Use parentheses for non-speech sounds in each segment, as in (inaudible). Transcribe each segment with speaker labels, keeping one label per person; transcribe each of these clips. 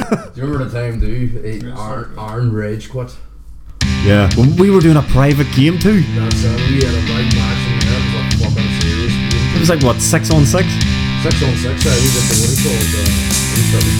Speaker 1: Do you remember the time too? It, Iron, Iron Rage quit.
Speaker 2: Yeah. When we were doing a private game too.
Speaker 1: That's it. We had a big match in there. It was a fucking serious.
Speaker 2: It
Speaker 1: game.
Speaker 2: was like what six on six.
Speaker 1: six on six. Uh, we did the what do you call it? Uh,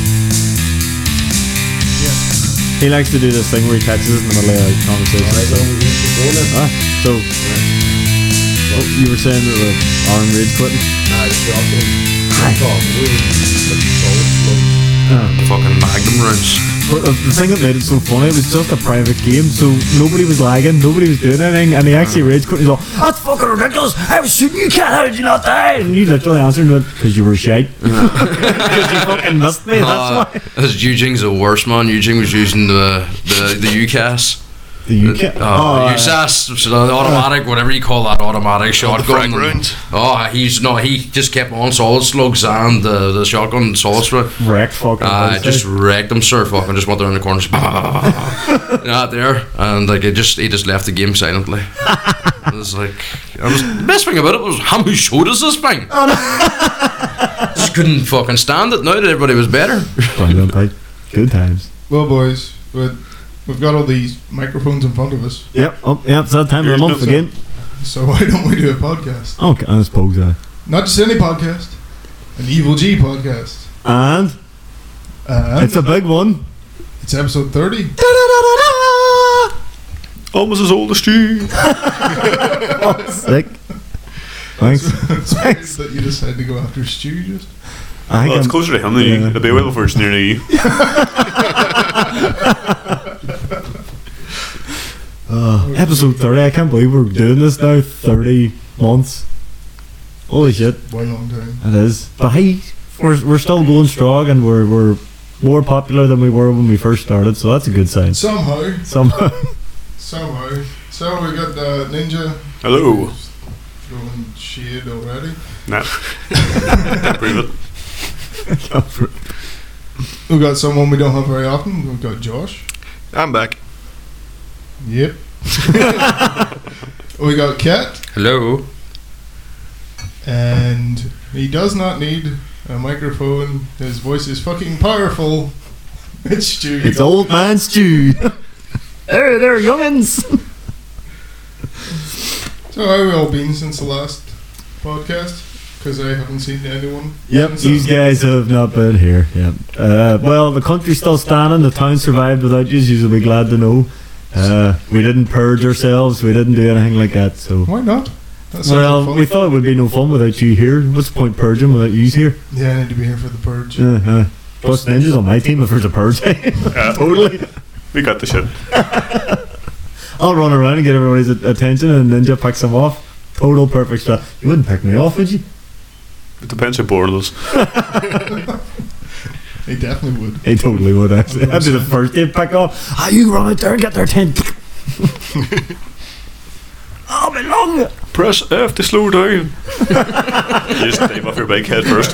Speaker 1: we
Speaker 2: He likes to do this thing where he texts us in the middle of a conversation.
Speaker 1: started- I don't
Speaker 2: so-
Speaker 1: know, we were going in.
Speaker 2: Ah, so oh, you were saying that the Iron Raid quitting?
Speaker 1: I shot him. I thought we were solid bloke.
Speaker 2: Oh.
Speaker 3: Fucking Magnum Ridge.
Speaker 2: But the the thing that made it so funny was just a private game, so nobody was lagging, nobody was doing anything, and he actually rage quit. He's like, "That's fucking ridiculous! I was shooting you, cat. How did you not die?" And you literally answered him, "Because you were shite. (laughs) Because you fucking missed me. That's why."
Speaker 3: (laughs) That's Eugene's the worst man. Eugene was using the the the UCAS.
Speaker 2: The Ah,
Speaker 3: Uh,
Speaker 2: UK.
Speaker 3: USAS, so the automatic, whatever you call that automatic shotgun.
Speaker 4: Oh, frag round.
Speaker 3: Oh, he's no, he just kept on solid slugs and the, the shotgun solid slug.
Speaker 2: wrecked fucking.
Speaker 3: Uh,
Speaker 2: Uh,
Speaker 3: it just
Speaker 2: (laughs)
Speaker 3: wrecked him, sir. Fucking just went around the corner, just (laughs) bah, bah, bah, bah, bah, bah. out there, and like it just he just left the game (laughs) silently. it was like, I was the best thing about it was how many showed us this thing. (laughs) just couldn't fucking stand it. Now that everybody was better,
Speaker 2: Good times.
Speaker 5: Well, boys, but we've got all these microphones in front of us,
Speaker 2: Yep. Oh, yep. It's that time of the
Speaker 5: Here's
Speaker 2: month
Speaker 5: no
Speaker 2: again.
Speaker 5: so (laughs) why don't we do a podcast?
Speaker 2: Okay, I suppose. Uh,
Speaker 5: Not just any podcast, an Evil G podcast.
Speaker 2: and
Speaker 5: And
Speaker 2: it's a big one.
Speaker 4: (laughs)
Speaker 5: it's episode 30.
Speaker 4: Almost as old as you.
Speaker 2: Sick.
Speaker 5: (laughs)
Speaker 2: Thanks.
Speaker 5: It's weird that you decided to go after Stu just.
Speaker 2: I think
Speaker 4: Well, Oh, it's
Speaker 2: I'm-
Speaker 4: closer to him than you.
Speaker 2: Yeah.
Speaker 4: It'll be a while before it's near to you.
Speaker 2: Uh, episode 30, I can't believe we're doing this now. 30 months. Holy shit,
Speaker 5: One long time.
Speaker 2: it is. But hey, we're, we're still going strong and we're, we're more popular than we were when we first started, so that's a good sign.
Speaker 5: Somehow,
Speaker 2: Somehow.
Speaker 5: somehow. So we got uh, Ninja
Speaker 4: Hello.
Speaker 5: throwing shade already.
Speaker 4: Nah. Can't prove it.
Speaker 5: We've got someone we don't have very often. We've got Josh.
Speaker 6: I'm back.
Speaker 5: Yep. (laughs) we got Kat,
Speaker 3: hello.
Speaker 5: and he does not need a microphone. His voice is fucking powerful. (laughs) It's Stu.
Speaker 2: (laughs) it's old man stew. (laughs) there, there, youngins.
Speaker 5: So how have we all been since the last podcast? Because I haven't seen anyone.
Speaker 2: Yep, you guys have not been here. Yep. Uh, well, the country's still standing. The town survived without you. You'll be glad to know. Uh, we didn't purge ourselves. We didn't do anything like that. So
Speaker 5: Why not? That's
Speaker 2: Well, we thought it would be no fun without you here. What's the point purging without you here?
Speaker 5: yeah, I need to be here for the purge.
Speaker 2: Uh-huh. Plus, Ninja's on my team if there's a purge. (laughs) totally.
Speaker 4: We got the shit.
Speaker 2: I'll run around and get everybody's a- attention, and Ninja picks him off. Total perfect shot. You wouldn't pick me off, would you?
Speaker 4: It depends how bored it is.
Speaker 5: He definitely would.
Speaker 2: He totally would, actually. (laughs) That'd be the first game pick off. Ah, you run out there and get their attention. (laughs) I'll be long.
Speaker 4: Press F to slow down. (laughs) you just dive off your bike head first.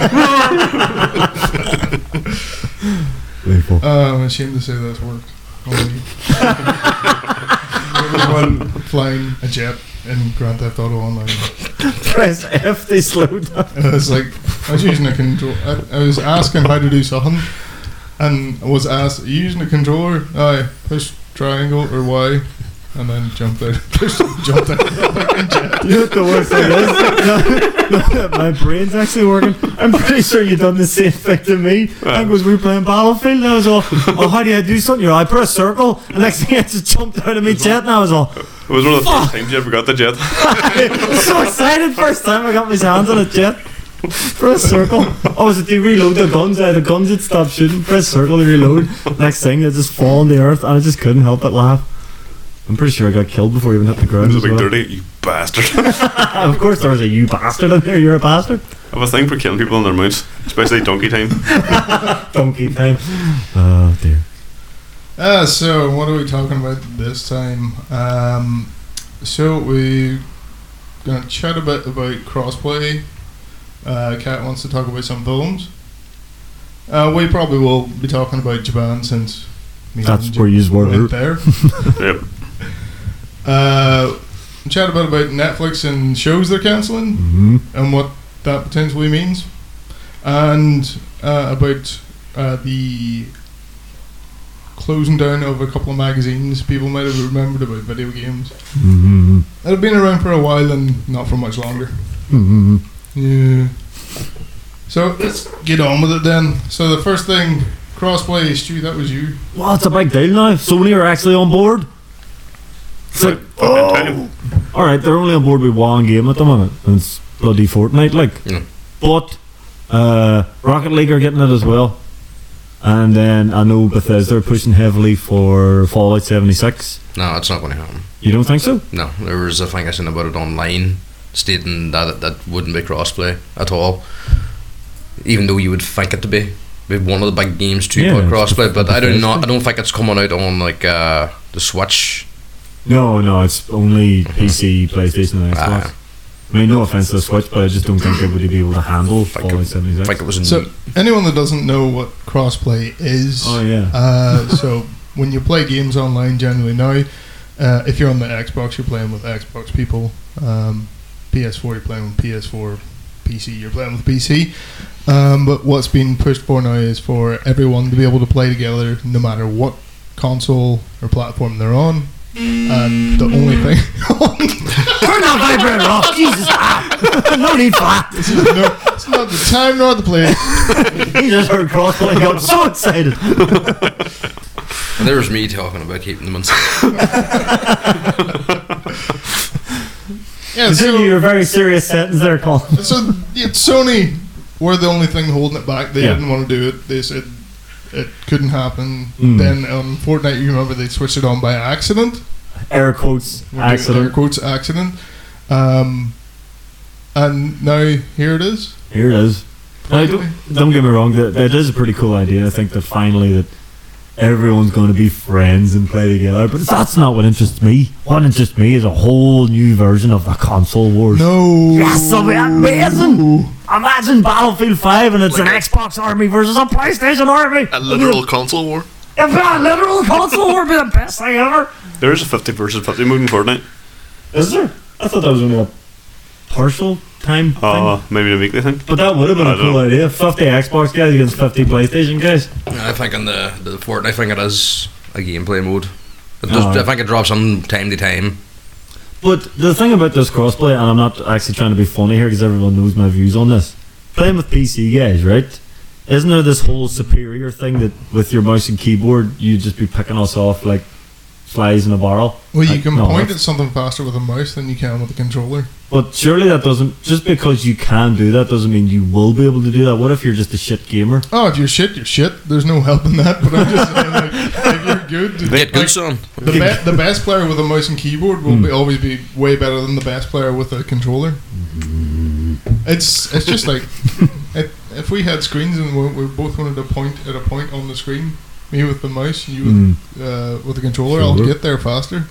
Speaker 2: Unbelievable.
Speaker 5: Uh, I'm ashamed to say that's worked. Only
Speaker 2: (laughs)
Speaker 5: (laughs) Everyone flying a jet in Grand Theft Auto Online.
Speaker 2: Press F, they slow (laughs) down.
Speaker 5: And I was like, I was using a control. I, I was asking how to do something, and I was asked, Are you using a controller? I push triangle or Y, and then jumped out. (laughs) Push, jumped out.
Speaker 2: You know what the worst thing (laughs) is? No, no, my brain's actually working. I'm pretty sure you've done the same thing to me. I was we were playing Battlefield and I was all, oh, how do I do something? You're, I press circle, and next thing I just jumped out of my jet and I was all,
Speaker 4: It was one of the first times you ever got the jet.
Speaker 2: (laughs) so excited. First time I got my hands on a jet. Press circle. Oh, was it they reload the guns? I had the guns that stopped shooting. Press circle, they reload. Next thing, they just fall on the earth and I just couldn't help but laugh. I'm pretty sure I got killed before I even hit the
Speaker 4: It
Speaker 2: ground.
Speaker 4: was a
Speaker 2: as
Speaker 4: big
Speaker 2: well.
Speaker 4: dirty, you bastard.
Speaker 2: Of course, there was a you bastard in there. You're a bastard.
Speaker 4: I have a thing for killing people on their mounts, especially donkey time.
Speaker 2: Donkey time. Oh dear.
Speaker 5: Ah, so what are we talking about this time? Um, so we gonna chat a bit about crossplay. Uh, Kat wants to talk about some films. Uh, we probably will be talking about Japan since me
Speaker 2: That's
Speaker 5: and
Speaker 2: where
Speaker 5: Jim
Speaker 2: yous were.
Speaker 5: went there.
Speaker 4: Yep.
Speaker 5: Uh, chat a bit about Netflix and shows they're canceling
Speaker 2: Mm-hmm.
Speaker 5: and what that potentially means, and uh, about uh, the closing down of a couple of magazines people might have remembered about video games.
Speaker 2: Mm-hmm.
Speaker 5: It had been around for a while and not for much longer.
Speaker 2: Mm-hmm.
Speaker 5: Yeah. So let's get on with it then. So the first thing, crossplay, Stu, that was you.
Speaker 2: Well, it's a big deal now. Sony are actually on board. It's like,
Speaker 4: Oh.
Speaker 2: all right, they're only on board with one game at the moment. And it's bloody Fortnite, like.
Speaker 3: Yeah.
Speaker 2: But uh, Rocket League are getting it as well. And then I know Bethesda are pushing heavily for Fallout 76.
Speaker 3: No, it's not going to happen.
Speaker 2: You don't think so?
Speaker 3: No, there was a thing I seen about it online stating that it, that wouldn't be crossplay at all, even though you would think it to be. With one of the big games to
Speaker 2: Yeah,
Speaker 3: put
Speaker 2: it's
Speaker 3: crossplay, but I don't know.
Speaker 2: Bethesda.
Speaker 3: I don't think it's coming out on like uh, the Switch.
Speaker 2: No, no, it's only PC, PlayStation, and Xbox.
Speaker 3: Ah.
Speaker 2: I mean, no offense to the Switch, but I just don't think they would be able to handle
Speaker 3: Fuck 'em.
Speaker 2: Fallout
Speaker 3: I
Speaker 2: 76.
Speaker 3: think it was. In,
Speaker 5: So
Speaker 2: Mm.
Speaker 5: anyone that doesn't know what crossplay is,
Speaker 2: Oh, yeah.
Speaker 5: uh, (laughs) so when you play games online, generally now, uh, if you're on the Xbox, you're playing with Xbox people. Um, PS4, you're playing with PS4. PC, you're playing with PC. Um, but what's been pushed for now is for everyone to be able to play together, no matter what console or platform they're on. And the only thing, (laughs)
Speaker 2: Turn that vibrator off! Jesus! ah! (laughs) no need for that!
Speaker 5: (laughs) This is (laughs) no, it's not the time nor the place.
Speaker 2: He just heard crossplay and got so excited.
Speaker 3: and there was me talking about keeping them inside.
Speaker 5: Yeah,
Speaker 2: Continue your very serious sentence there, Colin.
Speaker 5: So yeah, Sony were the only thing holding it back. They
Speaker 2: Yeah.
Speaker 5: didn't want to do it. They said it couldn't happen.
Speaker 2: Mm.
Speaker 5: Then on Fortnite, you remember they switched it on by accident.
Speaker 2: Air quotes,
Speaker 5: We're doing Air
Speaker 2: accident.
Speaker 5: quotes accident. Um, and now here it is.
Speaker 2: Here it is. Now, don't, don't get me wrong, that, that is a pretty cool idea. I think that finally that everyone's going to be friends and play together, but that's not what interests me. What interests me is a whole new version of the console wars.
Speaker 5: No.
Speaker 2: Yes, that'll be amazing! Imagine Battlefield 5 and it's an Xbox army versus a PlayStation army!
Speaker 4: A literal console war.
Speaker 2: If not a literal console war would be the best thing ever!
Speaker 4: There is a 50 versus 50 mode in Fortnite.
Speaker 2: Is there? I thought that was only a partial time thing.
Speaker 4: Uh, maybe the weekly thing.
Speaker 2: But that would have been
Speaker 4: I
Speaker 2: a cool
Speaker 4: dunno.
Speaker 2: idea. 50 Xbox guys against 50 PlayStation guys.
Speaker 3: I think in the the Fortnite thing it is a gameplay mode. It does,
Speaker 2: Oh.
Speaker 3: I think it drops from time to time.
Speaker 2: But the thing about this crossplay, and I'm not actually trying to be funny here because everyone knows my views on this. Playing with PC guys, right? Isn't there this whole superior thing that with your mouse and keyboard you just be picking us off like flies in a barrel?
Speaker 5: Well, you
Speaker 2: Like,
Speaker 5: can
Speaker 2: no,
Speaker 5: point
Speaker 2: that's-
Speaker 5: at something faster with a mouse than you can with a controller.
Speaker 2: But surely that doesn't just because you can do that doesn't mean you will be able to do that. What if you're just a shit gamer?
Speaker 5: Oh, if you're shit, you're shit. There's no help in that. But I'm just saying, like, if you're good,
Speaker 3: Get
Speaker 5: like,
Speaker 3: good, son.
Speaker 5: The, be- the best player with a mouse and keyboard will be, always be way better than the best player with a controller. It's it's just like (laughs) if if we had screens and we, we both wanted to point at a point on the screen, me with the mouse, you with,
Speaker 2: Mm.
Speaker 5: uh, with the controller, I'll
Speaker 2: Sure.
Speaker 5: get there faster.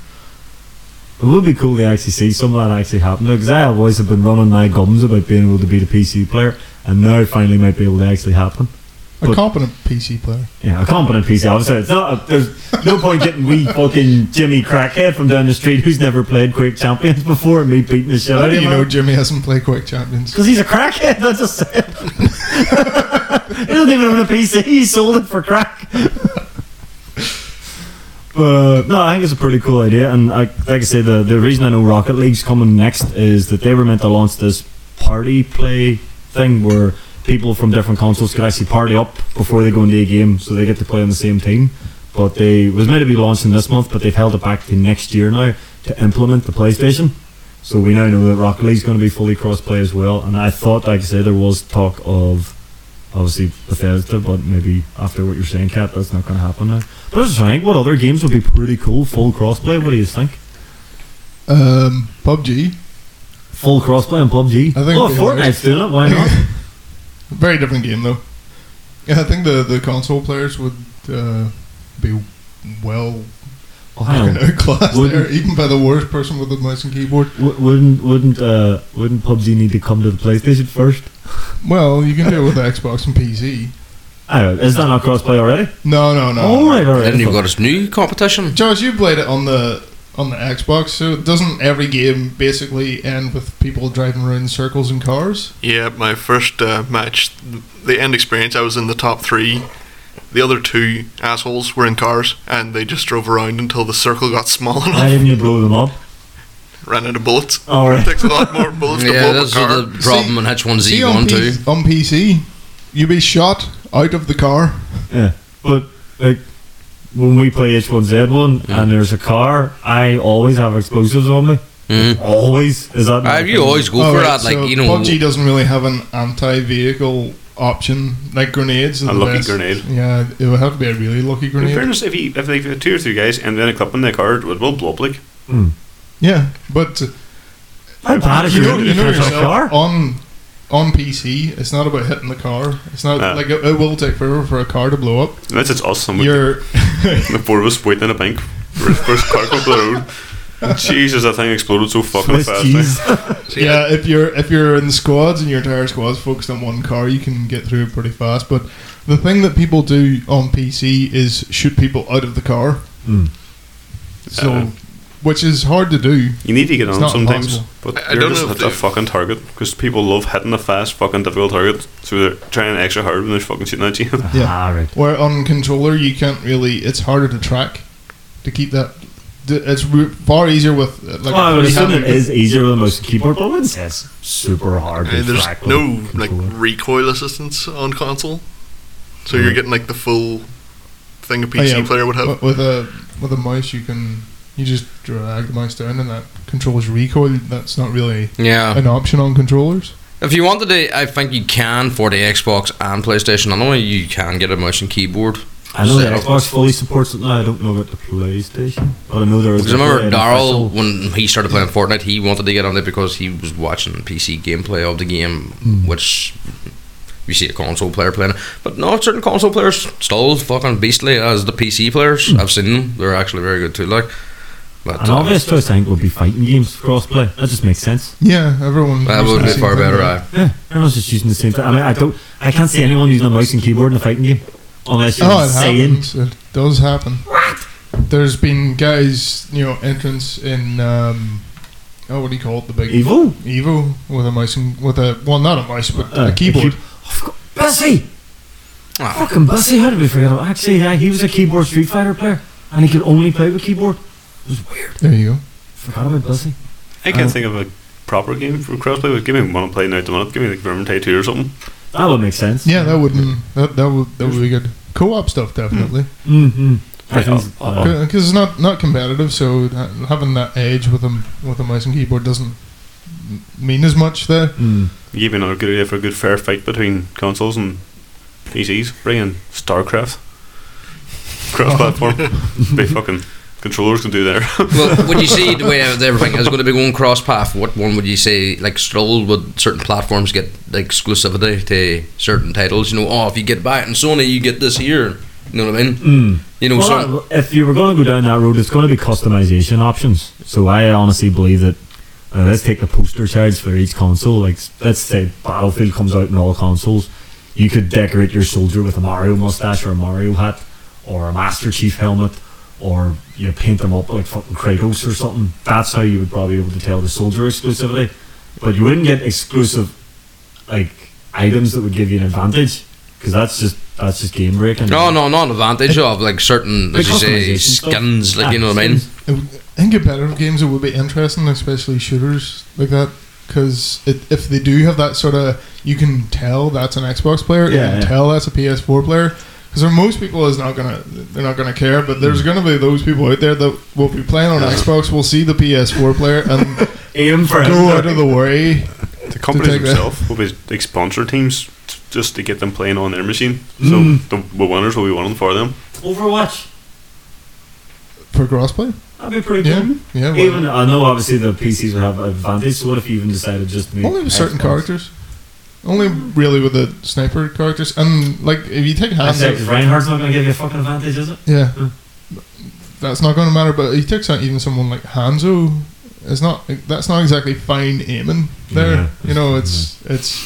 Speaker 2: It would be cool to actually see some of that actually happen because I always have been running my gums about being able to beat a PC player, and now it finally might be able to actually happen.
Speaker 5: A
Speaker 2: But-
Speaker 5: competent PC player.
Speaker 2: Yeah, a competent PC. Obviously, it's not. A, there's no point getting wee fucking Jimmy Crackhead from down the street who's never played Quake Champions before and me beating the shit
Speaker 5: How
Speaker 2: out
Speaker 5: do
Speaker 2: of
Speaker 5: you know
Speaker 2: him.
Speaker 5: Jimmy hasn't played Quake Champions?
Speaker 2: Because he's a crackhead. That's just sad. he doesn't even own a PC. He sold it for crack. But no, I think it's a pretty cool idea, and I, like I say, the, the reason I know Rocket League's coming next is that they were meant to launch this party play thing where people from different consoles could actually party up before they go into a game, so they get to play on the same team. But they it was meant to be launching this month, but they've held it back to next year now to implement the PlayStation. So we now know that Rocket League's going to be fully cross-play as well. And I thought, like I said, there was talk of obviously Bethesda, but maybe after what you're saying, Kat, that's not going to happen now. But I was just thinking, what other games would be pretty cool full cross-play? What do you think?
Speaker 5: Um, PUBG,
Speaker 2: Full cross-play on PUBG?
Speaker 5: I think
Speaker 2: oh,
Speaker 5: it'd be
Speaker 2: Fortnite's doing it. Why not?
Speaker 5: (laughs) very different game though. Yeah, I think the the console players would uh, be well
Speaker 2: Oh, hang on.
Speaker 5: class there,
Speaker 2: Wouldn't-
Speaker 5: even by the worst person with a mouse and keyboard.
Speaker 2: W- wouldn't wouldn't uh, wouldn't PUBG need to come to the PlayStation first?
Speaker 5: Well, you can do it with Xbox and PC.
Speaker 2: I don't know. Is that not cross-play already?
Speaker 5: No, no, no.
Speaker 2: all right, all right.
Speaker 3: Then you've got this new competition.
Speaker 5: Josh, you played it on the on the Xbox, so doesn't every game basically end with people driving around in circles in cars?
Speaker 6: Yeah, my first uh, match, the end experience, I was in the top three, the other two assholes were in cars and they just drove around until the circle got small (laughs)
Speaker 2: Why
Speaker 6: enough,
Speaker 2: didn't you blow them up?
Speaker 6: ran out of bullets. (laughs)
Speaker 2: Alright.
Speaker 6: takes a lot more bullets to
Speaker 3: Yeah,
Speaker 6: blow up a
Speaker 3: that's
Speaker 6: car.
Speaker 3: the problem in
Speaker 5: See on,
Speaker 3: H1Z1
Speaker 5: P-
Speaker 3: too.
Speaker 5: on PC, you be shot out of the car.
Speaker 2: Yeah, but like when we play H1Z1 and there's a car, I always have explosives on me.
Speaker 3: Mhm.
Speaker 2: Always is that?
Speaker 3: Uh, you always go for
Speaker 5: Alright,
Speaker 3: that, like
Speaker 5: so
Speaker 3: you know.
Speaker 5: PUBG doesn't really have an anti-vehicle option like grenades. Are
Speaker 4: A
Speaker 5: the
Speaker 4: lucky
Speaker 5: best.
Speaker 4: grenade.
Speaker 5: Yeah, it would have to be a really lucky
Speaker 4: In
Speaker 5: grenade.
Speaker 4: fairness, if, he, if they have two or three guys and then a clip in the car, it will blow up like.
Speaker 5: Yeah, but
Speaker 2: How bad if
Speaker 5: you
Speaker 2: you
Speaker 5: know, you know
Speaker 2: a
Speaker 5: yourself
Speaker 2: car?
Speaker 5: on on PC, it's not about hitting the car. It's not
Speaker 4: Ah.
Speaker 5: like it, it will take forever for a car to blow up.
Speaker 4: Unless it's us and we
Speaker 5: You're
Speaker 4: the four of us waiting in a bank for his first car to the
Speaker 5: (laughs)
Speaker 4: road. Jesus, that thing exploded so fucking
Speaker 2: Swiss
Speaker 4: fast. eh?
Speaker 2: cheese. (laughs)
Speaker 5: yeah. If you're if you're in the squads and your entire squad's focused on one car, you can get through it pretty fast. But the thing that people do on PC is shoot people out of the car.
Speaker 2: Hmm.
Speaker 5: So,
Speaker 4: Uh.
Speaker 5: which is hard to do.
Speaker 4: You need to get
Speaker 5: It's
Speaker 4: on
Speaker 5: not
Speaker 4: sometimes,
Speaker 5: impossible.
Speaker 4: but
Speaker 6: I- I
Speaker 4: you're
Speaker 6: don't
Speaker 4: just
Speaker 6: know
Speaker 4: at
Speaker 6: if
Speaker 4: a
Speaker 6: they-
Speaker 4: fucking target because people love hitting a fast, fucking difficult target. So they're trying extra hard when they're fucking shooting at you. (laughs)
Speaker 5: Yeah.
Speaker 2: Ah, right.
Speaker 5: Where on controller you can't really. It's harder to track to keep that. d- It's re- far easier with uh, like.
Speaker 2: Well, I would
Speaker 5: free
Speaker 2: assume
Speaker 5: hand.
Speaker 2: it is easier than most keyboard, but I wouldn't say it's super hard.
Speaker 6: Uh,
Speaker 2: to
Speaker 6: there's
Speaker 2: track
Speaker 6: no
Speaker 2: with
Speaker 6: like
Speaker 2: controller.
Speaker 6: recoil assistance on console, so you're getting like the full thing a
Speaker 5: Oh,
Speaker 6: PC
Speaker 5: yeah,
Speaker 6: player would have.
Speaker 5: wi- With a with a mouse, you can you just drag the mouse down, and that controls recoil. That's not really
Speaker 3: yeah.
Speaker 5: an option on controllers.
Speaker 3: If you wanted to, I think you can for the Xbox and PlayStation. I know you can get a mouse and keyboard.
Speaker 2: I know the
Speaker 3: So-
Speaker 2: Xbox fully supports it now. I don't know about the PlayStation, but I know there is.
Speaker 3: Because I remember
Speaker 2: an
Speaker 3: Darrell,
Speaker 2: official-
Speaker 3: when he started playing Fortnite, he wanted to get on it because he was watching PC gameplay of the game, which you see a console player playing. But no, certain console players still fucking beastly as the PC players. I've seen them; they're actually very good too. Like, but
Speaker 2: An
Speaker 3: uh,
Speaker 2: obvious choice, I think, would be fighting games crossplay. That just makes sense.
Speaker 5: Yeah, everyone.
Speaker 3: uh, that would be far better. uh, I
Speaker 2: Yeah, everyone's just using the same thing. I mean, I don't, I can't see anyone using a mouse and keyboard in a fighting game, unless you're
Speaker 5: Oh, it
Speaker 2: saying
Speaker 5: happens. It does happen. There's been guys, you know, entrance in. Um, oh, what do you call it? The big
Speaker 2: evil.
Speaker 5: Evo with a mouse and with a well, not a mouse, but
Speaker 2: Uh,
Speaker 5: Ah, a keyboard.
Speaker 2: a Oh, Bussy!
Speaker 3: Ah.
Speaker 2: Fucking Bussy, how did we forget about Actually, yeah, he was a keyboard Street Fighter player, and he could only play with keyboard. It was weird.
Speaker 5: There you go.
Speaker 2: Forgot about Bussy.
Speaker 4: I
Speaker 5: Uh-huh.
Speaker 4: can't
Speaker 2: Uh.
Speaker 4: think of a proper game for crossplay. But give me one to play now at the minute. Give me like Vermintide 2 or something.
Speaker 2: That would make sense.
Speaker 5: Yeah, that wouldn't. That that would that would be good. Co-op stuff definitely,
Speaker 2: Mm-hmm.
Speaker 4: Right, I'll- I'll-
Speaker 2: Uh,
Speaker 5: because it's not not competitive. So that, having that edge with a with a mouse and keyboard doesn't m- mean as much there.
Speaker 2: mm.
Speaker 4: Give me another good idea for a good fair fight between consoles and PCs. Bring in StarCraft. (laughs)
Speaker 5: Oh.
Speaker 4: Cross platform. Be
Speaker 5: (laughs)
Speaker 4: fucking controllers can do there.
Speaker 3: well, would you see the way everything is going to be going cross path? What one would you say? Like Stroll, would certain platforms get exclusivity to certain titles? You know, oh, if you get by it in Sony, you get this here. You know what I mean?
Speaker 2: Mm.
Speaker 3: You know, so
Speaker 2: Well, if you were going to go down that road, it's going to be customization options. So I honestly believe that uh, let's take the poster charge for each console. Like s- let's say Battlefield comes out in all consoles, you could decorate your soldier with a Mario mustache or a Mario hat or a Master Chief helmet, or you paint them up like fucking Kratos or something. That's how you would probably be able to tell the soldier exclusivity, but you wouldn't get exclusive like items that would give you an advantage because that's just that's just game breaking.
Speaker 3: No, no, not advantage of like certain, as you say,
Speaker 2: Customization stuff.
Speaker 3: skins. Like you know what I mean?
Speaker 5: It would- In competitive games, it would be interesting, especially shooters like that, because if they do have that sort of, you can tell that's an Xbox player. you
Speaker 2: Yeah,
Speaker 5: can
Speaker 2: yeah.
Speaker 5: tell that's a PS4 player. Because most people is not gonna, they're not gonna care. But
Speaker 2: Mm.
Speaker 5: there's gonna be those people out there that will be playing on Xbox. Will see the PS4 player
Speaker 2: (laughs)
Speaker 5: and
Speaker 2: Aim for
Speaker 5: go out of the way.
Speaker 4: The companies
Speaker 5: take that.
Speaker 4: themselves will be like sponsor teams t- just to get them playing on their machine. So
Speaker 2: Mm.
Speaker 4: the, the winners will be one for them.
Speaker 2: Overwatch.
Speaker 5: For crossplay?
Speaker 2: That'd be pretty
Speaker 5: Yeah.
Speaker 2: cool.
Speaker 5: Yeah. well,
Speaker 2: Even I know obviously the PCs would have advantage. So what if you even decided just to make
Speaker 5: only with certain
Speaker 2: Xbox?
Speaker 5: characters. Only really with the sniper characters. And, like, if you take
Speaker 2: I
Speaker 5: hands
Speaker 2: said, 'cause
Speaker 5: out.
Speaker 2: Reinhardt's not gonna give you a fucking advantage, is it?
Speaker 5: Yeah.
Speaker 2: Hmm.
Speaker 5: That's not going to matter. But if you take some, even someone like Hanzo. It's not. That's not exactly fine aiming there.
Speaker 2: Yeah.
Speaker 5: You know, it's it's.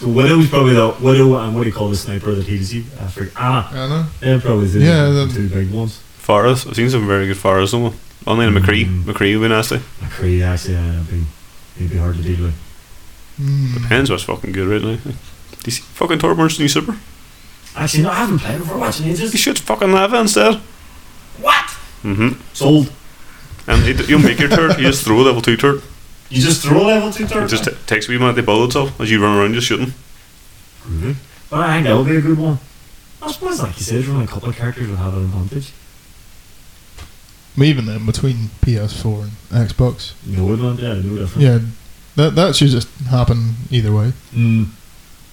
Speaker 2: So Widow's probably the Widow and what do you call the sniper that heals you? I forget. Ah,
Speaker 5: I don't know.
Speaker 2: they're probably the
Speaker 5: Yeah,
Speaker 2: the
Speaker 5: the-
Speaker 2: two big ones.
Speaker 4: Faras, I've seen some very good Faras. Only in McCree.
Speaker 2: Mm.
Speaker 4: McCree will be nasty.
Speaker 2: McCree actually, yeah, it'd be it'd be hard to deal with.
Speaker 5: Hmm.
Speaker 4: Hands was fucking good right now. Do you see fucking Torbjorn's new super?
Speaker 2: Actually, no, I haven't played Overwatch in ages.
Speaker 4: You shoot fucking lava instead.
Speaker 2: What?
Speaker 4: Mm-hmm.
Speaker 2: Sold.
Speaker 4: And it, you make your turret, you just throw a level 2 turret.
Speaker 2: You just throw level two
Speaker 4: It
Speaker 2: turrets.
Speaker 4: just t- takes a wee minute to build itself as you run around just shooting.
Speaker 2: Mm-hmm. But I think that would be a good one. I suppose, like you said, running a couple of characters would have an advantage.
Speaker 5: I mean, Hmm. even then, between PS4 and Xbox,
Speaker 2: No, would not yeah, no difference.
Speaker 5: yeah, that that should just happen either way.
Speaker 2: Mm.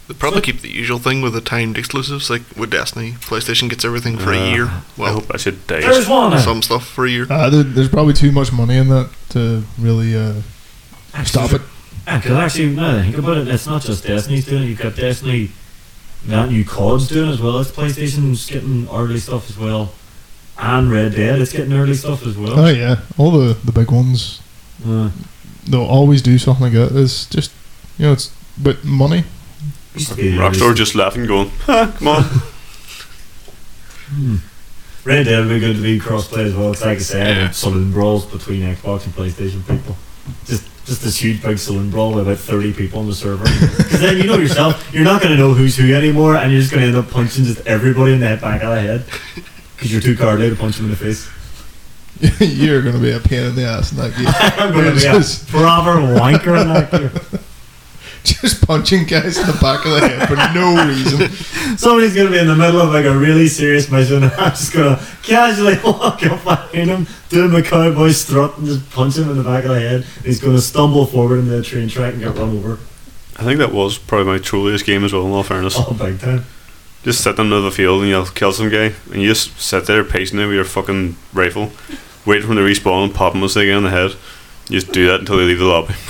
Speaker 6: They probably keep the usual thing with the timed exclusives, like with Destiny. PlayStation gets everything for
Speaker 4: Uh,
Speaker 6: a year.
Speaker 4: I
Speaker 6: Well,
Speaker 4: hope I should die.
Speaker 2: There's one. uh, now.
Speaker 6: some stuff for a year.
Speaker 5: Uh, there, there's probably too much money in that to really uh,
Speaker 2: Actually,
Speaker 5: stop it.
Speaker 2: Because actually, now that I think about it, it's not just Destiny's doing it. You've got Destiny, that new COD's doing it as well. It's PlayStation's getting early stuff as well. And Red Dead, it's getting early stuff as well.
Speaker 5: Oh yeah, all the the big ones
Speaker 2: Uh,
Speaker 5: they'll always do something like that. It's just you know it's but money. (laughs)
Speaker 2: used to be the early
Speaker 4: Rockstar just laughing, going, ha, come on.
Speaker 2: Hmm. Red Dead would be good to be cross-play as well. It's like I said,
Speaker 6: Yeah.
Speaker 2: saloon brawls between Xbox and PlayStation people. Just, just this huge big saloon brawl with about thirty people on the server. Because then you know yourself, you're not going to know who's who anymore, and you're just going to end up punching just everybody in the head back of the head because you're too cowardly to punch them in the face. (laughs)
Speaker 5: You're gonna be a pain in the ass in that game.
Speaker 2: I'm going to be a
Speaker 5: (laughs) Just-
Speaker 2: proper wanker in that gear.
Speaker 5: just punching guys in the back of the head for no reason.
Speaker 2: (laughs) Somebody's going to be in the middle of like a really serious mission, and (laughs) I'm just going to casually (laughs) walk up behind him, do my cowboy strut, and just punch him in the back of the head. He's going to stumble forward into the train track and get run over. (laughs)
Speaker 4: I think that was probably my trolliest game as well, in all fairness.
Speaker 2: Oh, big time.
Speaker 4: Just sit in the middle of the field and you'll kill some guy, and you just sit there pacing it with your fucking rifle, waiting for him to respawn and pop him once they get in the head. You just do that until they leave the lobby. (laughs)
Speaker 2: (laughs)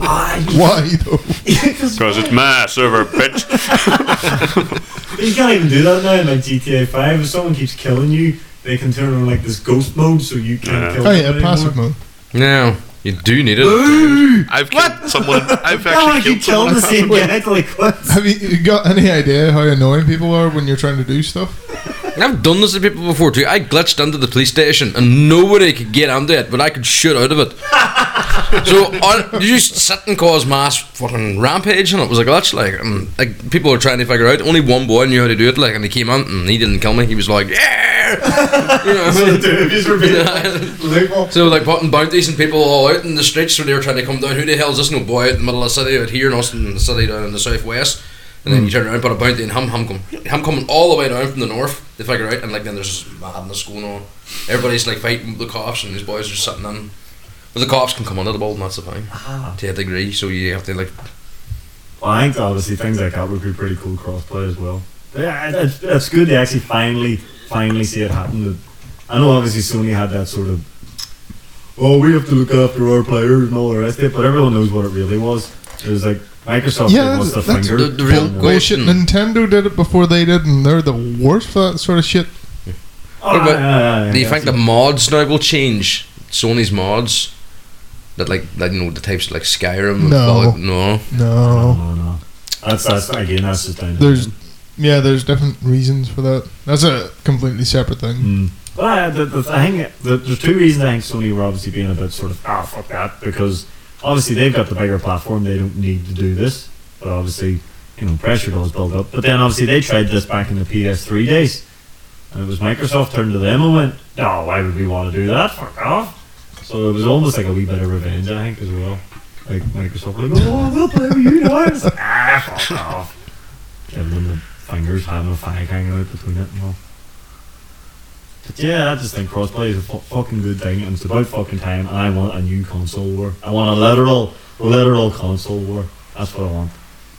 Speaker 2: Why?
Speaker 5: Why though?
Speaker 4: Because it's my server, bitch!
Speaker 2: But you can't even do that now in like GTA 5. If someone keeps killing you, they can turn on like this ghost mode so you can't
Speaker 4: Yeah.
Speaker 2: kill
Speaker 5: Oh
Speaker 2: them.
Speaker 5: yeah, passive mode.
Speaker 3: No, you do need it.
Speaker 2: (laughs)
Speaker 6: I've killed someone. I've
Speaker 2: I want
Speaker 6: actually
Speaker 2: to keep
Speaker 6: killed
Speaker 2: killing
Speaker 6: someone.
Speaker 2: the same guy till he quits. (laughs)
Speaker 6: (laughs)
Speaker 5: Have you- you got any idea how annoying people are when you're trying to do stuff?
Speaker 3: I've done this to people before too. I glitched into the police station and nobody could get into it, but I could shoot out of it. so on, you just sit and cause mass fucking rampage, and it was like that's like, um, like people were trying to figure out. Only one boy knew how to do it, like, and he came out and he didn't kill me. He was like, yeah, (laughs) you know.
Speaker 2: So the two of yous were being like,
Speaker 5: Loophole.
Speaker 3: So like putting bounties and people all out in the streets, so they were trying to come down. Who the hell's this no boy out in the middle of the city out here in Austin, in the city down in the southwest? And then you
Speaker 2: Hmm.
Speaker 3: turn around, put a bounty, and him, him, come, him coming all the way down from the north. They figure out, and like then there's just madness going on. Everybody's like fighting the cops, and these boys are sitting in. But the cops can come under the ball, and that's the thing.
Speaker 2: ah.
Speaker 3: To a degree, so you have to like.
Speaker 2: Well, I think obviously things like that would be pretty cool crossplay as well. Yeah, it- it's, it's good to actually finally, finally see it happen. I know obviously Sony had that sort of, oh, we have to look after our players and all the rest of it, but everyone knows what it really was. It was like Microsoft
Speaker 5: Yeah,
Speaker 2: yeah, wants the
Speaker 5: that's-
Speaker 2: finger.
Speaker 3: The, the real
Speaker 2: No.
Speaker 5: Bullshit.
Speaker 3: question.
Speaker 5: Nintendo did it before they did, and they're the worst for that sort of shit.
Speaker 2: Oh,
Speaker 3: But
Speaker 2: yeah, yeah,
Speaker 3: Do you
Speaker 2: yeah,
Speaker 3: think the mods now will change Sony's mods? That like, that you know, the types like Skyrim. and
Speaker 5: No.
Speaker 3: Fallout- no.
Speaker 5: No.
Speaker 2: No, no. That's, that's again, that's just down to
Speaker 5: Uh-huh. There's-
Speaker 2: them.
Speaker 5: Yeah, there's different reasons for that. That's a completely separate thing.
Speaker 2: Mm. But I, the, the thing, the, there's two reasons I think Sony were obviously being a bit sort of, ah, fuck that, because obviously they've got the bigger platform, they don't need to do this, but obviously, you know, pressure does build up. But then obviously they tried this back in the PS3 days, and it was Microsoft turned to them and went, no, why would we want to do that? Fuck off. So it was almost like a wee bit of revenge, I think, as well. Like Microsoft were like, oh, we'll play with you guys. (laughs) ah, fuck off. Giving them the fingers, having a fag hanging out between it and all. But yeah, I just think crossplay is a fu- fucking good thing, and it's about fucking time. And I want a new console war. I want a literal, literal console war. That's what I want.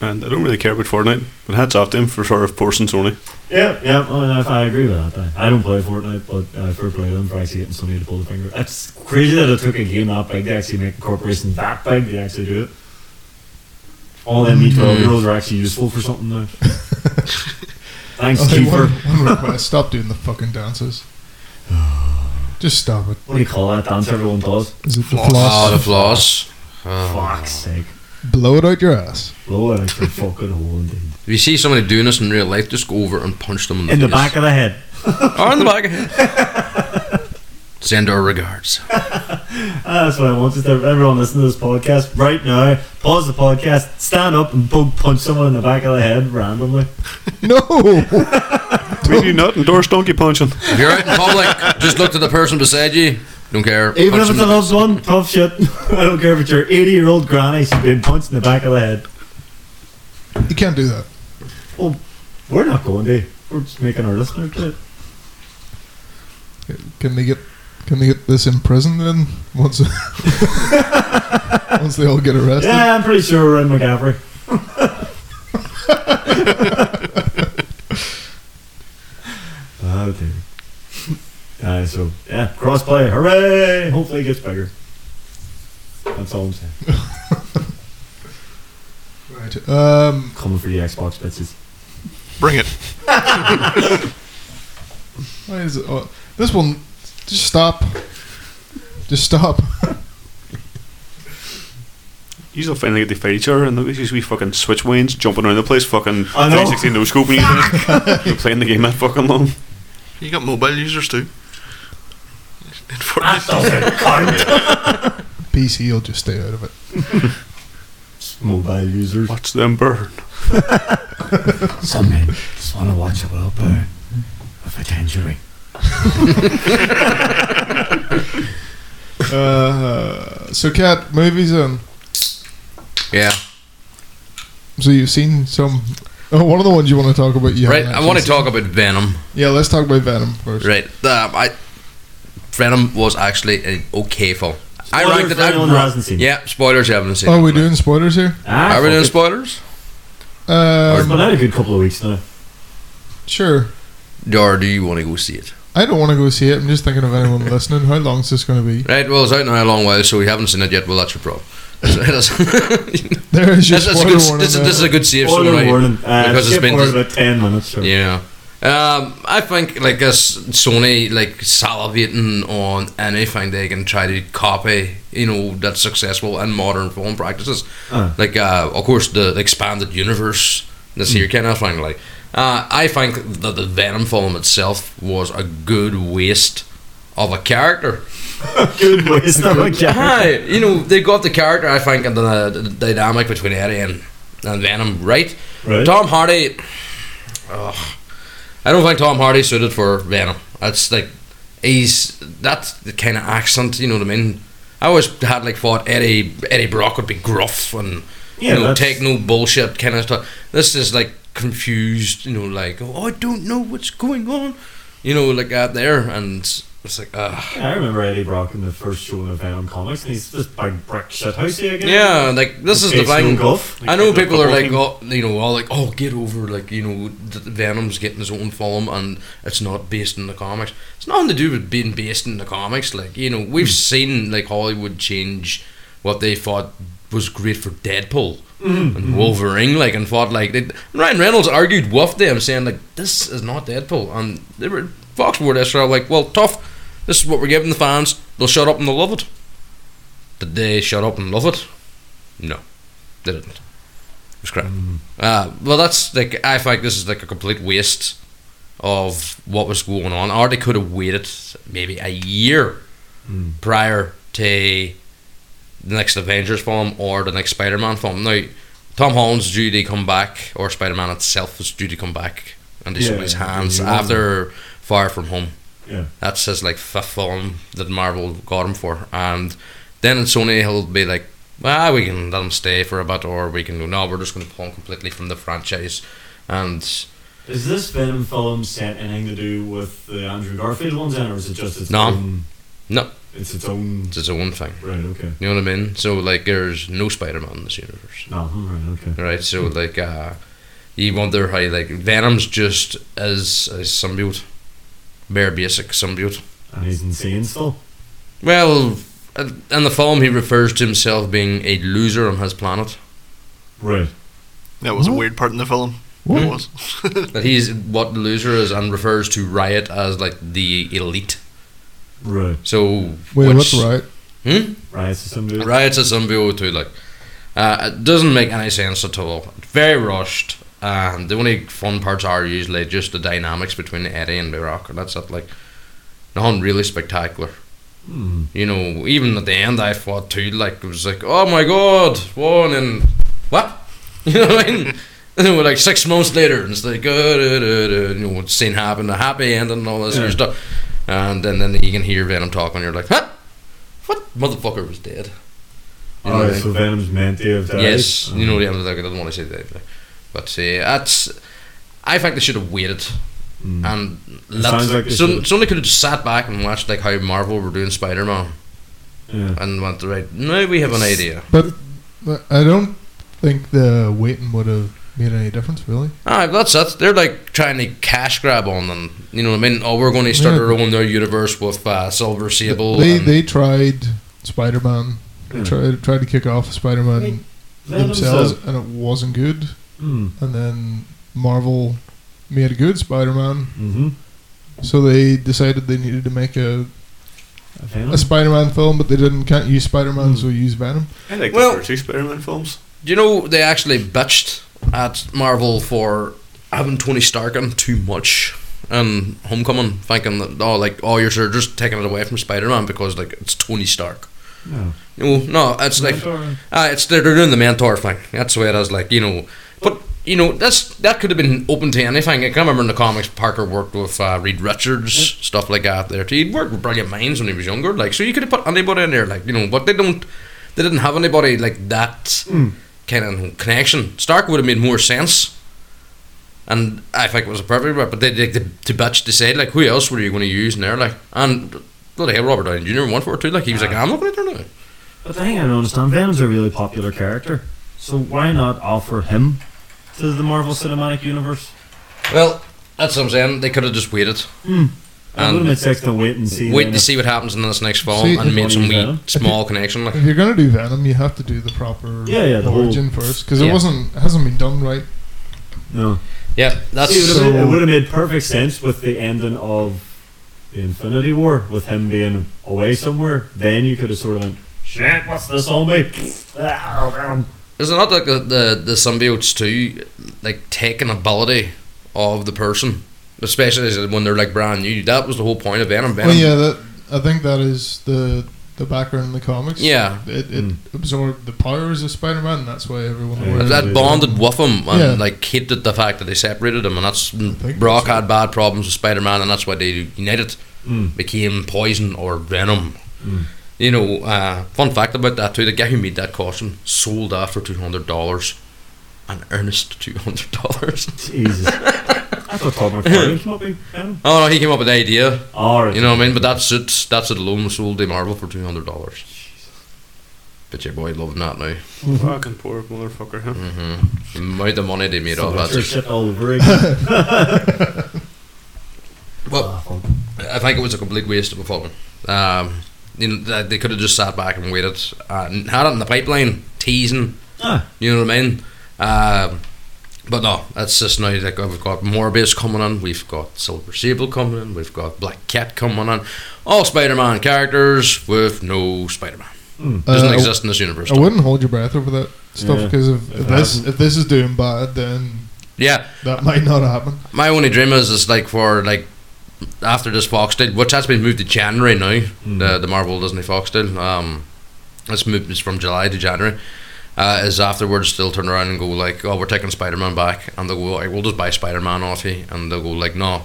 Speaker 4: And I don't really care about Fortnite, but hats off to him for sort of forcing Sony.
Speaker 2: Yeah, yeah. I, mean, I, I agree with that. then. I don't play Fortnite, but I fair play to them for actually getting somebody to pull the finger. It's crazy that it took a game that big to actually make a corporation that big to actually do it. All them me twelve year olds are actually useful for something now. Thanks,
Speaker 5: Okay, one,
Speaker 2: Kiefer.
Speaker 5: one request. Stop doing the fucking (sighs) dances. Just stop it.
Speaker 2: What do you call that dance everyone does?
Speaker 5: Is it the
Speaker 6: Floss.
Speaker 5: floss?
Speaker 3: Oh, the floss. Oh.
Speaker 2: Fuck's sake.
Speaker 5: Blow it out your (laughs) ass.
Speaker 2: Blow it out your fucking hole indeed.
Speaker 3: If you see somebody doing this in real life, just go over and punch them in the
Speaker 2: In the
Speaker 3: face.
Speaker 2: back of the head.
Speaker 3: (laughs) or in the back. Send our regards.
Speaker 2: Uh, that's what I want. Just everyone listening to this podcast right now, pause the podcast, stand up, and bug punch someone in the back of the head randomly.
Speaker 5: (laughs)
Speaker 1: No!
Speaker 4: Did you not endorse donkey punching?
Speaker 3: If you're out in public, just look to the person beside you. Don't care.
Speaker 2: Even
Speaker 3: Punch
Speaker 2: if it's a
Speaker 3: them.
Speaker 2: loved one, tough shit. (laughs) I don't care if it's your 80 year old granny, she's been punched in the back of the head. Oh,
Speaker 5: You can't do that.
Speaker 2: We're not going to. We're just making our listeners do it.
Speaker 5: Can they get can they get this in prison then? Once (laughs) once they all get arrested.
Speaker 2: Yeah, I'm pretty sure we're in (laughs) McCaffrey. oh, dear. Uh, so, yeah, crossplay, hooray! Hopefully it gets bigger. That's all I'm saying.
Speaker 5: Right. Um,
Speaker 2: (laughs) Coming for the Xbox bitches.
Speaker 6: Bring it.
Speaker 5: why is it? Oh, this one. Just stop. Just stop. (laughs)
Speaker 4: You'll finally get to fight each other, and look at these wee fucking switch wains jumping around the place, fucking
Speaker 2: I know.
Speaker 4: 360 no scoping
Speaker 2: (laughs)
Speaker 4: you You're playing the game that fucking long.
Speaker 6: You got mobile users too. (laughs) In Fortnite.
Speaker 5: PC will just stay out of it.
Speaker 2: Mobile users.
Speaker 4: Watch them burn.
Speaker 2: Some men just want to watch a world burn with a tangerine.
Speaker 5: Uh, so, cat movies. Um,
Speaker 3: Yeah.
Speaker 5: so you've seen some. Oh, one of the ones you want to talk about. You
Speaker 3: Right.
Speaker 5: haven't
Speaker 3: I want to
Speaker 5: actually
Speaker 3: talk about Venom.
Speaker 5: seen. Yeah, let's talk about Venom first.
Speaker 3: Right. Um, I Venom was actually an okay film. I
Speaker 2: Spoilers
Speaker 3: ranked it.
Speaker 2: for
Speaker 3: I,
Speaker 2: anyone who hasn't seen it.
Speaker 3: yeah. Spoilers. You haven't seen.
Speaker 5: Oh,
Speaker 3: it.
Speaker 5: we're doing spoilers here.
Speaker 2: Ah,
Speaker 3: Are we
Speaker 2: fuck
Speaker 3: doing
Speaker 2: it.
Speaker 3: spoilers?
Speaker 2: It's been
Speaker 5: Um,
Speaker 2: out a good couple of weeks now.
Speaker 5: sure.
Speaker 3: Or do you want to go see it?
Speaker 5: I don't want to go see it. I'm just thinking
Speaker 3: (laughs)
Speaker 5: of anyone listening. How long is this going to be?
Speaker 3: Right. Well, it's out now a long while, so we haven't seen it yet. Well, that's your problem. (laughs) That's- that's-
Speaker 5: There is
Speaker 3: (laughs)
Speaker 5: your
Speaker 3: that's a
Speaker 5: spoiler
Speaker 3: good-
Speaker 5: warning.
Speaker 3: This is
Speaker 5: there.
Speaker 3: this is a good save.
Speaker 2: Spoiler
Speaker 3: summary.
Speaker 2: warning. Uh,
Speaker 3: because
Speaker 2: because
Speaker 3: it's
Speaker 2: skip
Speaker 3: been-
Speaker 2: forward about 10 minutes. Sure.
Speaker 3: Yeah. Um, I think like this Sony like salivating on anything they can try to copy, you know, that's successful in modern film practices.
Speaker 2: Uh.
Speaker 3: Like uh, of course the, the expanded universe this
Speaker 2: Hmm.
Speaker 3: year kind of thing. Like uh, I think that the Venom film itself was a good waste of a character.
Speaker 2: (laughs) (laughs) Good waste of a character.
Speaker 3: Hi, you know they got the character I think and uh, the, the dynamic between Eddie and, and Venom right.
Speaker 2: Right.
Speaker 3: Tom Hardy. Ugh. I don't think Tom Hardy suited for Venom. That's like he's that's the kind of accent. You know what I mean? I always had like thought Eddie Eddie Brock would be gruff and
Speaker 2: Yeah,
Speaker 3: you know
Speaker 2: that's-
Speaker 3: take no bullshit kind of stuff. This is like confused. You know, like oh I don't know what's going on. You know, like out there and it's like ah.
Speaker 2: I remember Eddie Brock in the first show of Venom Comics, and he's this big brick shithousey again.
Speaker 3: Yeah, like this is the
Speaker 2: Occasional
Speaker 3: thing.
Speaker 2: golf.
Speaker 3: I know
Speaker 4: Like,
Speaker 3: people are like,
Speaker 4: football
Speaker 3: oh, you know, all like, oh, get over, like, you know, that Venom's getting his own film and it's not based in the comics. It's nothing to do with being based in the comics. Like, you know, we've seen like Hollywood change what they thought was great for Deadpool and Wolverine, like, and thought like they, Ryan Reynolds argued with them, saying like, this is not Deadpool, and they were Fox were this, so like, well, tough. This is what we're giving the fans. They'll shut up and they'll love it. Did they shut up and love it? No, they didn't. It was crap. Uh, well, that's like I think this is like a complete waste of what was going on. Or they could have waited maybe a year prior to the next Avengers film or the next Spider-Man film. Now, Tom Holland's due to come back, or Spider-Man itself is due to come back and do
Speaker 2: Yeah,
Speaker 3: somebody's
Speaker 2: yeah,
Speaker 3: hands
Speaker 2: yeah.
Speaker 3: after Far From Home.
Speaker 2: Yeah.
Speaker 3: That's his like fifth film that Marvel got him for, and then in Sony he'll be like, "Ah, we can let him stay for a bit, or we can go. No, we're just going to pull him completely from the franchise." And
Speaker 2: Is this Venom film set anything to do with the Andrew Garfield ones, then, or is it just its
Speaker 3: No.
Speaker 2: own?
Speaker 3: No.
Speaker 2: It's its own.
Speaker 3: it's his own thing.
Speaker 2: Right. Okay.
Speaker 3: You know what I mean? So like, there's no Spider-Man in this universe,
Speaker 2: No. hmm, Right. Okay.
Speaker 3: right? So like, uh, you wonder how like Venom's just as a symbiote, bare basic symbiote.
Speaker 2: And he's insane still.
Speaker 3: Well, uh, in the film he refers to himself being a loser on his planet.
Speaker 2: Right.
Speaker 6: That was a weird part in the film. It was. (laughs)
Speaker 3: That he's what the loser is and refers to Riot as like the elite.
Speaker 2: Right.
Speaker 3: So
Speaker 5: Wait,
Speaker 3: which-
Speaker 5: what's right?
Speaker 3: Hmm?
Speaker 2: Right. So somebody.
Speaker 3: Riot's a symbol too. Like, uh, it doesn't make any sense at all. Very rushed. And the only fun parts are usually just the dynamics between Eddie and The Rock, and that's it. Like, nothing really spectacular.
Speaker 2: Hmm.
Speaker 3: You know, even at the end, I thought too, like, it was like, oh my god, one and what? (laughs) You know what I mean? And then we're like six months later, and it's like, uh, uh, uh, uh, you know, what's seen happen, the happy ending, and all this other stuff. And then, then you can hear Venom talking, and you're like, huh? What motherfucker was dead? You know what I
Speaker 2: Oh,
Speaker 3: mean?
Speaker 2: so Venom's meant to have died.
Speaker 3: Yes, you
Speaker 2: Oh.
Speaker 3: know, yeah, like, I didn't want to say that. But uh, that's. I think they should have waited.
Speaker 2: Mm.
Speaker 3: And
Speaker 2: sounds like
Speaker 3: let
Speaker 2: they
Speaker 3: so,
Speaker 2: should've.
Speaker 3: Sony could have just sat back and watched like how Marvel were doing Spider Man
Speaker 2: Yeah.
Speaker 3: and went, right, now we have an idea.
Speaker 5: But, but I don't think the waiting would have made any difference, really.
Speaker 3: Alright, Ah, that's it. They're like trying to cash grab on them. You know what I mean? Oh, we're going to start
Speaker 5: Yeah.
Speaker 3: our own new universe with uh, Silver Sable.
Speaker 5: they
Speaker 3: and-
Speaker 5: they tried Spider Man.
Speaker 2: Yeah.
Speaker 5: Tried tried to kick off Spider
Speaker 2: Wait,
Speaker 5: Man
Speaker 2: Venom's
Speaker 5: themselves,
Speaker 2: a-
Speaker 5: and it wasn't good.
Speaker 2: Mm.
Speaker 5: And then Marvel made a good Spider Man,
Speaker 2: Mm-hmm.
Speaker 5: so they decided they needed to make a,
Speaker 2: Venom.
Speaker 5: a Spider Man film, but they didn't can't use Spider Man,
Speaker 2: Hmm.
Speaker 5: so use Venom.
Speaker 4: I like
Speaker 3: Well-
Speaker 4: the first two Spider-Man films.
Speaker 3: Do you know they actually bitched at Marvel for having Tony Stark in too much and Homecoming, thinking that oh like oh you're sure just taking it away from Spider Man because like it's Tony Stark.
Speaker 2: No.
Speaker 3: No, no, it's like
Speaker 2: Mentor.
Speaker 3: uh, it's they're doing the mentor thing. That's the way it is. Like you know, but you know that's that could have been open to anything. I can remember in the comics, Parker worked with uh, Reed Richards, stuff like that. There, too. he'd worked with brilliant minds when he was younger. Like so, you could have put anybody in there. Like you know, but they don't. They didn't have anybody like that kind of connection. Stark would have made more sense. And I think it was a perfect but they like the to batch to say like who else were you going to use in there like and bloody hell Robert Downey Jr. one for it too like he was like I'm looking at her now
Speaker 2: But the thing I don't understand, Venom's a really popular character, so why not offer him to the Marvel Cinematic Universe?
Speaker 3: Well, that's what I'm saying. They could have just waited.
Speaker 2: I
Speaker 3: And-
Speaker 2: would have been sick to wait and see.
Speaker 3: Um, Wait
Speaker 2: then
Speaker 3: to
Speaker 2: if-
Speaker 3: see what happens in this next film
Speaker 5: See,
Speaker 3: and made some
Speaker 2: Funny,
Speaker 3: wee
Speaker 2: yeah.
Speaker 5: (laughs)
Speaker 3: small connection. Like,
Speaker 5: If you're gonna do Venom, you have to do the proper
Speaker 2: Yeah, yeah, the whole-
Speaker 5: origin first, because
Speaker 3: Yeah.
Speaker 5: it wasn't it hasn't been done right.
Speaker 2: No,
Speaker 3: yeah, that's
Speaker 2: See, it, would have
Speaker 5: So-
Speaker 2: made, it would have made perfect sense with the ending of the Infinity War, with him being away somewhere. Then you could have sort of went, shit, what's this on me? (laughs) Ah, Venom.
Speaker 3: is it not like the the, the symbiotes too, like taking ability of the person, especially when they're like brand new. That was the whole point of Venom. Venom.
Speaker 5: Well, yeah, that I think that is the the background in the comics.
Speaker 3: Yeah.
Speaker 5: it, it
Speaker 2: Mm.
Speaker 5: absorbed the powers of Spider Man. That's why everyone
Speaker 2: Yeah.
Speaker 5: worried.
Speaker 3: That bonded with him and
Speaker 5: Yeah.
Speaker 3: like hated the fact that they separated him, and that's
Speaker 5: think
Speaker 3: Brock
Speaker 5: so.
Speaker 3: had bad problems with Spider Man, and that's why they united,
Speaker 2: Mm.
Speaker 3: became Poison or Venom.
Speaker 2: Mm.
Speaker 3: You know, uh, fun fact about that too: the guy who made that costume sold that for two hundred dollars, an earnest (laughs) two hundred dollars.
Speaker 2: Jesus. That's what Tom McFarlane came up with, Venom.
Speaker 3: oh no, he came up with the idea.
Speaker 2: All right.
Speaker 3: You know what I mean? But that suit, that suit alone sold to Marvel for two hundred dollars. (laughs) But your boy loving that now.
Speaker 4: Fucking poor motherfucker, huh?
Speaker 3: Mm-hmm. The amount of money they made off that.
Speaker 2: That's your
Speaker 3: suit.
Speaker 2: shit all over again.
Speaker 3: Well, I think it was a complete waste of a fucking. Um, you know, they- they could have just sat back and waited, uh, and had it in the pipeline, teasing.
Speaker 2: Ah.
Speaker 3: You know what I mean? Um, but no, that's just now. Like we've got Morbius coming in, we've got Silver Sable coming in, we've got Black Cat coming in. All Spider-Man characters with no Spider-Man
Speaker 2: hmm.
Speaker 3: doesn't
Speaker 5: Uh, I-
Speaker 3: exist in this universe.
Speaker 5: I wouldn't hold your breath over that stuff
Speaker 2: Yeah.
Speaker 5: because if, if
Speaker 2: Yeah.
Speaker 5: this if this is doing bad, then
Speaker 3: Yeah,
Speaker 5: that might not
Speaker 2: (laughs)
Speaker 5: happen.
Speaker 3: my only dream is is like for like after this Fox deal, which has been moved to January now. The the Marvel Disney Fox deal. Um, it's moved it's from July to January. Uh, is afterwards they'll turn around and go like, oh, we're taking Spider Man back, and they'll go, "Right, we'll just buy Spider Man off you, and they'll go like, no,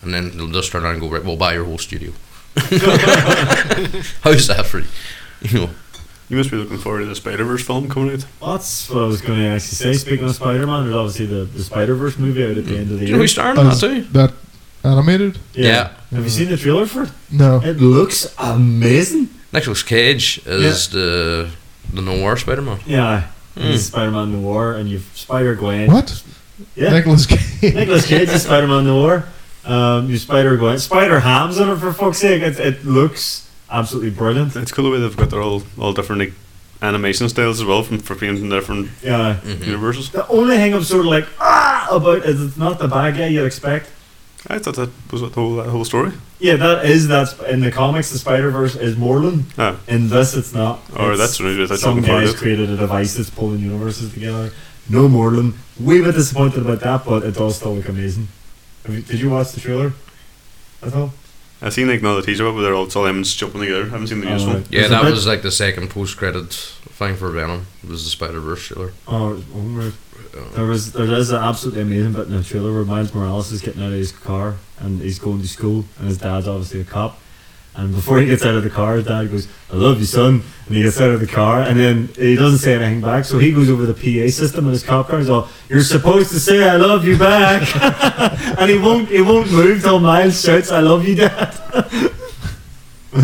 Speaker 3: and then they'll just turn around and go, right, we'll buy your whole studio. How's that for you? You know,
Speaker 4: You must be looking forward to the Spider Verse film coming out.
Speaker 2: That's what I was going to actually say. Speaking of Spider Man, there's obviously the, the Spider Verse movie out at the end of
Speaker 3: do
Speaker 2: the
Speaker 3: you know
Speaker 2: year.
Speaker 3: who's starring in that too?
Speaker 5: That animated?
Speaker 3: Yeah.
Speaker 2: Have you seen the trailer for it?
Speaker 5: No.
Speaker 2: It looks amazing.
Speaker 3: Nicolas Cage is the the noir Spider Man.
Speaker 2: Yeah.
Speaker 3: Mm.
Speaker 2: Spider Man Noir, and you've Spider Gwen.
Speaker 5: What?
Speaker 2: Yeah.
Speaker 5: Nicholas Cage.
Speaker 2: Nicholas Cage is Spider Man Noir. Um, you Spider Gwen. Spider Ham's in it, for fuck's sake. It, it looks absolutely brilliant.
Speaker 4: It's cool the way they've got their all all different like, animation styles as well from for being from different
Speaker 2: Yeah.
Speaker 4: universes.
Speaker 2: The only thing I'm sort of like, ah, about is it's not the bad guy you'd expect.
Speaker 4: I thought that was what the whole that whole story.
Speaker 2: Yeah, that is that's in the comics. The Spider Verse is Morlun.
Speaker 4: Ah,
Speaker 2: In this, it's not.
Speaker 4: or
Speaker 2: It's-
Speaker 4: that's what it is. I
Speaker 2: some
Speaker 4: talking
Speaker 2: guys
Speaker 4: about it.
Speaker 2: created a device that's pulling universes together. No more than we were disappointed about that, but it does still look amazing. Have you, did you watch the trailer at all?
Speaker 4: I seen like another teaser up where they're all it's all them jumping together. I haven't seen the
Speaker 2: Oh,
Speaker 4: newest one.
Speaker 2: right.
Speaker 3: Yeah,
Speaker 2: There's a
Speaker 3: that
Speaker 2: bit-
Speaker 3: was like the second post-credit thing for Venom. It was the Spider-Verse trailer.
Speaker 2: Oh, remember, there was there is an absolutely amazing bit in the trailer where Miles Morales is getting out of his car and he's going to school and his dad's obviously a cop. And before he gets out of the car, his dad goes, "I love you, son." And he gets out of the car, and then he doesn't say anything back. So he goes over the PA system in his cop car. He's all, "You're supposed to say I love you back," (laughs) and he won't. He won't move till Miles shouts, "I love you, Dad." (laughs) I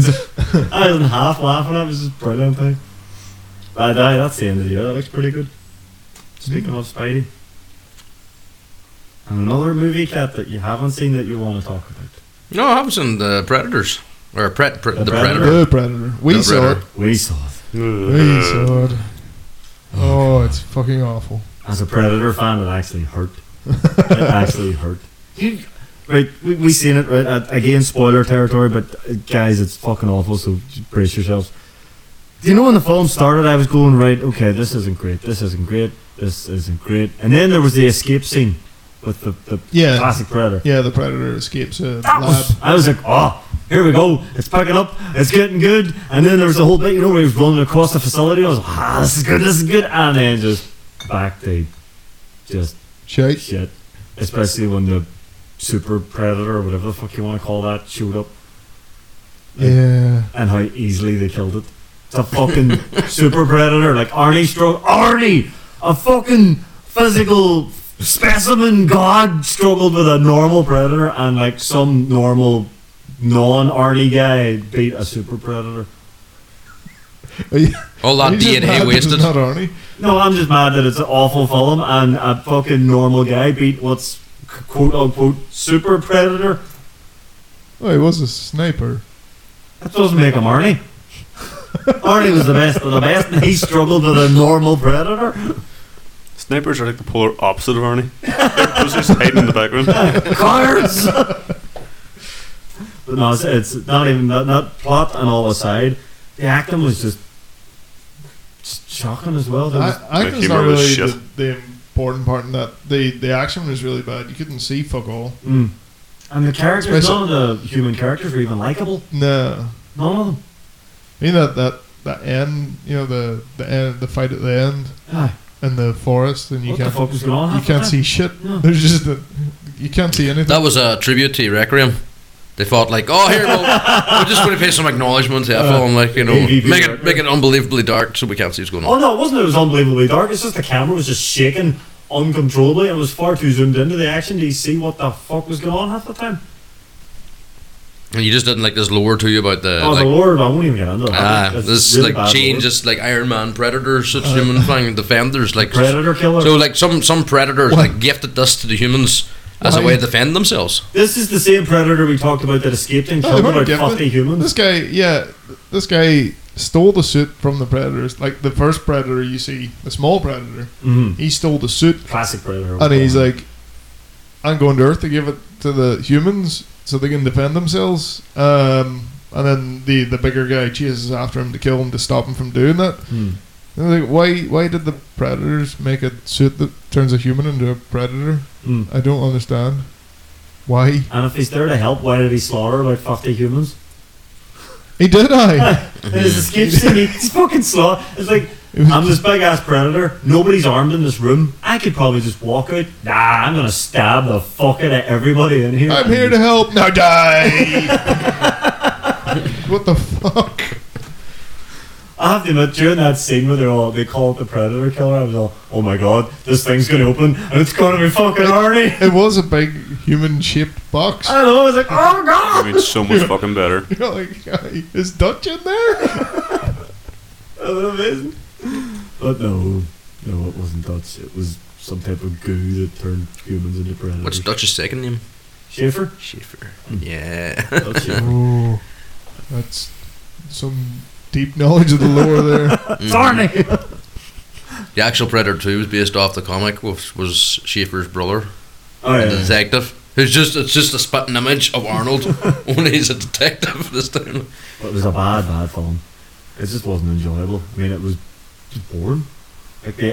Speaker 2: was half laughing. That was just brilliant thing. But aye, that's the end of the year. That looks pretty good. Speaking of Spidey, and another movie cat that you haven't seen that you want to talk about.
Speaker 3: No, I haven't seen the Predators or Pred- Pre-
Speaker 2: The
Speaker 3: the
Speaker 2: Predator.
Speaker 3: Predator.
Speaker 5: The Predator. We
Speaker 3: The
Speaker 5: saw
Speaker 3: Predator.
Speaker 5: it.
Speaker 2: We saw it.
Speaker 5: We
Speaker 4: Uh,
Speaker 5: saw it. Oh, it's fucking awful.
Speaker 2: As a Predator fan, it actually hurt. It actually hurt. You, right, we, we seen it, right? At, again, spoiler territory, but uh, guys, it's fucking awful, so just brace yourselves. Do you know when the film started, I was going, right, okay, this isn't great, this isn't great, this isn't great. And then there was the escape scene with the, the
Speaker 5: Yeah.
Speaker 2: classic Predator.
Speaker 5: Yeah, the Predator escapes a
Speaker 2: That
Speaker 5: lab.
Speaker 2: was, I was like, oh, here we go. It's picking up. It's getting good. And then there was a whole bit, you know, where he was running across the facility. I was like, ah, this is good. This is good. And then just back to just
Speaker 5: Shite.
Speaker 2: shit. Especially when the super predator or whatever the fuck you want to call that showed up
Speaker 5: Yeah.
Speaker 2: and how easily they killed it. It's a fucking (laughs) super predator like Arnie Strong. Arnie! A fucking physical specimen god struggled with a normal predator and like some normal non Arnie guy beat a super predator.
Speaker 5: Are you-
Speaker 3: All
Speaker 5: are
Speaker 3: that
Speaker 5: (laughs) you just mad
Speaker 3: DNA
Speaker 5: that it's
Speaker 3: wasted.
Speaker 5: Not Arnie.
Speaker 2: No, I'm just mad that it's an awful film and a fucking normal guy beat what's quote unquote super predator.
Speaker 5: Oh, he was a sniper.
Speaker 2: That doesn't make him Arnie. Arnie was the best of the best and he struggled with a normal predator.
Speaker 4: Snipers are like the polar opposite of Arnie. They're just hiding in the background.
Speaker 2: cards. but no, it's, it's not even not, not plot and all aside. The acting was just, just shocking as well. There was,
Speaker 5: I, I
Speaker 4: The
Speaker 5: think it's
Speaker 4: humor
Speaker 5: not
Speaker 4: was
Speaker 5: really the,
Speaker 4: shit.
Speaker 5: the important part in that. The, the action was really bad. You couldn't see fuck all.
Speaker 2: Mm. and the characters,
Speaker 5: Especially-
Speaker 2: none of the human characters were even likable.
Speaker 5: No.
Speaker 2: None of them.
Speaker 5: I mean, that, that, that end, you know, the, the end, the fight at the end
Speaker 2: Ah,
Speaker 5: in the forest, and you
Speaker 2: what the
Speaker 5: can't
Speaker 2: fuck was going on?
Speaker 5: you
Speaker 2: half the
Speaker 5: can't
Speaker 2: time?
Speaker 5: see shit.
Speaker 2: No.
Speaker 5: There's just a, you can't see anything.
Speaker 3: That was a tribute to Requiem. They thought like, oh, here we'll, we're just going to pay some acknowledgement to that film, like you know,
Speaker 2: AVP
Speaker 3: make it
Speaker 2: Requiem.
Speaker 3: make it unbelievably dark so we can't see what's going on.
Speaker 2: Oh no, it wasn't. It was unbelievably dark. It's just the camera was just shaking uncontrollably. It was far too zoomed into the action to see what the fuck was going on half the time.
Speaker 3: And you just didn't like this lore to you about the
Speaker 2: oh,
Speaker 3: like,
Speaker 2: the Lord, I won't even get into that.
Speaker 3: ah,
Speaker 2: It's
Speaker 3: this
Speaker 2: really
Speaker 3: like
Speaker 2: bad
Speaker 3: change,
Speaker 2: lore.
Speaker 3: it's like Iron Man, Predator, such human thing, defenders, like
Speaker 2: Predator killer.
Speaker 3: so like some some predators
Speaker 5: Why-
Speaker 3: like gifted this to the humans as a
Speaker 5: Why-
Speaker 3: way to defend themsells.
Speaker 2: This is the same predator we talked about that escaped and
Speaker 5: No,
Speaker 2: killed
Speaker 5: they
Speaker 2: about
Speaker 5: weren't gifted.
Speaker 2: 50 humans.
Speaker 5: This guy, yeah, this guy stole the suit from the predators. Like the first predator you see, the small predator,
Speaker 2: hmm
Speaker 5: he stole the suit,
Speaker 2: Classic predator.
Speaker 5: and he's like, "I'm going to Earth to give it to the humans so they can defend themselves." Um, and then the the bigger guy chases after him to kill him to stop him from doing that.
Speaker 2: Hmm.
Speaker 5: And they're like, why why did the predators make a suit that turns a human into a predator?
Speaker 2: Hmm.
Speaker 5: I don't understand. Why?
Speaker 2: And if he's there to help, why did he slaughter about 50 humans?
Speaker 5: He did I.
Speaker 2: And his escape scene, he- (laughs) he's fucking slaughter. It's like,
Speaker 5: It was-
Speaker 2: I'm this big ass predator. Nobody's armed in this room. I could probably just walk out. Nah, I'm gonna stab the fuck out of everybody in here.
Speaker 5: I'm here to help. Now die. (laughs) what the fuck?
Speaker 2: I have to admit, during that scene where they're all, they call it the predator killer, I was all, oh my god, this thing's gonna open and it's gonna be fucking Arnie. (laughs)
Speaker 5: It was a big human-shaped box.
Speaker 2: I know, I was like, oh god!
Speaker 4: I mean, so much fucking better.
Speaker 5: (laughs) You're like, "Hey, is Dutch in there?
Speaker 2: amazing. But no, no, it wasn't Dutch. It was some type of goo that turned humans into predators.
Speaker 3: What's Dutch's second name? (laughs)
Speaker 2: Schaefer?
Speaker 3: Schaefer. Yeah. (laughs)
Speaker 2: Dutch Schaefer.
Speaker 5: Oh, that's some deep knowledge of the lore (laughs) there.
Speaker 2: (laughs) Sorry!
Speaker 3: The actual Predator 2 was based off the comic, which was Schaefer's brother,
Speaker 2: Oh,
Speaker 3: the
Speaker 2: yeah.
Speaker 3: detective. It's just it's just a spitting image of Arnold, (laughs) only he's a detective this time.
Speaker 2: But it was a bad, bad film. It just wasn't enjoyable. I mean, it was just boring. Like the,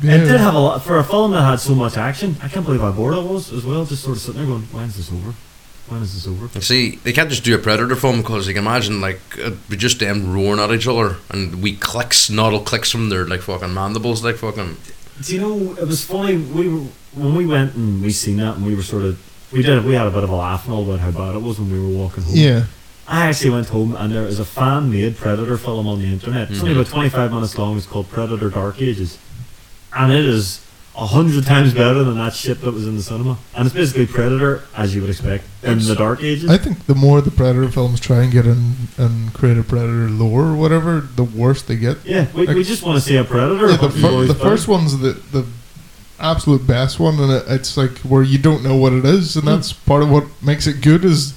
Speaker 2: the, It did
Speaker 5: Yeah.
Speaker 2: have a lot. For a film that had so much action, I can't believe how bored I was as well, just sort of sitting there going, when's this over? When is this over?
Speaker 3: See, they can't just do a predator film because you can imagine like it'd be just them roaring at each other and we clicks, noddle clicks from their like fucking mandibles, like fucking.
Speaker 2: Do you know it was funny? We were, when we went and we seen that, and we were sort of we did we had a bit of a laugh and all about how bad it was when we were walking home.
Speaker 5: Yeah.
Speaker 2: I actually went home and there is a fan made Predator film on the internet. It's only about 25 minutes long. It's called Predator Dark Ages. And it is a hundred times better than that shit that was in the cinema. And it's basically Predator, as you would expect, in the Dark Ages.
Speaker 5: I think the more the Predator films try and get in and create a Predator lore or whatever, the worse they get.
Speaker 2: yeah, we, we just want to see a Predator.
Speaker 5: Yeah, the,
Speaker 2: hunting
Speaker 5: fir-
Speaker 2: boys
Speaker 5: the
Speaker 2: better.
Speaker 5: first one's the the absolute best one, and it, it's like where you don't know what it is, and
Speaker 2: Mm.
Speaker 5: that's part of what makes it good. Is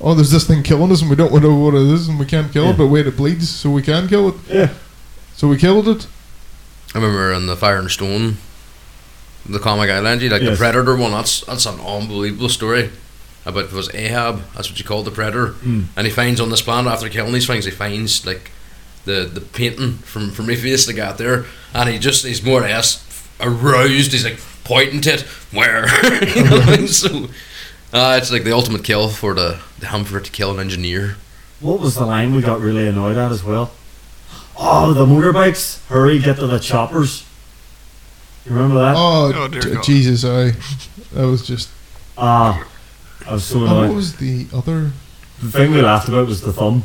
Speaker 5: oh, there's this thing killing us, and we don't know what it is, and we can't kill
Speaker 2: Yeah.
Speaker 5: it, but wait, it bleeds, so we can kill it.
Speaker 2: Yeah.
Speaker 5: So we killed it.
Speaker 3: I remember in the Fire and Stone, the comic I lent you, like
Speaker 2: Yes.
Speaker 3: the predator one. That's that's an unbelievable story. About it was Ahab. That's what you called the predator.
Speaker 5: Hmm.
Speaker 2: Mm.
Speaker 3: And he finds on this planet after killing these things, he finds like the the painting from from Prometheus that got there, and he just he's more or less aroused. He's like pointing to it, where (laughs) you know. and so uh, it's like the ultimate kill for the the Humfer to kill an engineer.
Speaker 2: What was the line we got really annoyed at as well? Oh, the motorbikes! Hurry, get to the choppers! You remember that?
Speaker 5: Oh,
Speaker 6: Oh, dear
Speaker 5: d-
Speaker 6: God.
Speaker 5: Jesus! I that was just.
Speaker 2: Ah, I was so
Speaker 5: Oh, what
Speaker 2: annoyed.
Speaker 5: was the other
Speaker 2: The thing we laughed about was the thumb.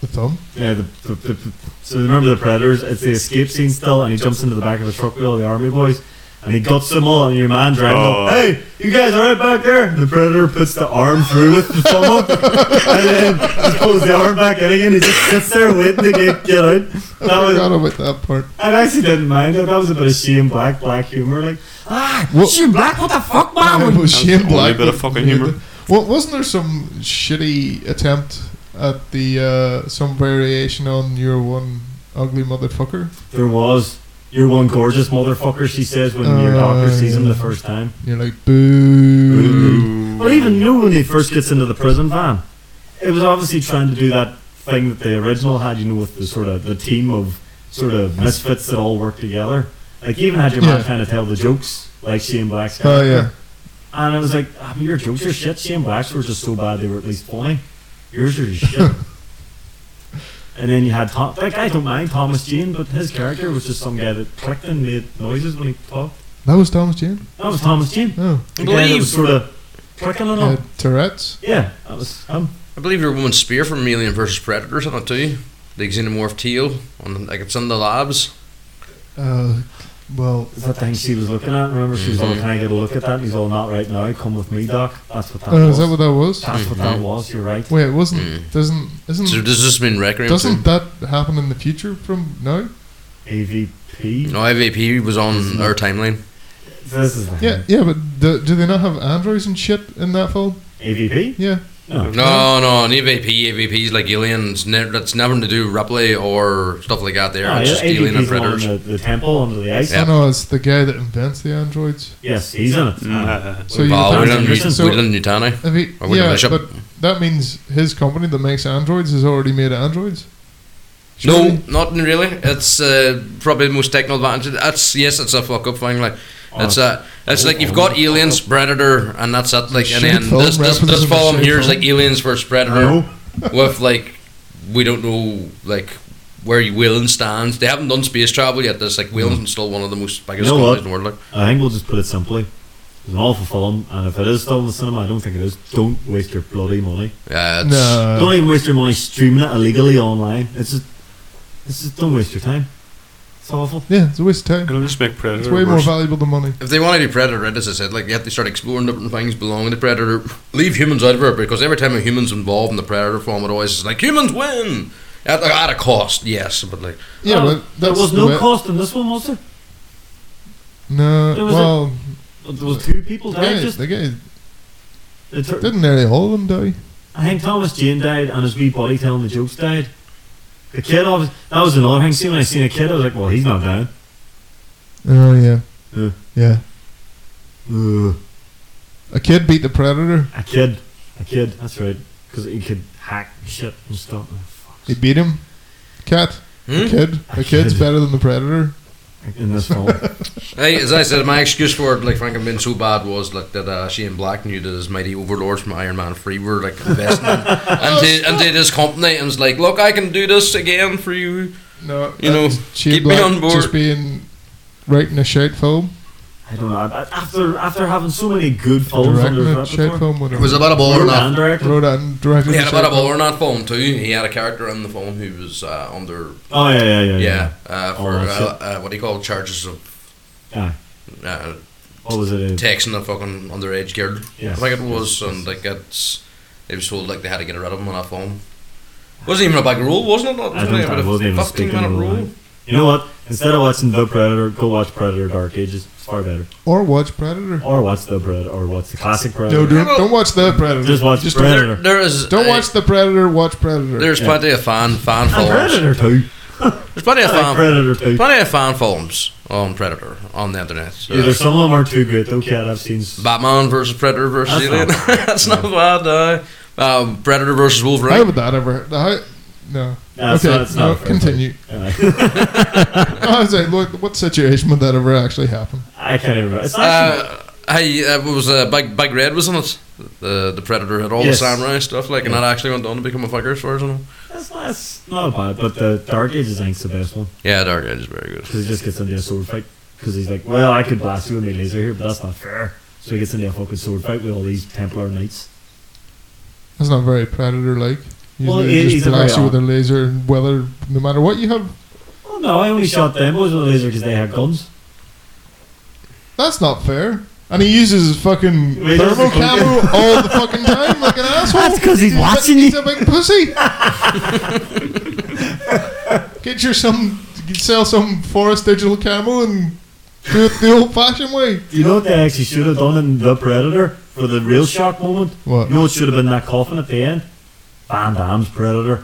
Speaker 5: the thumb?
Speaker 2: Yeah, the, the, the, the- so remember the Predators? It's the escape scene still, and he jumps into the back of a truck with all the army boys, and he guts them all, and your man driving
Speaker 4: Oh.
Speaker 2: up, hey, you guys are right back there. And the Predator puts the arm through with the thumb up, (laughs) and then just pulls the arm back in again. He just sits there waiting to get, get out.
Speaker 5: I
Speaker 2: That was,
Speaker 5: forgot about that part.
Speaker 2: I actually didn't mind it. That was a bit of Shane Black, black humor. Like, ah,
Speaker 5: What-
Speaker 2: Shane Black, what the fuck, man?
Speaker 5: (laughs) It was
Speaker 4: That's
Speaker 5: Shane
Speaker 4: the only
Speaker 5: Black
Speaker 4: bit of
Speaker 5: that
Speaker 4: fucking
Speaker 5: made
Speaker 4: humour.
Speaker 5: it. Well, wasn't there some shitty attempt at the uh, some variation on your one ugly motherfucker?
Speaker 2: There was. You're one gorgeous motherfucker, she says when your
Speaker 5: Oh,
Speaker 2: doctor sees him
Speaker 5: yeah.
Speaker 2: the first time.
Speaker 5: You're like boo.
Speaker 2: But even new when he first gets into the prison van, it was obviously trying to do that thing that the original had, you know, with the sort of the team of sort of misfits that all work together. Like even had your man
Speaker 5: Yeah.
Speaker 2: kind of tell the jokes, like Shane Black's
Speaker 5: Oh
Speaker 2: character.
Speaker 5: yeah,
Speaker 2: And I was like, I mean, your jokes are shit. Shane Black's were just so bad they were at least funny. Yours are
Speaker 5: (laughs)
Speaker 2: shit. and then you had Tom. Like I don't mind Thomas Jane, but his character was just some guy that clicked and made noises when he talked.
Speaker 5: that was Thomas Jane.
Speaker 2: That was Thomas Jane.
Speaker 5: Oh,
Speaker 3: I
Speaker 2: The guy that
Speaker 3: believe,
Speaker 2: was sort of clicking and all.
Speaker 5: uh, Tourette's.
Speaker 2: Yeah, that was him.
Speaker 3: I believe your woman's spear from Alien versus Predators on it too. The xenomorph teal on like it's in the labs.
Speaker 5: Uh, well,
Speaker 2: Is that the thing she was looking at? Remember, she was all, "Can I get a look at that?" And he's all, "Not right now. Come with me, Doc." That's what Oh, that
Speaker 5: uh,
Speaker 2: was.
Speaker 5: is that what that was?
Speaker 2: That's what that
Speaker 3: Mhm.
Speaker 2: was. You're right.
Speaker 5: Wait, it wasn't.
Speaker 3: Mm.
Speaker 5: Doesn't isn't
Speaker 3: So does this mean Rec Room
Speaker 5: doesn't
Speaker 3: too?
Speaker 5: that happen in the future from now?
Speaker 3: Mm-hmm.
Speaker 2: AVP.
Speaker 3: No, IVP was on our timeline.
Speaker 2: This is the
Speaker 5: Yeah,
Speaker 2: thing.
Speaker 5: yeah, but do, do they not have androids and shit in that film?
Speaker 2: AVP.
Speaker 5: Yeah,
Speaker 2: No.
Speaker 3: No, no, an E EVP, EVP's like aliens. Ne- that's nothing to do with Ripley or stuff like that. There,
Speaker 2: No,
Speaker 3: it's just
Speaker 2: AVP
Speaker 3: alien and
Speaker 2: 's the one
Speaker 3: predators.
Speaker 2: in the, the temple under the ice.
Speaker 3: Yeah.
Speaker 5: I know it's the guy that invents the androids.
Speaker 2: Yes, he's in it. Uh,
Speaker 4: Nah.
Speaker 5: So you
Speaker 3: Well,
Speaker 5: think-
Speaker 3: we didn't
Speaker 2: Anderson.
Speaker 3: need,
Speaker 5: so-
Speaker 3: we didn't need Tana.
Speaker 5: If he-
Speaker 3: Or we can
Speaker 5: yeah,
Speaker 3: mash up-
Speaker 5: but that means his company that makes androids has already made androids.
Speaker 3: No,
Speaker 5: Surely?
Speaker 3: not really. It's uh, probably the most technical advantage. That's yes, it's a fuck up thing. Like
Speaker 2: Oh,
Speaker 3: it's
Speaker 2: uh,
Speaker 3: a, it's like you've got aliens, predator, and that's it. Like and
Speaker 5: Shit
Speaker 3: then
Speaker 5: film
Speaker 3: this this,
Speaker 5: references
Speaker 3: this
Speaker 5: and
Speaker 3: column
Speaker 5: shit
Speaker 3: here is
Speaker 5: film.
Speaker 3: like aliens versus
Speaker 2: I
Speaker 3: predator
Speaker 2: know.
Speaker 3: (laughs) with like we don't know like where you will and stands. They haven't done space travel yet. There's like Whelan's still one of the most biggest
Speaker 2: You know
Speaker 3: companies
Speaker 2: what?
Speaker 3: in the world. Like.
Speaker 2: I think we'll just put it simply. It's an awful film, and if it is still in the cinema, I don't think it is. Don't waste your bloody money.
Speaker 3: Yeah, it's,
Speaker 5: No.
Speaker 2: don't even waste your money streaming it illegally online. It's just, it's just don't waste your time. It's awful.
Speaker 5: Yeah, it's a waste of time.
Speaker 4: It'll just make Predator
Speaker 5: It's way more
Speaker 4: worse.
Speaker 5: valuable than money.
Speaker 3: If they want to do predator, as I said, like you have to start exploring different things belonging to predator. Leave humans out of it because every time a human's involved in the predator form, it always is like humans win at, at a cost. Yes, but like
Speaker 5: Yeah,
Speaker 2: Oh,
Speaker 5: but
Speaker 2: there
Speaker 5: that's
Speaker 2: was
Speaker 5: the
Speaker 2: no
Speaker 5: way-
Speaker 2: cost in this one, was there?
Speaker 5: No,
Speaker 2: There was a-
Speaker 5: well,
Speaker 2: There was two people
Speaker 5: the
Speaker 2: died.
Speaker 5: guy,
Speaker 2: just
Speaker 5: the guy
Speaker 2: the tur-
Speaker 5: didn't nearly all of them die.
Speaker 2: I think Thomas Jane died, and his wee body telling the jokes died. The kid, obviously, that was another thing. See, when I seen a kid, I was like, "Well, he's not dying."
Speaker 5: Oh yeah,
Speaker 2: Yeah.
Speaker 5: yeah.
Speaker 2: Ugh.
Speaker 5: A kid beat the predator.
Speaker 2: A kid, a kid. That's right, because he could hack shit and stuff. Oh,
Speaker 5: He
Speaker 2: fuck.
Speaker 5: beat him. Cat,
Speaker 3: hmm?
Speaker 5: kid,
Speaker 2: A
Speaker 5: a kid's
Speaker 2: kid.
Speaker 5: better than the predator.
Speaker 2: in this film.
Speaker 3: Hey, as I said, my excuse for it, like Frank, I'm being so bad was like that uh, Shane Black knew that his mighty overlords from Iron Man Three were like investing in, and did and did his company and was like, look, I can do this again for you.
Speaker 5: No,
Speaker 3: You know,
Speaker 5: that's Shane
Speaker 3: keep me
Speaker 5: Black
Speaker 3: on board.
Speaker 5: Uh, Just being writing a shit film,
Speaker 2: I don't know. I- After after having so many good films under
Speaker 5: directing
Speaker 2: his
Speaker 5: a shit
Speaker 2: repertoire,
Speaker 5: film,
Speaker 3: It
Speaker 5: whatever.
Speaker 3: was about a ball
Speaker 2: Or
Speaker 3: or
Speaker 2: man
Speaker 3: not.
Speaker 2: directed.
Speaker 5: wrote and directed.
Speaker 3: He had
Speaker 5: a
Speaker 3: a bit
Speaker 5: shit
Speaker 3: of
Speaker 5: film.
Speaker 3: ball or not film too. He had a character in the film who was uh, under
Speaker 2: Oh yeah, yeah, yeah.
Speaker 3: yeah uh, for
Speaker 2: Oh,
Speaker 3: uh,
Speaker 2: that's
Speaker 3: uh, what do you call it, charges of
Speaker 2: Aye.
Speaker 3: uh,
Speaker 2: What was it? Uh,
Speaker 3: texting a fucking underage girl.
Speaker 2: yes.
Speaker 3: I think it was, and like it's, it was told like they had to get rid of him on that phone. Wasn't even a big rule, wasn't it? It
Speaker 2: I don't
Speaker 3: only about
Speaker 2: know,
Speaker 3: a
Speaker 2: it wasn't even a
Speaker 3: 15
Speaker 2: speaking
Speaker 3: minute
Speaker 2: rule,
Speaker 3: rule.
Speaker 2: right? You know what? Instead of watching The Predator, go watch Predator Dark Ages. It's far better.
Speaker 5: Or watch Predator.
Speaker 2: Or watch The Predator, or watch the classic
Speaker 5: No,
Speaker 2: Predator.
Speaker 5: don't, don't watch the Predator.
Speaker 2: Just watch Predator.
Speaker 3: There, there is
Speaker 5: Don't
Speaker 3: a-
Speaker 5: watch the Predator. Watch Predator.
Speaker 3: There's
Speaker 2: Yeah.
Speaker 3: plenty of fan fan
Speaker 2: And
Speaker 3: films.
Speaker 2: Predator 2.
Speaker 3: There's plenty of
Speaker 2: Like
Speaker 3: fan
Speaker 2: Predator 2.
Speaker 3: plenty of fan films on Predator on the internet. So
Speaker 2: Either some of them are too good, though, Cat. I've seen. (laughs) s-
Speaker 3: Batman versus Predator versus
Speaker 2: That's
Speaker 3: Alien.
Speaker 2: not
Speaker 3: (laughs) That's not bad. Uh, um, Predator versus
Speaker 5: How
Speaker 3: Wolverine.
Speaker 5: would that ever? How, no.
Speaker 2: Yeah, so
Speaker 5: okay.
Speaker 2: it's
Speaker 5: no,
Speaker 2: not fair.
Speaker 5: continue.
Speaker 2: Uh,
Speaker 5: (laughs) I was like, look, what situation would that ever actually happen?
Speaker 2: I can't even. It's actually,
Speaker 3: Uh, hey, uh, it was uh, Big Big Red, wasn't it? The the Predator had all
Speaker 2: Yes.
Speaker 3: the samurai stuff, like, and that actually went on to become a figure as far as I know.
Speaker 2: it's, not, it's not bad, but the Dark Ages I think's the best one
Speaker 3: Yeah, Dark Age is very good.
Speaker 2: because he just gets into a sword fight because he's like, well, I could blast you with my laser here, but that's not fair. So he gets into a fucking sword fight with all these Templar knights.
Speaker 5: That's not very Predator-like.
Speaker 2: Well,
Speaker 5: Usually
Speaker 2: it
Speaker 5: they
Speaker 2: is
Speaker 5: just
Speaker 2: a
Speaker 5: blast
Speaker 2: very
Speaker 5: you with a laser, and whether no matter what you have.
Speaker 2: Oh no, I only shot them boys with a laser because they had guns.
Speaker 5: That's not fair. And he uses his fucking
Speaker 2: He does
Speaker 5: thermal
Speaker 2: the fucking-
Speaker 5: camo
Speaker 2: (laughs)
Speaker 5: all the fucking time like an asshole.
Speaker 2: That's 'cause he's
Speaker 5: a big-
Speaker 2: watching you.
Speaker 5: He's a big pussy.
Speaker 2: (laughs)
Speaker 5: Get your some, sell some forest digital camo and do it the old-fashioned way.
Speaker 2: Do you know what they actually should have done in The Predator for the real shock moment?
Speaker 5: What?
Speaker 2: You know what should have been that coffin at the end? Van Damme's Predator.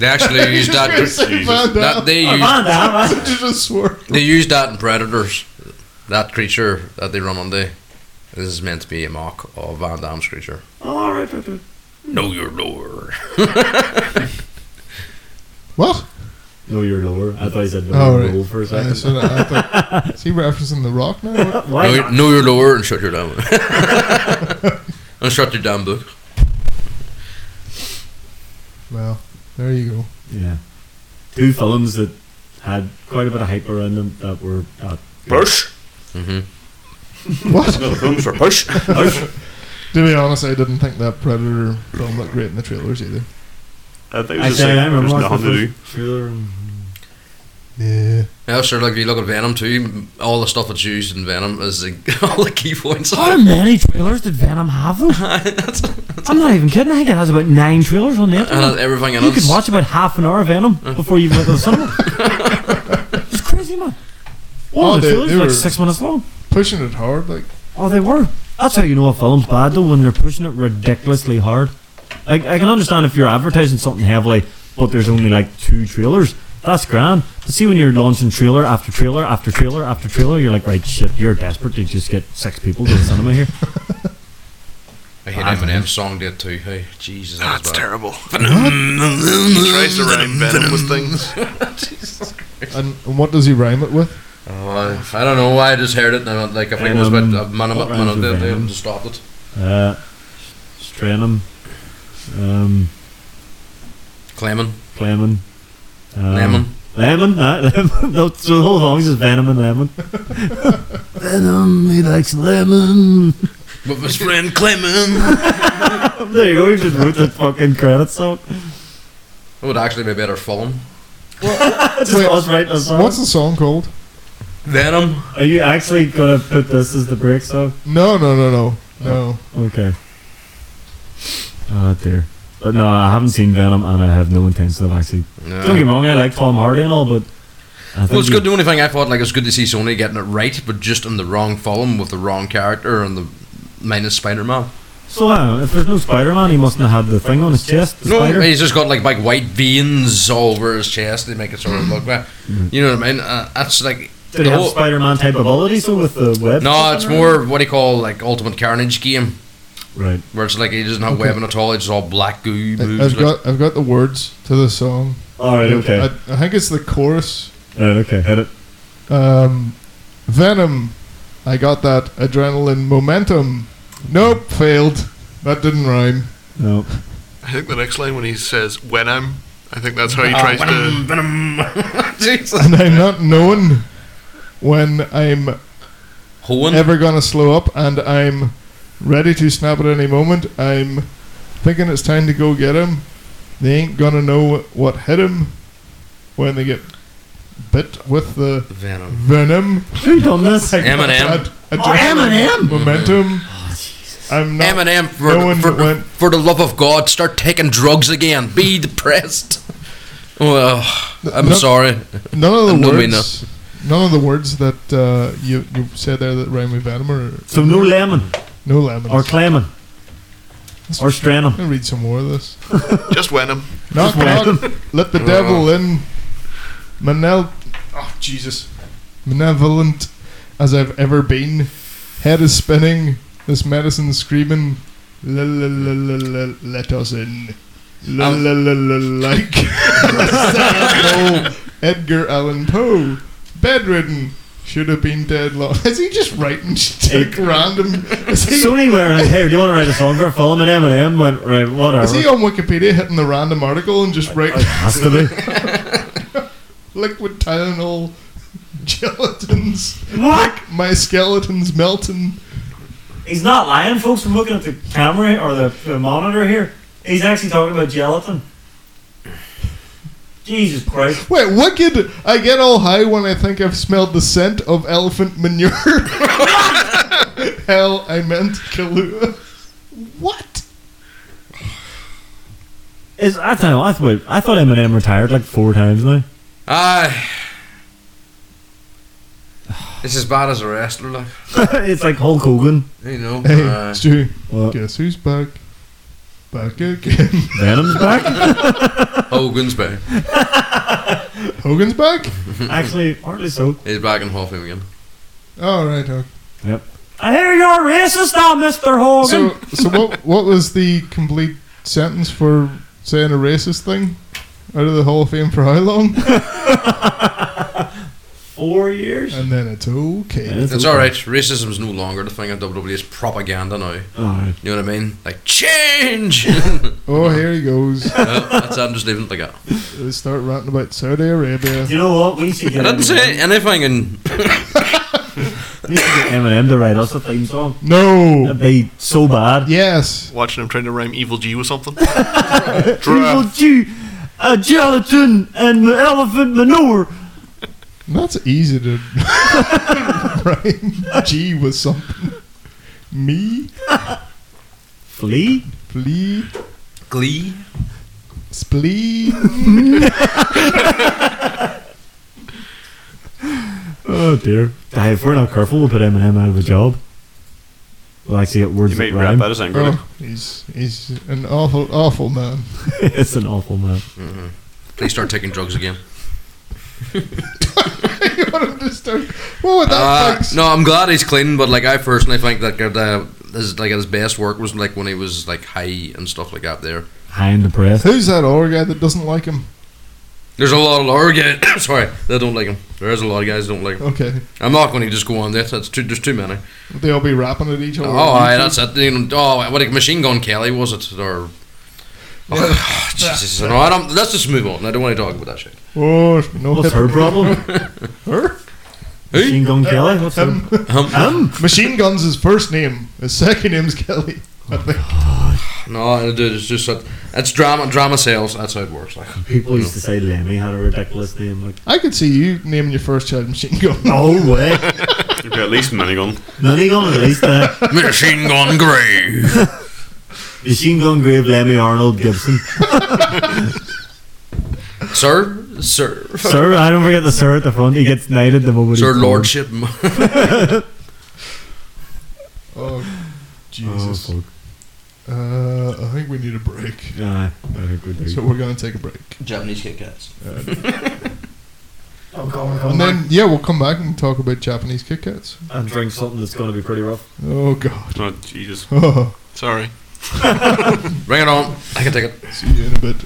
Speaker 3: They
Speaker 2: (laughs)
Speaker 5: (laughs)
Speaker 3: actually used that.
Speaker 5: Just gonna say
Speaker 4: Jesus.
Speaker 5: Van
Speaker 3: that
Speaker 5: Damme.
Speaker 3: they
Speaker 2: Oh,
Speaker 3: used
Speaker 2: Van Damme, (laughs) eh?
Speaker 4: (laughs)
Speaker 5: Just swore.
Speaker 3: they used that in Predators. That creature that they run on the this is meant to be a mock of Van Damme's creature.
Speaker 2: Oh, right, right, right.
Speaker 3: Know your lore.
Speaker 5: What?
Speaker 2: No, you're lower. I thought he said
Speaker 5: Oh,
Speaker 2: no
Speaker 5: right.
Speaker 2: roll for a
Speaker 5: I
Speaker 2: second.
Speaker 5: said that. I thought- (laughs) is he referencing The Rock now? What?
Speaker 2: Why
Speaker 3: Know,
Speaker 2: not?
Speaker 3: your- know your lore and shut your
Speaker 2: (laughs)
Speaker 3: damn. (laughs) and shut your damn book.
Speaker 5: Well, there you go.
Speaker 2: Yeah. Two films that had quite a bit of hype around them that were not.
Speaker 4: Push.
Speaker 3: hmm
Speaker 5: What?
Speaker 4: Another film for
Speaker 5: (laughs)
Speaker 4: push.
Speaker 5: to be honest, I didn't think that Predator film looked great in the trailers either.
Speaker 4: I think it
Speaker 2: I
Speaker 4: was just
Speaker 2: say, I
Speaker 4: like,
Speaker 2: remember
Speaker 4: there's
Speaker 2: watching
Speaker 4: nothing
Speaker 2: the
Speaker 4: to do.
Speaker 2: first trailer and
Speaker 5: Yeah.
Speaker 3: Yeah, sure. Like if you look at Venom too, all the stuff that's used in Venom is the, (laughs) all the key points.
Speaker 2: How many trailers did Venom have?
Speaker 4: (laughs)
Speaker 2: Though? I'm not even kidding. I think it has about nine trailers on the
Speaker 4: Uh,
Speaker 3: And
Speaker 2: internet.
Speaker 3: everything in
Speaker 2: You
Speaker 3: it.
Speaker 2: could watch about half an hour of Venom before you went to the cinema. it's crazy, man. One
Speaker 5: Oh,
Speaker 2: of the
Speaker 5: they-
Speaker 2: trailers
Speaker 5: they
Speaker 2: is like
Speaker 5: were-
Speaker 2: six minutes long.
Speaker 5: Pushing it hard, like.
Speaker 2: Oh, they were. That's how you know a film's bad though when they're pushing it ridiculously hard. I, I can understand if you're advertising something heavily, but there's only like two trailers. That's grand. But see, when you're launching trailer after trailer after trailer after trailer, you're like, right, shit, you're desperate to just get six people to the cinema here.
Speaker 3: I hate Eminem's song did too. Hey, Jesus, that
Speaker 6: That's
Speaker 3: was bad.
Speaker 6: terrible. he tries to rhyme venom with things.
Speaker 5: And, and what does he rhyme it with?
Speaker 3: Oh, I, I don't know why I just heard it and I, don't- like I think it was about uh,
Speaker 2: Venom.
Speaker 3: a minute,
Speaker 2: Um, What
Speaker 3: minute,
Speaker 2: rounds of
Speaker 3: minute they,
Speaker 2: Venom?
Speaker 3: they stopped it.
Speaker 2: Uh, Strenham, um,
Speaker 3: Clayman,
Speaker 2: Clement, um,
Speaker 3: Lemon.
Speaker 2: Lemon, uh, (laughs) lemon. No, so the whole song is just Venom and Lemon. (laughs) Venom, he likes lemon.
Speaker 3: But his friend Clayman.
Speaker 2: There you go, you just wrote the fucking credits song.
Speaker 3: It would actually be a better film.
Speaker 2: Just
Speaker 5: Wait,
Speaker 2: us writing a song.
Speaker 5: What's the song called?
Speaker 3: Venom.
Speaker 2: Are you actually gonna put this as the break song?
Speaker 5: No, no, no, no, no.
Speaker 2: Okay. Oh dear. But no, I haven't seen Venom, and I have no intention of actually.
Speaker 3: Yeah.
Speaker 2: Don't get me wrong, I like Tom Hardy and all, but I think
Speaker 3: Well, it's
Speaker 2: you-
Speaker 3: good. The only thing I thought, like, it's good to see Sony getting it right, but just in the wrong film with the wrong character and the minus Spider-Man.
Speaker 2: So uh, if there's no Spider-Man, he mustn't have had the thing on his chest. The
Speaker 3: No,
Speaker 2: spider.
Speaker 3: he's just got like big white veins all over his chest. They make it sort of
Speaker 2: (gasps)
Speaker 3: look like, you know what I mean? Uh, that's like.
Speaker 2: Did he have
Speaker 3: Oh.
Speaker 2: Spider-Man type abilities though with the web?
Speaker 3: No, it's more what do you call like Ultimate Carnage game,
Speaker 2: Right.
Speaker 3: where it's like he doesn't have webbing at all. It's just all black goo.
Speaker 5: I,
Speaker 3: moves,
Speaker 5: I've
Speaker 3: like-
Speaker 5: got, I've got the words to the song.
Speaker 2: All right. Okay.
Speaker 5: I, I think it's the chorus
Speaker 2: Uh, okay, hit it.
Speaker 5: Um, Venom. I got that adrenaline momentum. Nope, failed. That didn't rhyme.
Speaker 2: No.
Speaker 6: I think the next line when he says "when I'm," I think that's how he tries to.
Speaker 3: (laughs) Jesus.
Speaker 5: And I'm not known when I'm
Speaker 3: Hoeing.
Speaker 5: ever gonna slow up, and I'm ready to snap at any moment. I'm thinking it's time to go get him. They ain't gonna know what hit him when they get bit with the
Speaker 3: Venom.
Speaker 5: venom.
Speaker 2: Who done this?
Speaker 5: I got
Speaker 3: Eminem.
Speaker 5: that
Speaker 2: Oh, Eminem!
Speaker 5: Momentum. I'm not
Speaker 3: Eminem, for,
Speaker 5: knowing
Speaker 3: for,
Speaker 5: when-
Speaker 3: for the love of God, start taking drugs again. Be depressed. Well, I'm
Speaker 5: No.
Speaker 3: sorry.
Speaker 5: None of the
Speaker 3: I'm not mean
Speaker 5: words. None of the words that uh, you you said there that rhyme with venom are
Speaker 2: So no lemon,
Speaker 5: no lemons.
Speaker 2: or clamming, or straining.
Speaker 5: I'm gonna read some more of this.
Speaker 6: Just when I'm.
Speaker 5: Knock
Speaker 2: Venom.
Speaker 5: knock. Let the devil in. Manel. Oh Jesus. Malevolent as I've ever been. Head is spinning. This medicine screaming. La, la, la, la, la, let us in. La,
Speaker 3: Um,
Speaker 5: la, la, la, like Sarah Cole, Edgar Allan Poe. Bedridden. Should have been dead long. Is he just writing like random? Is he,
Speaker 2: Sony were like, hey, do you want to write a song for a film? And Eminem went, right, whatever.
Speaker 5: is he on Wikipedia hitting the random article and just writing?
Speaker 2: It has to be.
Speaker 5: liquid Tylenol (laughs) gelatins.
Speaker 2: What?
Speaker 5: My skeleton's melting.
Speaker 2: He's not lying, folks. From looking at the camera or the, the monitor here, he's actually talking about gelatin. Jesus Christ!
Speaker 5: Wait, wicked! I get all high when I think I've smelled the scent of elephant manure. (laughs) Hell, I meant Kahlua. What?
Speaker 2: Is I don't know. I thought I thought Eminem retired like four times now. (laughs)
Speaker 3: Aye. It's as bad as a wrestler, like.
Speaker 2: it's like Hulk Hogan,
Speaker 3: You know.
Speaker 5: Hey,
Speaker 3: aye.
Speaker 5: Stu,
Speaker 2: What?
Speaker 5: guess who's back? Back again. (laughs)
Speaker 2: Venom's back. (laughs)
Speaker 3: Hogan's back.
Speaker 5: Hogan's back?
Speaker 2: actually, partly so.
Speaker 3: He's back in Hall of Fame again.
Speaker 5: Oh, right, okay.
Speaker 2: Yep. I hear you're racist now, Mister
Speaker 5: So,
Speaker 2: Hogan.
Speaker 5: so what, what was the complete sentence for saying a racist thing? Out of the Hall of Fame for how long?
Speaker 2: four years.
Speaker 5: and then it's okay.
Speaker 3: It's alright. Racism's no longer the thing in WWE. It's propaganda now.
Speaker 2: Alright.
Speaker 3: You know what I mean? Like, change! (laughs)
Speaker 5: Oh, here he goes.
Speaker 3: no, that's I'm just leaving it like that.
Speaker 5: They start ranting about Saudi Arabia.
Speaker 2: You know what? We need to
Speaker 3: I
Speaker 2: get
Speaker 3: didn't say
Speaker 2: Eminem,
Speaker 3: anything in.
Speaker 2: we need to get Eminem to write us a theme song.
Speaker 5: No.
Speaker 2: That'd be so bad.
Speaker 5: Yes.
Speaker 6: Watching him trying to rhyme "evil G" with something.
Speaker 2: Evil Jew, a gelatin and the elephant manure.
Speaker 5: That's easy to (laughs) rhyme. G was something. Me,
Speaker 2: Flea?
Speaker 5: flea,
Speaker 3: Glee? (laughs)
Speaker 5: spleen.
Speaker 2: Oh dear. Hey, if we're not careful, we'll put Eminem out of a job. We'll actually get words
Speaker 4: You might
Speaker 2: that
Speaker 4: rap
Speaker 2: rhyme.
Speaker 4: that as anger. like.
Speaker 5: Oh, he's he's an awful awful man.
Speaker 2: (laughs)
Speaker 5: (laughs)
Speaker 2: it's an awful man.
Speaker 3: Please start taking drugs again.
Speaker 5: you want him to start? What would that
Speaker 3: Uh, (laughs)
Speaker 5: fix?
Speaker 3: no, I'm glad he's clean, but like I personally think that uh, his, like his best work was like when he was like high and stuff like that. There,
Speaker 2: High and depressed.
Speaker 5: Who's that other guy that doesn't like him?
Speaker 3: there's a lot of (coughs) lot guys. sorry, they don't like him. There is a lot of guys that don't like him.
Speaker 5: Okay,
Speaker 3: I'm not going to just go on this. That's too. There's too many.
Speaker 5: they all be rapping at each other.
Speaker 3: Oh,
Speaker 5: on
Speaker 3: aye,
Speaker 5: YouTube.
Speaker 3: that's it. You know, oh, what like Machine Gun Kelly was it or? Oh, (sighs) Jesus, no, I don't, let's just move on. I don't want to talk about that shit.
Speaker 5: Oh, no
Speaker 2: What's
Speaker 5: hip-
Speaker 2: her problem?
Speaker 5: her?
Speaker 2: Machine Gun Kelly? What's her?
Speaker 5: Him.
Speaker 2: Him?
Speaker 5: Machine Gun's his first name. His second name's (laughs) Kelly. I think.
Speaker 3: No, dude, it's just that it's drama. Drama sales. That's how it works. Like, (laughs)
Speaker 2: People used to say Lemmy had a ridiculous name. Like,
Speaker 5: I could see you naming your first child Machine Gun.
Speaker 2: no way.
Speaker 4: You've got at least minigun.
Speaker 2: None of gonna release that.
Speaker 3: Machine Gun Grey.
Speaker 2: Machine Gun Grave, Lemmy Arnold Gibson.
Speaker 3: sir, sir,
Speaker 2: sir, I don't forget the sir at the front. He gets knighted the moment.
Speaker 3: sir,
Speaker 2: he's born.
Speaker 3: lordship. (laughs)
Speaker 5: Oh,
Speaker 2: Oh,
Speaker 5: Jesus.
Speaker 2: fuck.
Speaker 5: Uh, I think we need a break.
Speaker 2: Aye, I think we do.
Speaker 5: So we're going to take a break.
Speaker 3: Japanese Kit Kats.
Speaker 2: oh, God,
Speaker 5: And then, yeah, we'll come back and talk about Japanese Kit Kats.
Speaker 2: and drink something that's going to be pretty rough.
Speaker 5: Oh, (laughs) God.
Speaker 4: Oh, Jesus.
Speaker 5: Oh,
Speaker 6: Sorry.
Speaker 3: Bring it on. I can take it.
Speaker 5: see you in a bit.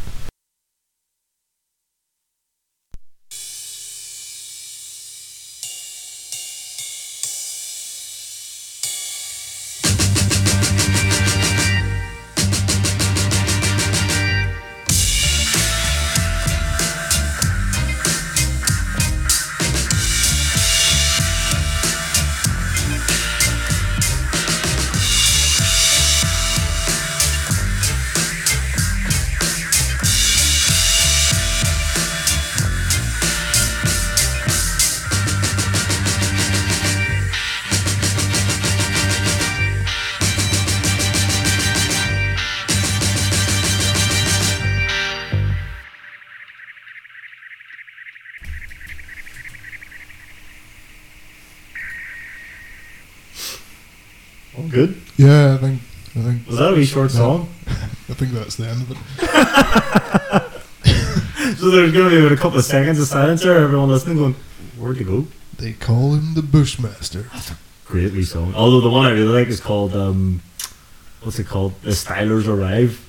Speaker 2: Oh, good?
Speaker 5: Yeah, I think I think
Speaker 2: Was that a wee short
Speaker 5: Yeah.
Speaker 2: song?
Speaker 5: I think that's the end of it.
Speaker 2: So there's going to be about a couple of seconds of silence there, everyone listening going, where'd you go?
Speaker 5: They call him the Bushmaster.
Speaker 2: Great wee song. Although the one I really like is called, um, what's it called? The Stylers Arrive.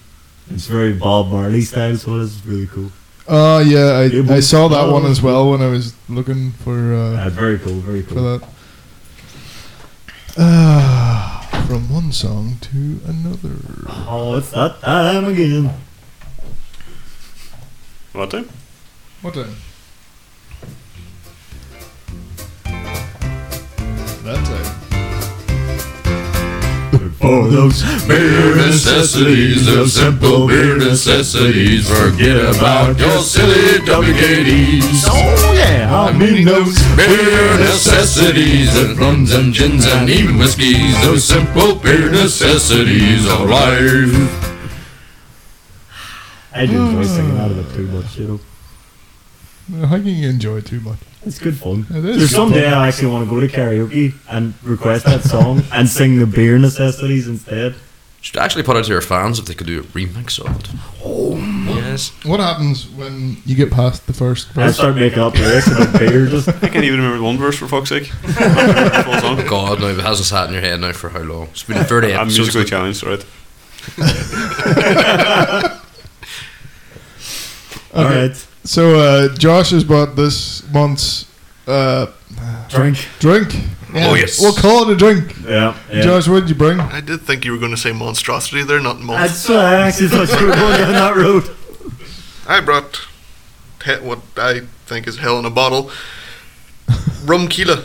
Speaker 2: It's very Bob Marley style, so it's really cool.
Speaker 5: Oh yeah,
Speaker 2: Yeah,
Speaker 5: I, I
Speaker 2: but-
Speaker 5: saw that one as well when I was looking for
Speaker 2: Uh,
Speaker 5: uh,
Speaker 2: very cool, very
Speaker 5: for
Speaker 2: cool.
Speaker 5: that. Ah, from one song to another.
Speaker 2: Oh, it's that time again.
Speaker 4: What time?
Speaker 5: What time? That time.
Speaker 2: For those
Speaker 3: Mere necessities of simple mere necessities. Forget about your silly WKDs.
Speaker 2: Oh yeah, I mean those.
Speaker 3: Beer necessities and rums and gins and even whiskeys. Those simple beer necessities of life.
Speaker 2: I do enjoy singing that a bit too much, you know.
Speaker 5: How can you enjoy too much?
Speaker 2: It's good fun.
Speaker 5: It is
Speaker 2: There's
Speaker 5: good
Speaker 2: someday
Speaker 5: fun.
Speaker 2: I actually want to go to karaoke and request that song and sing the beer necessities instead.
Speaker 3: Should actually put out to your fans if they could do a remix of it. Oh, yes.
Speaker 5: What happens when you get past the first
Speaker 2: I
Speaker 5: verse?
Speaker 2: start making up lyrics about beer. Just
Speaker 4: I can't even remember the one verse for fuck's sake. Full song.
Speaker 3: God, no, it hasn't sat in your head now for how long? It's been 30
Speaker 4: (laughs) I'm
Speaker 3: episodes.
Speaker 4: musically challenged, right?
Speaker 2: all right,
Speaker 5: So uh, Josh has bought this month's uh,
Speaker 2: drink.
Speaker 5: drink.
Speaker 3: Oh, yes.
Speaker 5: We'll call it a drink.
Speaker 2: Yeah, yeah.
Speaker 5: Josh, what did you bring?
Speaker 6: I did think you were going to say monstrosity there, not month.
Speaker 2: That's what I actually thought you were going down that road.
Speaker 6: I brought he- what I think is hell in a bottle. Rum Kila.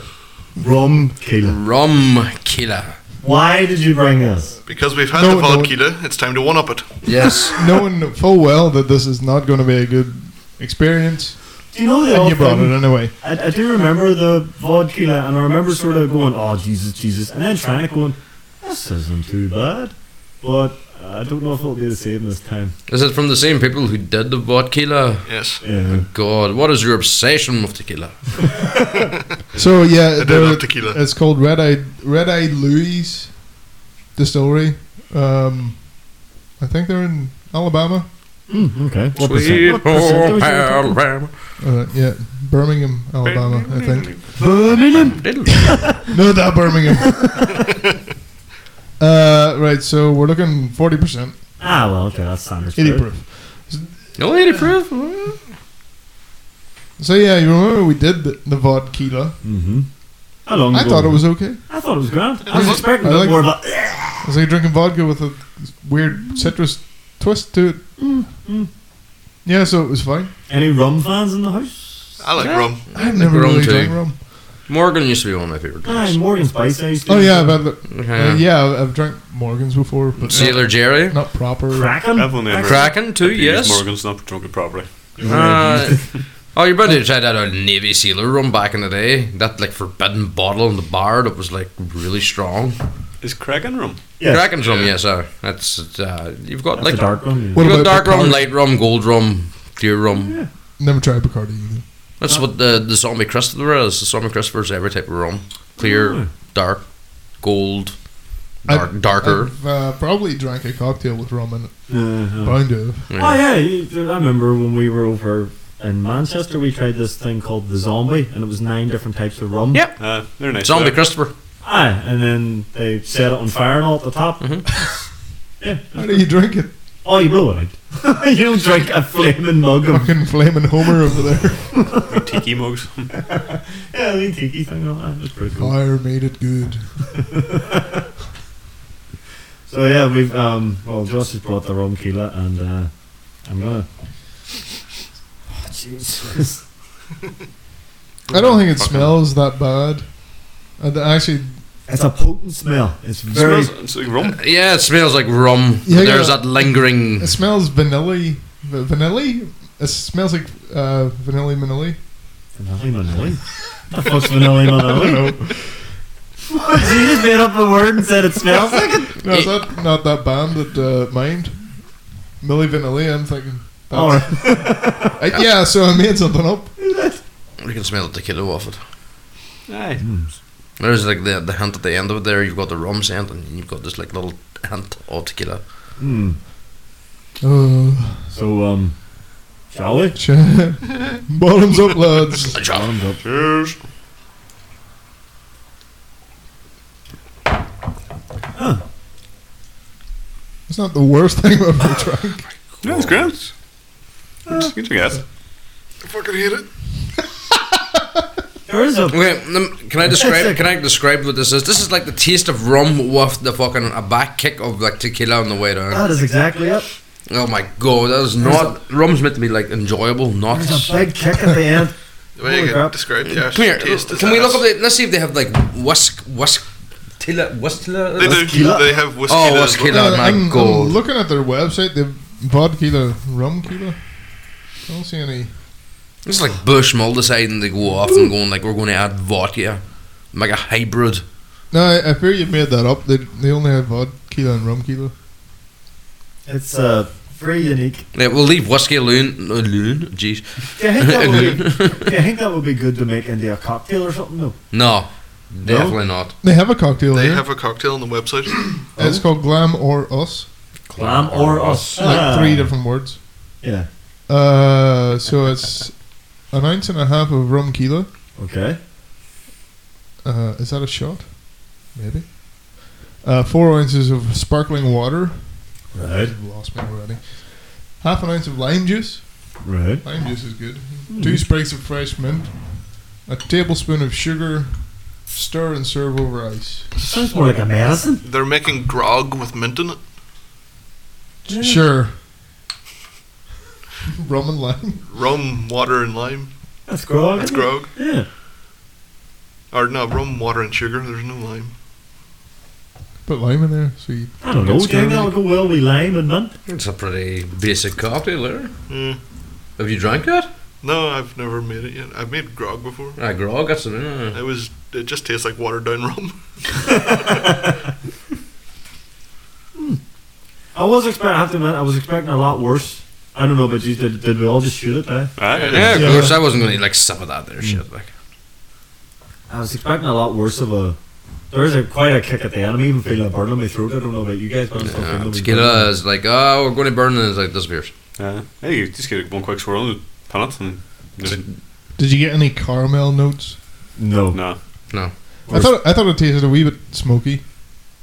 Speaker 2: Rum killer.
Speaker 3: Rum killer.
Speaker 2: Why did you bring us?
Speaker 6: Because we've had
Speaker 5: No,
Speaker 6: the
Speaker 5: no.
Speaker 6: vodka, it's time to one up it.
Speaker 3: Yes.
Speaker 5: Knowing full well that this is not going to be a good experience,
Speaker 2: Do you know the
Speaker 5: and
Speaker 2: old
Speaker 5: you brought
Speaker 2: thing?
Speaker 5: it anyway.
Speaker 2: I, I do remember the vodka, and I remember sort of going, "Oh Jesus, Jesus," and then trying to going, "This isn't too bad," but I don't know if it'll be the same this time.
Speaker 3: Is it from the same people who did the vodka?
Speaker 6: Yes.
Speaker 2: Yeah.
Speaker 3: God, what is your obsession with tequila?
Speaker 5: So yeah,
Speaker 6: I do
Speaker 5: there-
Speaker 6: love tequila.
Speaker 5: it's called Red Eyed Red Eyed Louis Distillery. Um, I think they're in Alabama.
Speaker 2: Mm, okay. What
Speaker 3: Sweet
Speaker 2: percent? What percent
Speaker 3: home
Speaker 2: was your total?
Speaker 3: Alabama.
Speaker 5: Uh, yeah, Birmingham, Alabama. I think.
Speaker 2: Uh, Birmingham.
Speaker 5: No, that Birmingham. uh, right, so we're looking 40%,
Speaker 2: Ah, well, okay, that's standard.
Speaker 5: 80
Speaker 2: spirit.
Speaker 5: proof.
Speaker 3: No, 80 proof.
Speaker 5: So, yeah, you remember we did the, the vodka.
Speaker 2: Mm-hmm. How long?
Speaker 5: I
Speaker 2: ago
Speaker 5: thought it was okay.
Speaker 2: I thought it was grand. I was
Speaker 5: was-
Speaker 2: expecting
Speaker 5: I
Speaker 2: a bit
Speaker 5: like-
Speaker 2: more, but
Speaker 5: It was like drinking vodka with a weird citrus twist to it. Yeah, so it was fine.
Speaker 2: any rum fans in the house?
Speaker 6: I like rum.
Speaker 5: I've never
Speaker 3: rum
Speaker 5: really
Speaker 3: too.
Speaker 5: drank rum.
Speaker 3: Morgan used to be one of my favorite
Speaker 2: Ah,
Speaker 3: drinks.
Speaker 2: Morgan Spice. I used to
Speaker 5: Oh,
Speaker 2: use
Speaker 5: yeah, I've
Speaker 2: it.
Speaker 5: had, the- uh, yeah, I've- I've drank Morgan's before, but
Speaker 3: Sailor Jerry.
Speaker 5: not, not proper.
Speaker 2: Kraken.
Speaker 4: I've only ever-
Speaker 3: Kraken, too, yes.
Speaker 4: Morgan's not drunk it properly.
Speaker 3: Uh, oh, you better try that old Navy Sealer rum back in the day. That like forbidden bottle in the bar that was like really strong.
Speaker 4: Is Kraken rum?
Speaker 2: Yes.
Speaker 3: Kraken's rum, yes, sir. That's uh, you've got
Speaker 2: That's
Speaker 3: like
Speaker 2: a dark rum. yeah.
Speaker 5: What
Speaker 3: you've got
Speaker 5: about
Speaker 3: dark rum,
Speaker 5: Bacardi?
Speaker 3: light rum, gold rum, clear rum.
Speaker 5: Never tried Bacardi either.
Speaker 3: That's what the the zombie Christopher is. The zombie Christopher is every type of rum: clear,
Speaker 2: Mm.
Speaker 3: dark, gold,
Speaker 5: I-
Speaker 3: dark, darker.
Speaker 5: I've uh, probably drank a cocktail with rum in it.
Speaker 2: Uh,
Speaker 5: Bound to have.
Speaker 3: Yeah.
Speaker 2: Oh yeah, you- I remember when we were over in Manchester, we tried this thing called the Zombie, and it was nine different types of rum.
Speaker 3: Yep.
Speaker 4: Uh, they're nice.
Speaker 3: Zombie
Speaker 4: there.
Speaker 3: Christopher.
Speaker 2: Aye, and then they set it on fire and all at the top.
Speaker 3: Mm-hmm.
Speaker 5: Uh-huh. How do you drink it?
Speaker 2: Oh, you blow it out. (laughs) you don't drink a flaming mug of
Speaker 5: Fucking flaming Homer over there. (laughs)
Speaker 4: Tiki mugs.
Speaker 2: yeah, the tiki thing. all that. That's pretty cool.
Speaker 5: Fire made it good.
Speaker 2: So yeah, we've um. Well, Josh has brought the rum killer, and uh, I'm gonna. Oh, Jesus.
Speaker 5: I don't think it
Speaker 4: Fucking-
Speaker 5: smells that bad. Uh, th- actually,
Speaker 2: It's a potent smell. It's very.
Speaker 4: Smells- It's like rum.
Speaker 3: Yeah, it smells like rum.
Speaker 5: Yeah, yeah.
Speaker 3: There's that lingering.
Speaker 5: it smells vanilla. Vanilla? It smells like uh, vanilla manili.
Speaker 2: Vanilla Manili. The fuck's Vanilla Manili?
Speaker 5: (laughs) know.
Speaker 2: So you just made up a word and said it smells like it.
Speaker 5: No, is (laughs) that not that band that uh, Mind? Millie Vanilli, I'm thinking. that's-
Speaker 2: All right.
Speaker 5: I, yeah, so I made something up.
Speaker 3: You can smell the tequila off it.
Speaker 4: Aye.
Speaker 3: There's like the, the hint at the end of it there. You've got the rum scent, and you've got this like little hint of tequila.
Speaker 2: Hmm.
Speaker 5: Uh,
Speaker 2: So, um, shall we?
Speaker 5: ch- bottoms up, lads.
Speaker 2: Bottoms up.
Speaker 4: Cheers.
Speaker 5: It's not the worst thing I've ever tried.
Speaker 4: Yeah, it's great. Eh, It's good Ah, to get.
Speaker 6: I fucking hate it.
Speaker 2: There is a.
Speaker 3: Okay, lem-
Speaker 2: (laughs)
Speaker 3: can I describe? can I describe what this is? This is like the taste of rum with the fucking a back kick of like tequila on the way down.
Speaker 2: That is exactly it.
Speaker 3: Oh my god, that is not rum's meant to be like enjoyable, not.
Speaker 2: There's a big kick at the end.
Speaker 6: The way
Speaker 2: Holy
Speaker 6: you
Speaker 2: crap.
Speaker 6: can describe
Speaker 3: (laughs)
Speaker 6: the
Speaker 3: Come
Speaker 6: actual
Speaker 3: here,
Speaker 6: taste is
Speaker 3: can we look
Speaker 6: ass.
Speaker 3: up the? Let's see if they have like whisk whisk. Tila, whiskila?
Speaker 6: They do.
Speaker 2: Whiskey.
Speaker 6: They have whiskey.
Speaker 3: Oh,
Speaker 6: as
Speaker 3: whiskey.
Speaker 6: well.
Speaker 3: Oh,
Speaker 5: Uh,
Speaker 3: my
Speaker 5: I'm,
Speaker 3: God.
Speaker 5: I'm looking at their website. They've vodka, the rum, Cuba. I don't see any.
Speaker 3: It's like Bushmill deciding to go off and going like we're going to add vodka, like a hybrid.
Speaker 5: No, I, I fear you made that up. They, they only have vodka and rum, Cuba.
Speaker 2: It's uh, very unique.
Speaker 3: Yeah, we'll leave whiskey alone. Alone, jeez.
Speaker 2: Do you think that would be? do you think that would be good to make into a cocktail or something? No.
Speaker 3: No, definitely not.
Speaker 5: They have a cocktail
Speaker 6: They
Speaker 5: here.
Speaker 6: have a cocktail on the website.
Speaker 5: it's called Glam or Us.
Speaker 2: Glam or us?
Speaker 5: Like three different words.
Speaker 2: Ah. Yeah.
Speaker 5: Uh, so it's an ounce and a half of rum kilo.
Speaker 2: Okay.
Speaker 5: Uh, is that a shot? Maybe. Uh, four ounces of sparkling water.
Speaker 2: Right.
Speaker 5: You've lost me already. Half an ounce of lime juice.
Speaker 2: Right.
Speaker 5: Lime juice is good. Two sprigs of fresh mint. A tablespoon of sugar. Stir and serve over ice.
Speaker 2: Sounds more like a medicine.
Speaker 6: They're making grog with mint in it.
Speaker 5: Sure. rum and lime.
Speaker 6: Rum, water, and lime.
Speaker 2: That's grog.
Speaker 6: That's
Speaker 2: isn't it?
Speaker 6: grog.
Speaker 2: Yeah.
Speaker 6: Or no, rum, water, and sugar. There's no lime.
Speaker 5: Put lime in there. So you
Speaker 2: I don't know. Do you think that'll go well with lime and mint?
Speaker 3: It's a pretty basic cocktail there.
Speaker 6: Yeah.
Speaker 3: Have you drank it?
Speaker 6: No, I've never made it yet. I've made grog before.
Speaker 3: Ah, grog. That's uh,
Speaker 6: It was. It just tastes like watered down (laughs) rum.
Speaker 2: I was expecting. I have to admit, I was expecting a lot worse. I don't know, but you did. Did we all just shoot it? Eh?
Speaker 4: Aye, it
Speaker 3: yeah,
Speaker 4: is.
Speaker 3: of
Speaker 5: Yeah.
Speaker 3: course. I wasn't gonna like sip of that there shit. Like,
Speaker 2: I was expecting a lot worse of a. There is a, quite a kick at the end. I'm even feeling a burn in my throat. I don't know about you guys, but I'm still
Speaker 3: uh,
Speaker 2: feeling a wee
Speaker 3: tequila
Speaker 2: burn.
Speaker 3: is like, oh, we're going to burn, and it's like disappears.
Speaker 4: Aye. Eh, Hey, you just get one quick swirl and pin it and just,
Speaker 5: Did you get any caramel notes?
Speaker 2: No.
Speaker 4: nah.
Speaker 5: I thought I thought it tasted a wee bit smoky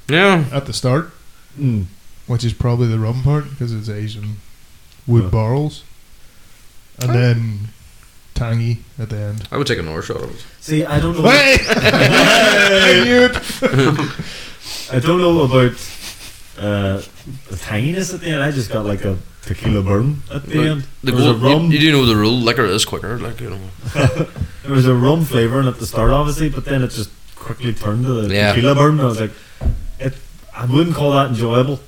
Speaker 3: Yeah,
Speaker 5: at the start,
Speaker 2: Mm.
Speaker 5: which is probably the rum part because it's Asian wood
Speaker 2: Yeah.
Speaker 5: barrels, and then tangy at the end.
Speaker 3: I would take another shot of it.
Speaker 2: See, I don't know.
Speaker 5: Hey! (laughs) I knew it.
Speaker 2: I don't know about uh, the tanginess at the end. I just got like a tequila burn at the
Speaker 3: Like,
Speaker 2: end.
Speaker 3: The
Speaker 2: there was a
Speaker 3: gold- you-
Speaker 2: rum.
Speaker 3: You, do know the rule: liquor is quicker. Like you know.
Speaker 2: there was a rum flavoring at the start, obviously, but then it just quickly turned to the
Speaker 3: Yeah.
Speaker 2: tequila burn. And I was like, it. I wouldn't call that enjoyable.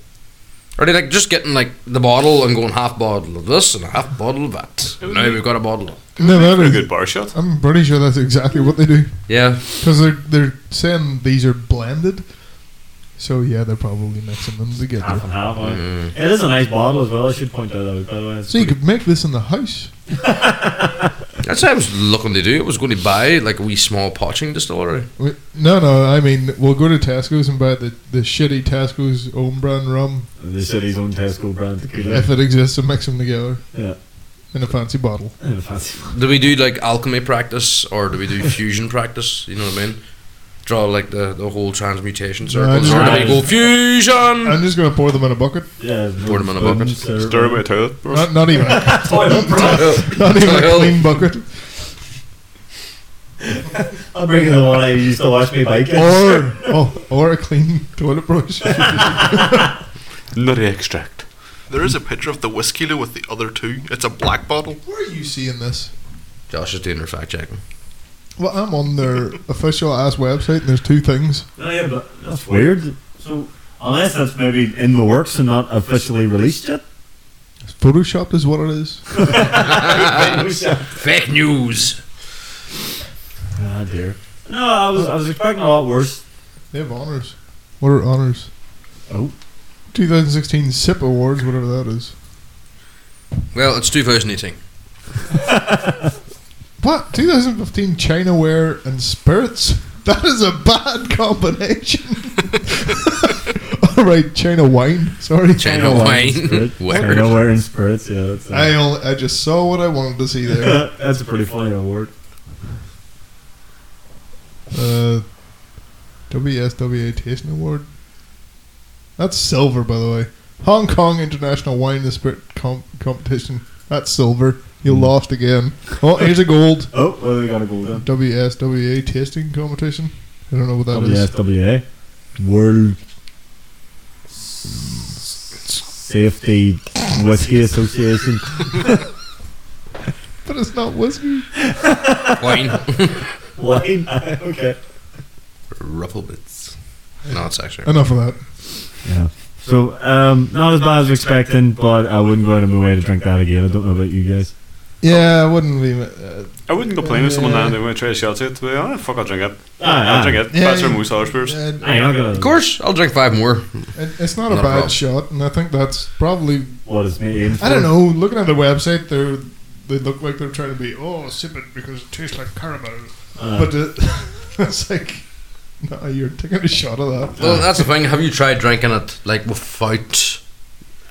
Speaker 3: Are they like just getting like the bottle and going half bottle of this and half bottle of that? Now we've got a bottle. of-
Speaker 5: No, that
Speaker 4: A
Speaker 5: is.
Speaker 4: good bar shot.
Speaker 5: I'm pretty sure that's exactly what they do
Speaker 3: Yeah,
Speaker 5: because they're they're saying these are blended. So yeah, they're probably mixing them together.
Speaker 2: Half and half. eh?
Speaker 3: Hmm.
Speaker 2: It is a nice bottle as well. I should point that out. By the way, It's
Speaker 5: So you
Speaker 2: pretty-
Speaker 5: could make this in the house.
Speaker 3: that's what I was looking to do. I was going to buy like a wee small potching distillery.
Speaker 5: We- No, no. I mean, we'll go to Tesco's and buy the, the shitty Tesco's own brand rum
Speaker 2: the city's own Tesco brand tequila. (laughs)
Speaker 5: if it exists, and mix them together
Speaker 2: Yeah.
Speaker 5: in a fancy bottle.
Speaker 2: In a fancy
Speaker 3: Do we do like alchemy practice or do we
Speaker 5: (laughs)
Speaker 3: do fusion practice? You know what I mean? Draw like the, the whole transmutation circles.
Speaker 5: just
Speaker 3: or do
Speaker 2: right.
Speaker 3: we go fusion? (laughs)
Speaker 5: I'm just gonna pour them in a bucket.
Speaker 2: Yeah,
Speaker 3: Pour them in a bucket.
Speaker 4: Stir
Speaker 2: (laughs)
Speaker 4: away a toilet. Bro.
Speaker 5: Not, not even, not
Speaker 3: Oh,
Speaker 5: even a
Speaker 3: Well.
Speaker 5: clean bucket.
Speaker 2: I'm bringing the one I used to wash my bike. in. (laughs)
Speaker 5: Or oh, or a clean toilet brush.
Speaker 4: Nutty extract.
Speaker 6: There is a picture of the whiskey loo with the other two. It's a black bottle.
Speaker 5: Where are you seeing this?
Speaker 3: Josh is doing her fact checking.
Speaker 5: Well, I'm on their official ass website, and there's two things.
Speaker 2: No, Oh, yeah, but that's weird. So unless that's maybe in the works and not officially
Speaker 3: (laughs)
Speaker 2: released yet. (laughs)
Speaker 5: Photoshopped is what it is.
Speaker 2: ah
Speaker 3: Fake news.
Speaker 2: dear. No, I was I was expecting a lot worse.
Speaker 5: They have honors. What are honors?
Speaker 2: Oh.
Speaker 5: 2016 SIP Awards, whatever that is.
Speaker 3: Well, it's 2018.
Speaker 5: What? 2015 China Ware and Spirits. (laughs) That is a bad combination. (laughs) All right, China wine. Sorry,
Speaker 3: China wine.
Speaker 2: We're
Speaker 3: Where?
Speaker 2: nowhere in spirits. Yeah, that's, uh,
Speaker 5: I only, I just saw what I wanted to see there.
Speaker 2: (laughs) that's a pretty funny award.
Speaker 5: uh, WSWA Tasting Award. That's silver, by the way. Hong Kong International Wine and Spirit Com- Competition. That's silver. You lost again. Oh, here's a gold.
Speaker 2: Oh, well, they got a gold then.
Speaker 5: WSWA Tasting Competition. I don't know what that is.
Speaker 2: WSWA. World Safety Whiskey Association. (laughs)
Speaker 5: But it's not whiskey.
Speaker 3: (laughs) Wine.
Speaker 2: Wine. okay.
Speaker 3: Ruffle bits. No, it's actually.
Speaker 5: Enough of that.
Speaker 2: Yeah. So, um, not as bad as expecting, but I wouldn't go out of my way to drink that again. I don't know about you guys.
Speaker 5: Yeah, I wouldn't be. Uh,
Speaker 4: I wouldn't complain if someone
Speaker 5: Yeah.
Speaker 4: now they went try to shout it. Well, ah, fuck, I'll drink it.
Speaker 2: Ah,
Speaker 4: I'll drink it.
Speaker 5: Yeah,
Speaker 4: That's our
Speaker 5: you-
Speaker 4: moose Irish beers.
Speaker 5: I'd-
Speaker 2: I'm not gonna.
Speaker 3: Of course, I'll drink five more.
Speaker 5: It, it's not,
Speaker 3: Not
Speaker 5: a
Speaker 3: a
Speaker 5: bad
Speaker 3: problem.
Speaker 5: shot, and I think that's probably.
Speaker 2: What is me eh? aiming
Speaker 5: I don't know. Looking at the website, they they look like they're trying to be oh sip it because it tastes like caramel, but uh, (laughs) it's like no, you're taking a shot of that.
Speaker 3: Well, that's the thing. Have you tried drinking it like without,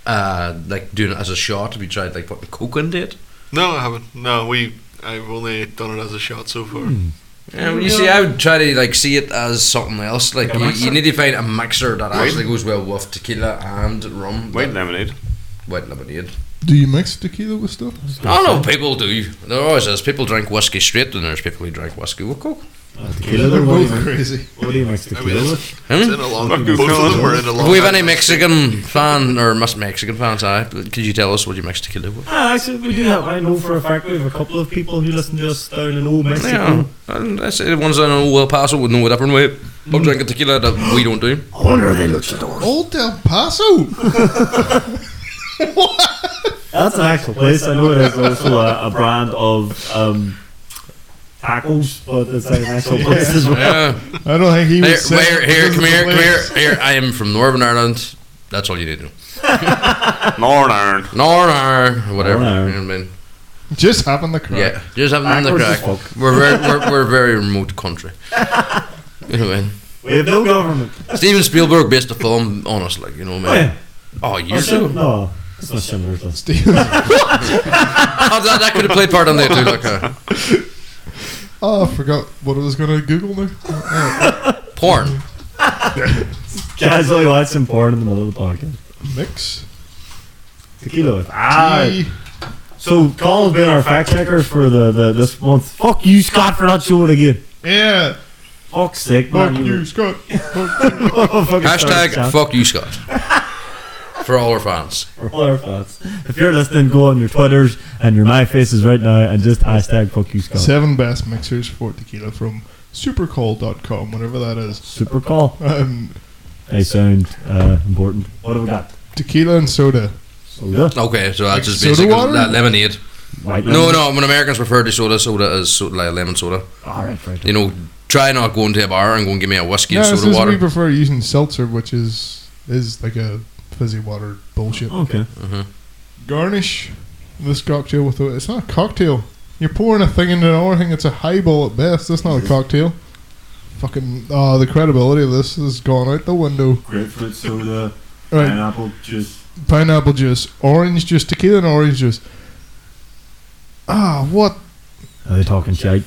Speaker 3: uh, like doing it as a shot? Have you tried like putting coke into it?
Speaker 6: No, I haven't. No, we. I've only done it as a shot so far.
Speaker 5: Hmm.
Speaker 3: Yeah, well, you see, I would try to like see it as something else. Like you, you need to find a mixer that actually goes well with tequila and rum,
Speaker 4: White
Speaker 3: that-
Speaker 4: lemonade.
Speaker 3: white lemonade.
Speaker 5: Do you mix tequila with stuff?
Speaker 3: I don't know. People do. There always is. People drink whiskey straight, and there's people who drink whiskey with coke.
Speaker 2: Tequila,
Speaker 5: They're
Speaker 2: they're
Speaker 5: both
Speaker 2: what,
Speaker 5: crazy.
Speaker 2: what do you mix
Speaker 6: I mean,
Speaker 2: tequila
Speaker 6: it's,
Speaker 2: with?
Speaker 6: it's
Speaker 3: Hmm?
Speaker 6: in a long.
Speaker 4: Fuck you,
Speaker 6: Both of
Speaker 4: Colin.
Speaker 6: them were in a long.
Speaker 3: If we have
Speaker 6: time.
Speaker 3: any Mexican fan or Miss Mexican fans, I could you tell us what you mix tequila with?
Speaker 2: Ah, actually, we do have. I know for a fact we have a couple of people who listen to us down in old Mexico.
Speaker 3: Yeah, and that's it. Ones that know El Paso would know a different way. I'm drinking tequila that we don't do.
Speaker 2: I wonder if they look at the door.
Speaker 5: Old El Paso.
Speaker 2: That's an actual place. I know it is also a, a brand of um, tacos, but it's an actual place as
Speaker 3: (laughs)
Speaker 2: well.
Speaker 3: (laughs) Yeah.
Speaker 5: I don't think he
Speaker 3: Here,
Speaker 5: was.
Speaker 3: where,
Speaker 5: saying
Speaker 3: here,
Speaker 5: this
Speaker 3: come
Speaker 5: is
Speaker 3: here,
Speaker 5: the
Speaker 3: come here,
Speaker 5: place.
Speaker 3: here. I am from Northern Ireland. That's all you need to know.
Speaker 4: Northern.
Speaker 3: Northern Ireland, whatever.
Speaker 2: Northern.
Speaker 3: You know what I mean?
Speaker 5: Just having the crack.
Speaker 3: Yeah, just having them in the
Speaker 2: Backwards
Speaker 3: crack.
Speaker 2: as fuck.
Speaker 3: We're very, we're, we're a very remote
Speaker 2: (laughs)
Speaker 3: country. You know what I mean?
Speaker 2: We have no government.
Speaker 3: Steven Spielberg based a film on us, like you know,
Speaker 2: Oh, yeah.
Speaker 3: man. Oh, years
Speaker 2: Shim-
Speaker 3: ago.
Speaker 2: (laughs) no, it's not Schindler's List.
Speaker 3: Oh, that, that could have played part on there too. Like
Speaker 2: (laughs)
Speaker 3: uh,
Speaker 5: Oh, I forgot what I was going to Google there.
Speaker 3: porn.
Speaker 2: Casually watching porn in the middle of the podcast.
Speaker 5: Mix.
Speaker 2: Tequila with. Ah,
Speaker 5: tea.
Speaker 2: so Colin's been our fact checker for the, the this month. Fuck you, Scott, for not showing again.
Speaker 5: Yeah.
Speaker 2: Fuck's sake, man. (laughs)
Speaker 5: Fuck you, Scott. Fuck you.
Speaker 3: Hashtag fuck you, Scott. For all our fans.
Speaker 2: Roller thoughts. If you're listening, go on your Twitters and your My Faces right now and just hashtag fuck you, Scott.
Speaker 5: Seven best mixers for tequila from supercall.com, whatever that is.
Speaker 2: Super call.
Speaker 5: Um,
Speaker 2: They sound uh, important. What have we got?
Speaker 5: tequila and soda.
Speaker 2: Soda.
Speaker 3: Okay, so that's just
Speaker 5: Soda
Speaker 3: basically
Speaker 5: water?
Speaker 3: that lemonade.
Speaker 2: White
Speaker 3: No,
Speaker 2: lemon.
Speaker 3: no, when Americans refer to soda, soda is soda, like lemon soda.
Speaker 2: All right, right.
Speaker 3: You know, try not going to a bar and go and give me a whiskey
Speaker 5: No,
Speaker 3: and
Speaker 5: it's
Speaker 3: soda
Speaker 5: just we
Speaker 3: water.
Speaker 5: prefer using seltzer, which is is like a fizzy water bullshit.
Speaker 2: Okay.
Speaker 5: Garnish this cocktail with a. It's not a cocktail. You're pouring a thing into another thing. It's a highball at best. That's not a cocktail. Fucking. Oh, the credibility of this has gone out the window.
Speaker 2: Grapefruit soda,
Speaker 5: Right.
Speaker 2: pineapple juice.
Speaker 5: pineapple juice, orange juice, tequila and orange juice. Ah, what?
Speaker 2: Are they talking shite?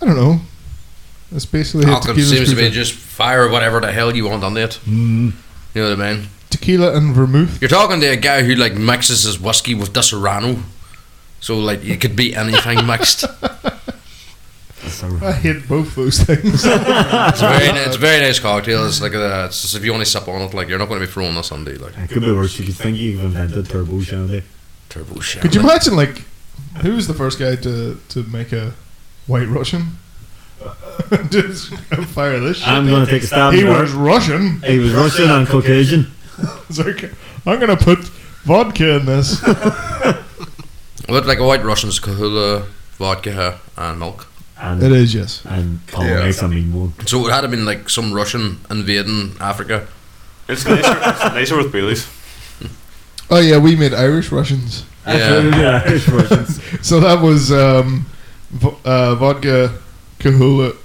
Speaker 5: I don't know. That's basically a
Speaker 3: Alcohol
Speaker 5: tequila,
Speaker 3: seems to be
Speaker 5: screwdriver.
Speaker 3: just fire whatever the hell you want on it.
Speaker 2: Mm.
Speaker 3: You know what I mean?
Speaker 5: tequila and vermouth.
Speaker 3: You're talking to a guy who like mixes his whiskey with Disaronno. So like it could be anything mixed.
Speaker 5: (laughs) I hate both those
Speaker 2: (laughs)
Speaker 5: things.
Speaker 3: It's very ni- it's a very nice cocktail. It's like a, it's just if you only sip on it, like you're not going to be throwing this on day like
Speaker 2: It could be worse. You could think you've invented turbo shandy.
Speaker 3: turbo shit.
Speaker 5: Could you imagine, like, who was the first guy to, to make a white Russian? (laughs) just fire this shit.
Speaker 2: I'm going to take a stab.
Speaker 5: he
Speaker 2: in the
Speaker 5: was
Speaker 2: dark.
Speaker 5: Russian.
Speaker 2: He was Russian and Caucasian.
Speaker 5: It's like, I'm going to put vodka in this.
Speaker 3: Look like a white Russian's Kahula, vodka and milk.
Speaker 2: And,
Speaker 5: it is, yes.
Speaker 2: and Colin
Speaker 3: Yeah.
Speaker 2: makes a mean one.
Speaker 3: So it had to been like some Russian invading Africa.
Speaker 4: It's nicer, it's nicer with Bailey's.
Speaker 5: Oh, yeah, we made Irish Russians.
Speaker 3: Yeah.
Speaker 2: (laughs) yeah. Irish Russians.
Speaker 5: So that was um, vo- uh, vodka, kahula,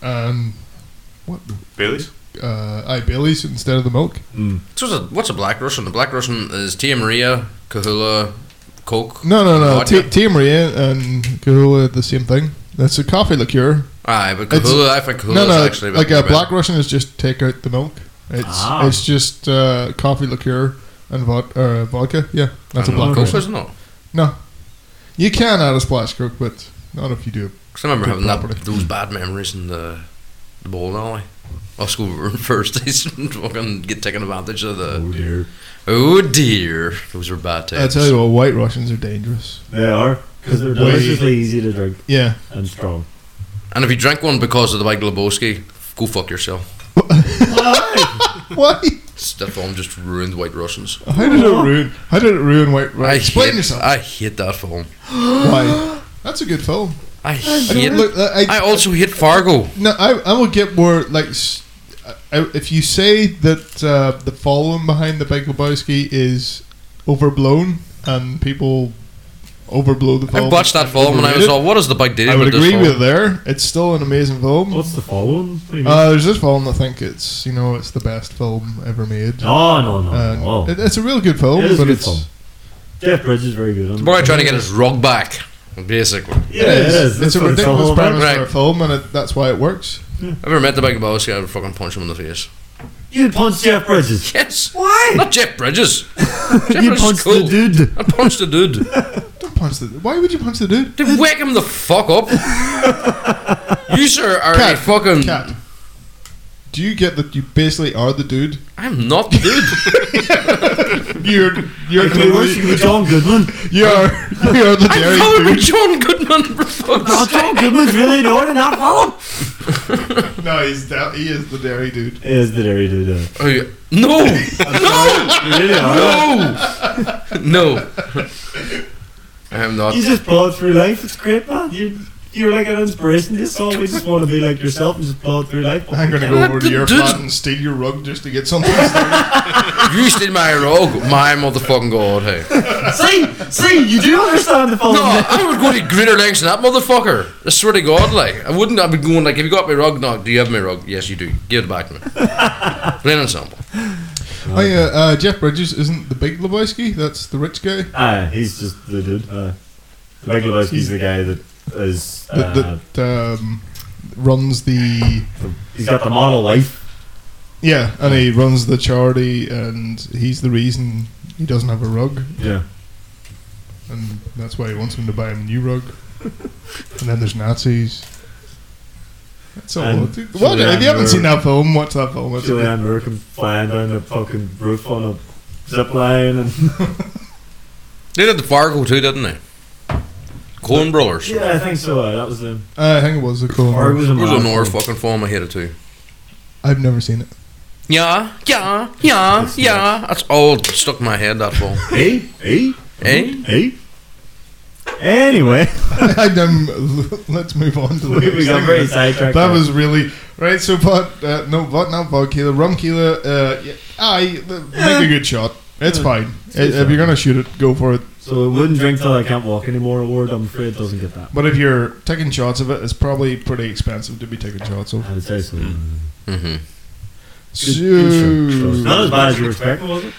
Speaker 5: and what the
Speaker 4: Bailey's?
Speaker 5: uh, I Bailey's instead of the milk.
Speaker 2: Hmm.
Speaker 3: So what's a, what's a Black Russian? The Black Russian is Tia Maria, Kahula, Coke.
Speaker 5: No, no, no.
Speaker 3: vodka.
Speaker 5: T- Tia Maria and Kahula the same thing. That's a coffee liqueur.
Speaker 3: Aye, but
Speaker 5: It's-
Speaker 3: Kahula, I think Kahula
Speaker 5: no, no.
Speaker 3: is actually
Speaker 5: like
Speaker 3: bit
Speaker 5: a
Speaker 3: more
Speaker 5: Black
Speaker 3: better.
Speaker 5: Russian is just take out the milk. It's
Speaker 2: Ah.
Speaker 5: it's just uh, coffee liqueur and vod- uh, vodka. Yeah, that's a
Speaker 3: I don't know,
Speaker 5: Black
Speaker 3: Coke, isn't
Speaker 5: Russian.
Speaker 3: it?
Speaker 5: No, you can add a splash coke, but not if you do.
Speaker 3: Because I remember
Speaker 5: Good
Speaker 3: having
Speaker 5: property.
Speaker 3: that, those bad memories in the, the bowling alley. Off school Thursdays, (laughs) fucking get taken advantage of the.
Speaker 2: Oh dear.
Speaker 3: Oh dear, those were bad times.
Speaker 5: I tell you what, White Russians
Speaker 3: (laughs)
Speaker 5: are dangerous.
Speaker 2: They are. Because they're
Speaker 5: Way-
Speaker 2: deliciously easy to drink
Speaker 5: Yeah,
Speaker 2: and strong.
Speaker 3: And if you drink one because of the Big Lebowski, go fuck yourself.
Speaker 5: why?
Speaker 3: That film just ruined White Russians.
Speaker 5: How did it ruin? How did it ruin White
Speaker 3: I
Speaker 5: Russians? Explain
Speaker 3: hate,
Speaker 5: yourself.
Speaker 3: I hate that film.
Speaker 5: why? (gasps) That's a good film.
Speaker 3: I hate.
Speaker 5: Look, I,
Speaker 3: I also hate Fargo.
Speaker 5: No, I, I will get more like s- I- if you say that uh, the following behind the Big Lebowski is overblown and people overblow the
Speaker 3: I
Speaker 5: film.
Speaker 3: watched that film and I was all, "What is the big deal?"
Speaker 5: I would
Speaker 3: with
Speaker 5: agree
Speaker 3: this film?
Speaker 5: with there. It's still an amazing film.
Speaker 2: What's the following? What do you mean?
Speaker 5: Uh, there's this film. I think it's you know it's the best film ever made.
Speaker 2: oh, no, no,
Speaker 5: And
Speaker 2: no.
Speaker 5: uh, it- it's a real good film,
Speaker 2: It is a
Speaker 5: but
Speaker 2: good
Speaker 5: it's
Speaker 2: film. Jeff Bridges is very good on
Speaker 3: The
Speaker 2: it.
Speaker 3: boy trying to get his rug back, basically.
Speaker 2: Yeah, it is.
Speaker 5: It's
Speaker 2: That's
Speaker 5: a
Speaker 2: what it's
Speaker 5: ridiculous
Speaker 2: all about.
Speaker 5: premise for a
Speaker 3: Right.
Speaker 5: film, and it, that's why it works.
Speaker 3: If I ever met the big boss, I would fucking punch him in the face.
Speaker 2: You punched Jeff Bridges.
Speaker 3: Yes.
Speaker 2: (laughs) Why?
Speaker 3: Not Jeff Bridges. Jeff
Speaker 2: you
Speaker 3: Bridges is
Speaker 2: punched
Speaker 3: cool.
Speaker 2: the dude.
Speaker 3: I punched the dude.
Speaker 5: Don't punch the. Why would you punch the dude?
Speaker 3: Dude, wake him the fuck up. you sir are a
Speaker 5: Cat,
Speaker 3: fucking.
Speaker 5: Cat. Do you get that you basically are
Speaker 3: (laughs)
Speaker 5: the dude?
Speaker 3: I'm not the
Speaker 5: (laughs)
Speaker 3: dude.
Speaker 5: You're you're
Speaker 2: Like, we were
Speaker 5: the,
Speaker 2: working with John Goodman.
Speaker 5: (laughs) you're you're the
Speaker 3: I'm
Speaker 5: dairy
Speaker 3: following John Goodman for fuck's
Speaker 2: Oh,
Speaker 3: sake.
Speaker 2: John Goodman's really annoyed in that film.
Speaker 5: dude. No, he's da- he is the dairy dude.
Speaker 2: It is the dairy
Speaker 5: (laughs)
Speaker 2: dude. uh,
Speaker 3: Oh, yeah. No! No!
Speaker 2: you Really are.
Speaker 3: No! No. I am not.
Speaker 2: You just blow it through life. It's great, man. You, you're like an inspiration to us all. We just want to be like yourself and just blow it through life.
Speaker 5: I'm gonna go
Speaker 3: What
Speaker 5: over
Speaker 3: the
Speaker 5: to your
Speaker 3: dude?
Speaker 5: flat and steal your rug just to
Speaker 3: (laughs)
Speaker 5: get something.
Speaker 3: If you steal my rug, my motherfucking god, hey.
Speaker 2: see, see, you do understand the
Speaker 5: Oh,
Speaker 2: film.
Speaker 3: No, I would go to greater lengths than that motherfucker. I swear to God, like I wouldn't. I'd be going like, "Have you got my rug? No. Do you have my rug? Yes, you do. Give it back to me." Plain and simple.
Speaker 5: oh yeah, uh, Jeff Bridges isn't the big Lebowski. That's the rich guy.
Speaker 2: Ah, he's just the dude. Uh, the Big Lebowski's the guy that is.
Speaker 5: That,
Speaker 2: Uh,
Speaker 5: that um, runs the
Speaker 2: he's got the model life.
Speaker 5: yeah, and he runs the charity, and he's the reason he doesn't have a rug,
Speaker 2: Yeah.
Speaker 5: and that's why he wants him to buy him a new rug.
Speaker 2: (laughs)
Speaker 5: and then there's Nazis. That's all.
Speaker 2: And
Speaker 5: dude. What? If you haven't
Speaker 2: Julianne
Speaker 5: seen that film, watch that film. It's a
Speaker 2: Julianne Moore come flying down the fucking roof on a zip line and. (laughs)
Speaker 3: They did the Fargo too, didn't they? Coen Brothers. Yeah.
Speaker 2: Yeah, I think so. Uh, that was the.
Speaker 5: Uh, I think it was a cool
Speaker 2: Or it
Speaker 5: one.
Speaker 2: was a
Speaker 3: It was
Speaker 2: mad
Speaker 3: another
Speaker 2: film.
Speaker 3: fucking film I hated too.
Speaker 5: I've never seen
Speaker 2: (laughs)
Speaker 5: it. (laughs)
Speaker 3: Yeah, yeah, yeah, yeah. That's all stuck in my head. That film.
Speaker 2: Hey, hey,
Speaker 3: Eh?
Speaker 2: hey. Anyway, (laughs)
Speaker 5: And, um, (laughs) let's move on to the
Speaker 2: we, we
Speaker 5: next
Speaker 2: got
Speaker 5: thing.
Speaker 2: very sidetracked.
Speaker 5: That
Speaker 2: there.
Speaker 5: was really right. So, but uh, no, but not vodka. Rumkila. Uh, yeah, aye, th- make a good shot. It's
Speaker 2: Yeah.
Speaker 5: fine.
Speaker 2: It's a good
Speaker 5: I- if
Speaker 2: shot.
Speaker 5: you're gonna shoot it, go for it.
Speaker 2: so. It wouldn't drink till I can't walk anymore. Award. I'm afraid doesn't get that.
Speaker 5: But if you're taking shots of it, it's probably pretty expensive to be taking shots of.
Speaker 2: I would say so.
Speaker 3: Mm-hmm.
Speaker 2: Good- good show. It's Not as
Speaker 5: So,
Speaker 2: bad as you were expecting, was it?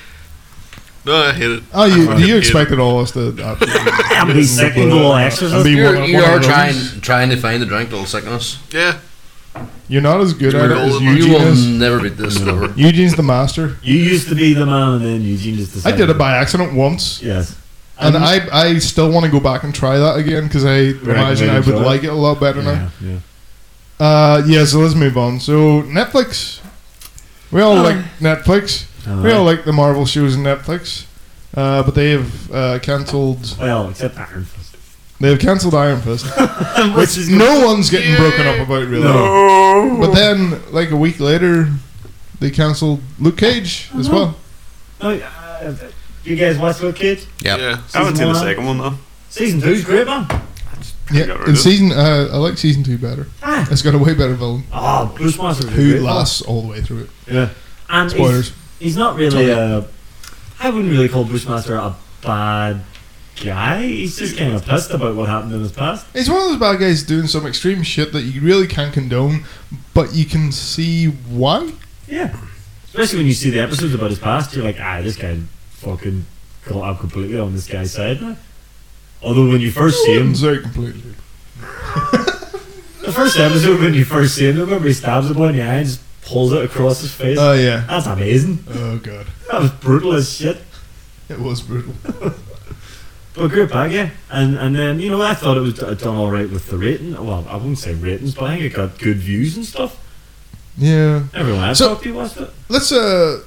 Speaker 6: No, I hate it.
Speaker 5: oh,
Speaker 6: I
Speaker 5: you
Speaker 6: fucking
Speaker 5: you
Speaker 6: hate
Speaker 5: expected all us to uh,
Speaker 2: I'm
Speaker 5: absolutely
Speaker 2: be sick and go all exercise.
Speaker 5: be
Speaker 3: You're,
Speaker 5: one-
Speaker 3: you
Speaker 5: one
Speaker 3: are
Speaker 5: of those.
Speaker 3: trying trying to find the drink that'll sicken us.
Speaker 6: it. Yeah.
Speaker 5: You're not as good at it as
Speaker 6: You
Speaker 5: Eugene
Speaker 3: You will
Speaker 5: is.
Speaker 3: never beat this lover.
Speaker 5: Eugene's the master.
Speaker 2: You used to be the man, and then Eugene just
Speaker 5: I
Speaker 2: decided.
Speaker 5: did it by accident once.
Speaker 2: Yes.
Speaker 5: And I, I still want to go back and try that again because I imagine I
Speaker 2: Recommended
Speaker 5: would
Speaker 2: for it.
Speaker 5: like it a lot better now.
Speaker 2: Yeah, yeah.
Speaker 5: Uh, yeah, so let's move on. So Netflix, we all like Netflix. we all like the Marvel shows on Netflix, uh, but they have uh, cancelled.
Speaker 2: Well, except Iron
Speaker 5: (laughs)
Speaker 2: Fist.
Speaker 5: They have cancelled Iron
Speaker 3: (laughs)
Speaker 5: Fist,
Speaker 2: Which
Speaker 5: which
Speaker 2: is
Speaker 5: no one's getting broken up about really.
Speaker 6: Oh.
Speaker 5: But then, like a week later, they cancelled Luke Cage as well.
Speaker 2: No, uh, you guys watch Luke Cage?
Speaker 3: Yeah.
Speaker 6: Yeah.
Speaker 4: I haven't seen the
Speaker 2: one.
Speaker 4: second one though.
Speaker 2: Season two's great, man.
Speaker 5: Yeah,
Speaker 4: got
Speaker 5: and
Speaker 4: rid of it.
Speaker 5: season uh, I like season two better.
Speaker 2: Ah,
Speaker 5: It's got a way better villain
Speaker 2: oh, Bruce Master's a
Speaker 5: who
Speaker 2: great man.
Speaker 5: lasts all the way through it.
Speaker 2: Yeah. And he's-
Speaker 5: Spoilers.
Speaker 2: He's not really I I wouldn't really call Bushmaster a bad guy. He's just kind of pissed about what happened in his past.
Speaker 5: He's one of those bad guys doing some extreme shit that you really can't condone, but you can see why.
Speaker 2: Yeah. Especially when you see the episodes about his past, you're like, ah, this guy fucking. I'm completely on this guy's side now. Although when you first see him,
Speaker 5: So completely.
Speaker 2: the first episode when you first see him, remember he stabs a boy in the eye and just pulls it across his face.
Speaker 5: Oh yeah.
Speaker 2: That's amazing.
Speaker 5: Oh god,
Speaker 2: That was brutal as shit.
Speaker 5: it was brutal.
Speaker 2: But great bag, yeah. And and then you know I thought it was d- done all right with the rating. Well, I wouldn't say ratings, but I think it got good views and stuff.
Speaker 5: Yeah.
Speaker 2: Everyone I
Speaker 5: So-
Speaker 2: talked to watched it.
Speaker 5: Let's uh,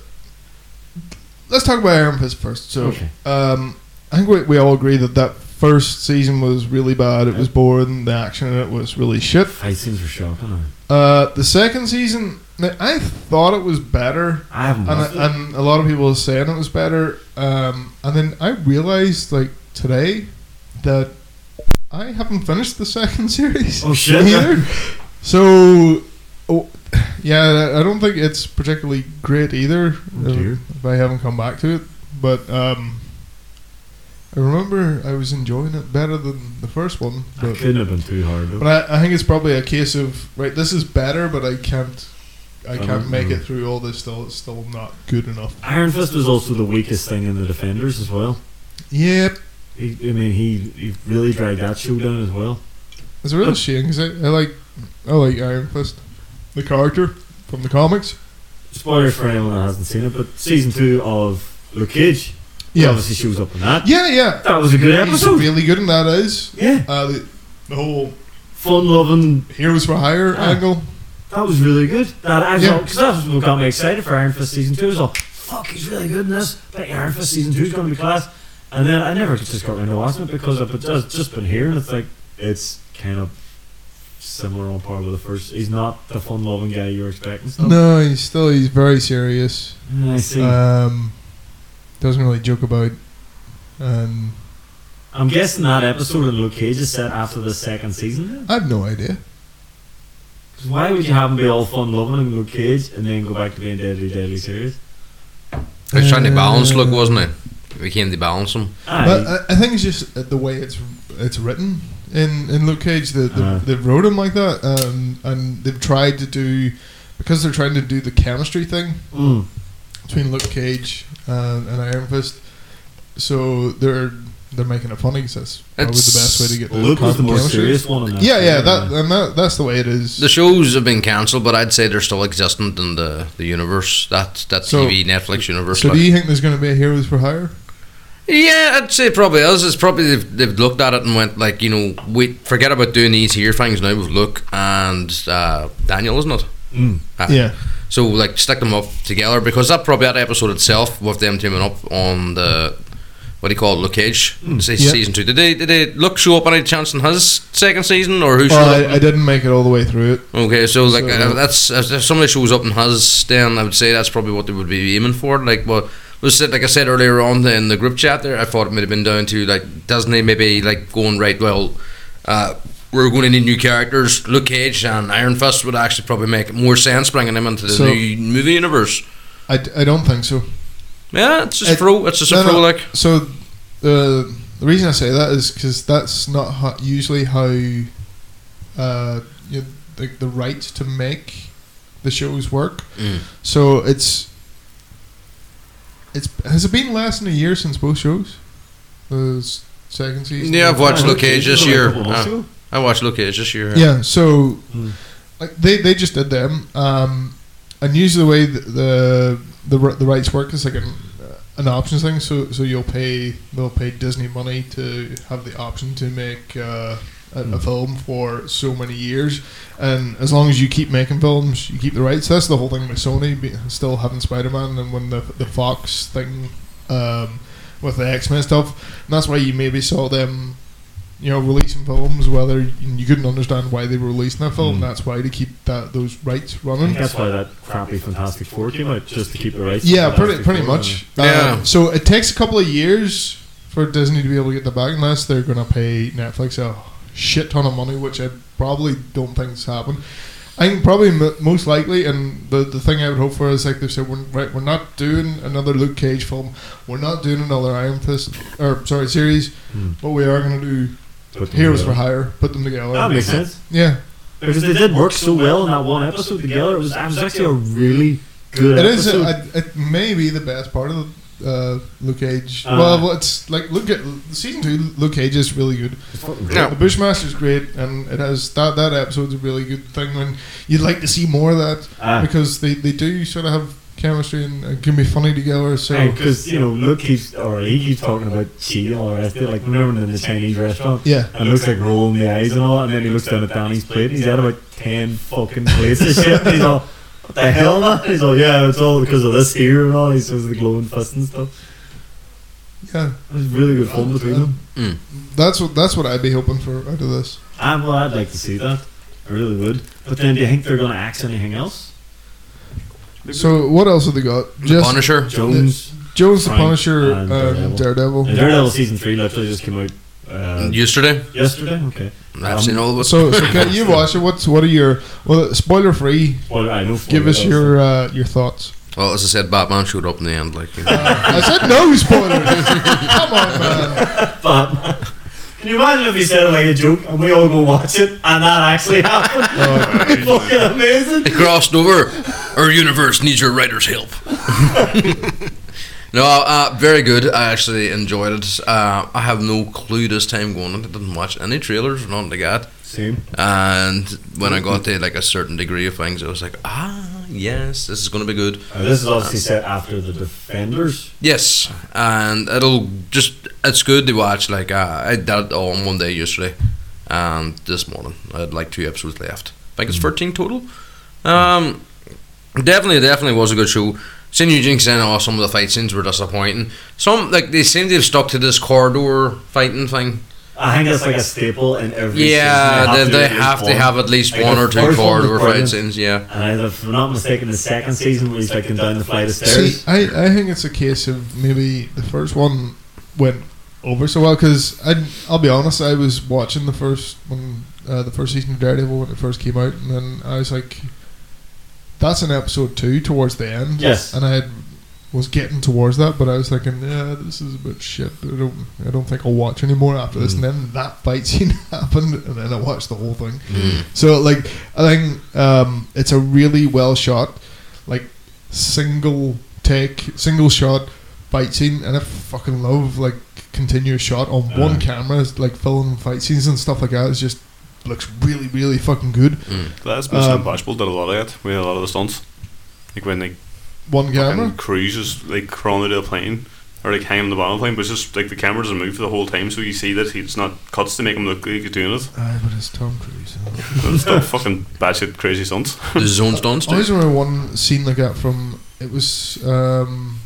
Speaker 5: let's talk about Iron Fist first. So,
Speaker 2: Okay.
Speaker 5: um, I think we, we all agree that that first season was really bad. It was boring. The action in it was really shit.
Speaker 2: Fight scenes were shocking. I-
Speaker 5: Uh, the second season, I thought it was better.
Speaker 2: I haven't watched
Speaker 5: and,
Speaker 2: it.
Speaker 5: and a lot of people are saying it was better. Um, and then I realized like today that I haven't finished the second (laughs) series.
Speaker 2: Oh, shit.
Speaker 5: Either. So, oh, yeah, I don't think it's particularly great either.
Speaker 2: Oh, dear.
Speaker 5: um, If I haven't come back to it, but um, I remember I was enjoying it better than the first one.
Speaker 2: I
Speaker 5: But,
Speaker 2: couldn't have been too hard. Though.
Speaker 5: but I, I think it's probably a case of right. This is better, but I can't. I
Speaker 2: I
Speaker 5: can't
Speaker 2: don't
Speaker 5: make
Speaker 2: know.
Speaker 5: it through all this. Still, it's still not good enough.
Speaker 2: Iron Fist was also the weakest thing in the Defenders as well.
Speaker 5: Yep.
Speaker 2: He, I mean, he, he really dragged that show down as well.
Speaker 5: It's a real shame because I, I like I like Iron Fist, the character from the comics.
Speaker 2: Spoiler for anyone that hasn't seen it, but season two of Luke Cage he obviously shows up in that.
Speaker 5: Yeah, yeah.
Speaker 2: That was a good
Speaker 5: He's
Speaker 2: episode.
Speaker 5: really good in that is
Speaker 2: Yeah,
Speaker 5: uh, the, the whole
Speaker 2: fun loving.
Speaker 5: heroes for hire
Speaker 2: Ah.
Speaker 5: angle.
Speaker 2: That was really good. That I
Speaker 5: Yeah.
Speaker 2: thought because that's what got me excited for Iron Fist season two. I was like, fuck, he's really good in this. But Iron Fist season two is going to be class. And then I never just got around to watching it because I've just, just been here and it's like it's kind of similar on par with the first. He's not the fun loving guy you're expecting. Stuff.
Speaker 5: No, he's still he's very serious.
Speaker 2: And I see.
Speaker 5: Um, doesn't really joke about. Um,
Speaker 2: I'm guessing that episode of Luke Cage is set after the second season. Then.
Speaker 5: I have no idea.
Speaker 2: 'Cause Why would you have him be all fun loving in Luke Cage and then go back to being deadly, deadly serious?
Speaker 3: He was trying to balance
Speaker 5: Uh,
Speaker 3: look, wasn't it? We came to balance him.
Speaker 5: But
Speaker 2: Aye.
Speaker 5: I, I think it's just uh, the way it's it's written in in Luke Cage. The, the,
Speaker 2: Uh.
Speaker 5: They've wrote him like that, um, and they've tried to do because they're trying to do the chemistry thing
Speaker 2: Mm.
Speaker 5: between Luke Cage um, and, and Iron Fist. So they're they're making it funny because that's probably
Speaker 3: It's-
Speaker 5: the best way to get the
Speaker 2: Luke was the more
Speaker 5: chemistry.
Speaker 2: serious one. In that
Speaker 5: Yeah, yeah,
Speaker 2: series,
Speaker 5: that
Speaker 2: uh,
Speaker 5: and that, that's the way it is.
Speaker 3: The shows have been cancelled, but I'd say they're still existent in the, the universe. That that
Speaker 5: So-
Speaker 3: TV Netflix universe.
Speaker 5: so
Speaker 3: like.
Speaker 5: do you think there's going to be a Heroes for Hire?
Speaker 3: Yeah, I'd say it probably is. It's probably they've, they've looked at it and went like, you know, we forget about doing these here things now with Luke and uh, Daniel, isn't it?
Speaker 2: mm.
Speaker 3: Ah.
Speaker 5: Yeah,
Speaker 3: So like stick them up together because that probably that episode itself with them teaming up on the what do you call it, Luke Cage se-
Speaker 5: Mm. Yeah.
Speaker 3: season two. Did they did they Luke show up any chance in his second season or who showed
Speaker 5: well,
Speaker 3: up?
Speaker 5: I, I didn't make it all the way through it.
Speaker 3: Okay, so like
Speaker 5: So-
Speaker 3: uh, that's if if somebody shows up and has then I would say that's probably what they would be aiming for. Like what was it? Like I said earlier on in the group chat there, I thought it might have been down to like Disney maybe like going right. Well, uh, we're going to need new characters. Luke Cage and Iron Fist would actually probably make more sense bringing them into the
Speaker 5: So-
Speaker 3: new movie universe.
Speaker 5: I, d- I don't think so.
Speaker 3: Yeah, it's just
Speaker 5: It-
Speaker 3: throw. It's just
Speaker 5: no,
Speaker 3: a throw.
Speaker 5: no.
Speaker 3: Like
Speaker 5: So the the reason I say that is because that's not ho- usually how uh, you know, the, the right to make the shows work.
Speaker 3: Mm.
Speaker 5: So it's it's has it been less than a year since both shows? The s- second season.
Speaker 3: yeah, I've watched
Speaker 2: Yeah,
Speaker 3: Luke Cage this
Speaker 2: was only a
Speaker 3: year.
Speaker 2: couple months
Speaker 3: Uh,
Speaker 5: Hmm?
Speaker 2: ago.
Speaker 3: I watched Luke Cage this year.
Speaker 5: Yeah, so
Speaker 2: Mm.
Speaker 5: like they, they just did them, um, and usually the way the the, the, ri- the rights work is like an, uh, an options thing. So so you'll pay they'll pay Disney money to have the option to make uh, a, a
Speaker 2: Mm.
Speaker 5: film for so many years, and as long as you keep making films, you keep the rights. That's the whole thing with Sony be, still having Spider Man, and when the the Fox thing. Um, with the X Men stuff, and that's why you maybe saw them you know, releasing films, whether and you couldn't understand why they were releasing that film.
Speaker 2: Mm.
Speaker 5: That's why to keep that those rights
Speaker 2: I think
Speaker 5: running.
Speaker 2: that's why that crappy Fantastic Four came out just to keep the rights. to
Speaker 5: Yeah, pretty
Speaker 2: Fantastic
Speaker 5: pretty
Speaker 2: Four,
Speaker 5: much.
Speaker 3: Yeah. Yeah.
Speaker 5: Uh, so it takes a couple of years for Disney to be able to get the back, unless they're going to pay Netflix a shit ton of money, which I probably don't think has happened. I think probably m- most likely, and the, the thing I would hope for is like they said, we're, right, we're not doing another Luke Cage film, we're not doing another Iron Fist, or sorry, series,
Speaker 2: Hmm.
Speaker 5: but we are going to do
Speaker 1: Put them
Speaker 5: Heroes for
Speaker 1: together.
Speaker 5: Hire, put them together.
Speaker 2: That makes sense.
Speaker 5: Yeah,
Speaker 2: Because they did work so well in that one episode together. It was, it was actually a really good
Speaker 5: it is. uh,
Speaker 2: episode.
Speaker 5: It, it may be the best part of the uh, Luke Cage.
Speaker 2: Uh,
Speaker 5: well, it's like look at season two. Luke Cage is really good.
Speaker 2: It's fucking
Speaker 6: No.
Speaker 5: The Bushmaster's great, and it has that that episode's a really good thing. When you'd like to see more of that
Speaker 2: Ah.
Speaker 5: because they, they do sort of have chemistry and, and can be funny together. So
Speaker 2: because you know, Luke keeps or he keeps talking about cheating and all the rest of it. Like remember when in the Chinese restaurant,
Speaker 5: yeah,
Speaker 2: and looks like rolling the eyes and all, and then he looks down at Danny's plate, and he's had about ten fucking plates of shit. And he's all, "What the hell, man?" He's all, "Yeah, it's all because of this here and all." He says the glowing fist and stuff.
Speaker 5: yeah,
Speaker 2: It was really good fun between them.
Speaker 3: Mm.
Speaker 5: that's what that's what I'd be hoping for out of this.
Speaker 2: I'm well, I'd like to see that. I really would. But then, do you think they're gonna axe anything else?
Speaker 5: So what else have they got?
Speaker 3: The
Speaker 5: Just
Speaker 3: Punisher.
Speaker 2: Jones.
Speaker 5: Jones the
Speaker 2: Frank
Speaker 5: Punisher
Speaker 2: and
Speaker 5: and
Speaker 2: Daredevil.
Speaker 5: Daredevil.
Speaker 2: And Daredevil season three literally just came out uh,
Speaker 3: Yesterday,
Speaker 2: yesterday. Okay.
Speaker 3: I've
Speaker 2: Um,
Speaker 3: seen all of it.
Speaker 5: So, so can you watch it? What's what are your well spoiler free?
Speaker 2: Well, I know.
Speaker 5: Give us your uh, your thoughts.
Speaker 3: (laughs) well, as I said, Batman showed up in the end. Like, you
Speaker 5: (laughs)
Speaker 3: know.
Speaker 5: I said no spoilers. Come on, man.
Speaker 2: Batman. (laughs) Can you imagine if he said it like a joke and we all go watch it and that actually
Speaker 5: (laughs)
Speaker 2: happened? (laughs)
Speaker 5: Oh,
Speaker 2: Fucking amazing.
Speaker 3: They crossed over. Our universe needs your writer's help. (laughs) no, uh, very good. I actually enjoyed it. Uh, I have no clue this time going in. I didn't watch any trailers or nothing like that.
Speaker 2: Same.
Speaker 3: And when I got to like a certain degree of things, I was like, ah, yes, this is going to be good.
Speaker 2: Uh, this is obviously set after the Defenders.
Speaker 3: Yes, and it'll just it's good to watch. Like uh, I did it all in one day yesterday, and this morning I had like two episodes left. I think it's thirteen total. Um, definitely, definitely was a good show. Seen Eugene saying, "Oh, some of the fight scenes were disappointing. Some like they seem to have stuck to this corridor fighting thing.
Speaker 2: I think that's like a staple in every.
Speaker 3: yeah, they,
Speaker 2: season.
Speaker 3: they
Speaker 2: do at
Speaker 3: have
Speaker 2: least
Speaker 3: to have at least
Speaker 2: Like,
Speaker 3: one
Speaker 2: the
Speaker 3: or two
Speaker 2: first one was
Speaker 3: corridor fight
Speaker 2: brilliant.
Speaker 3: scenes. Yeah,
Speaker 2: And if I'm not mistaken, the second season where he's like going down the flight of
Speaker 5: See,
Speaker 2: stairs.
Speaker 5: I, I think it's a case of maybe the first one went over so well because I I'll be honest I was watching the first one uh, the first season of Daredevil when it first came out and then I was like that's an episode two towards the end
Speaker 2: Yes.
Speaker 5: and I had, was getting towards that but I was thinking yeah this is a bit shit I don't I don't think I'll watch anymore after this and then that fight (laughs) scene happened and then I watched the whole thing so like I think um, it's a really well shot, like single take, single shot fight scene, and I fucking love like continuous shot on
Speaker 2: Uh.
Speaker 5: one camera, like filming fight scenes and stuff like that. It just looks really, really fucking good.
Speaker 4: That's Mission
Speaker 5: Um,
Speaker 4: Impossible did a lot of that. We had a lot of the stunts. Like when they
Speaker 5: One camera.
Speaker 4: fucking Cruise is like crawling into a plane or like hanging on the bottom of a plane, but it's just like the camera doesn't move for the whole time, so you see that he's not cuts to make him look like he's doing it.
Speaker 5: Aye, but it's Tom Cruise.
Speaker 4: But
Speaker 5: (laughs)
Speaker 4: it's still fucking batshit crazy stunts.
Speaker 3: the zone stunts.
Speaker 5: I always remember one scene like that from it was, um,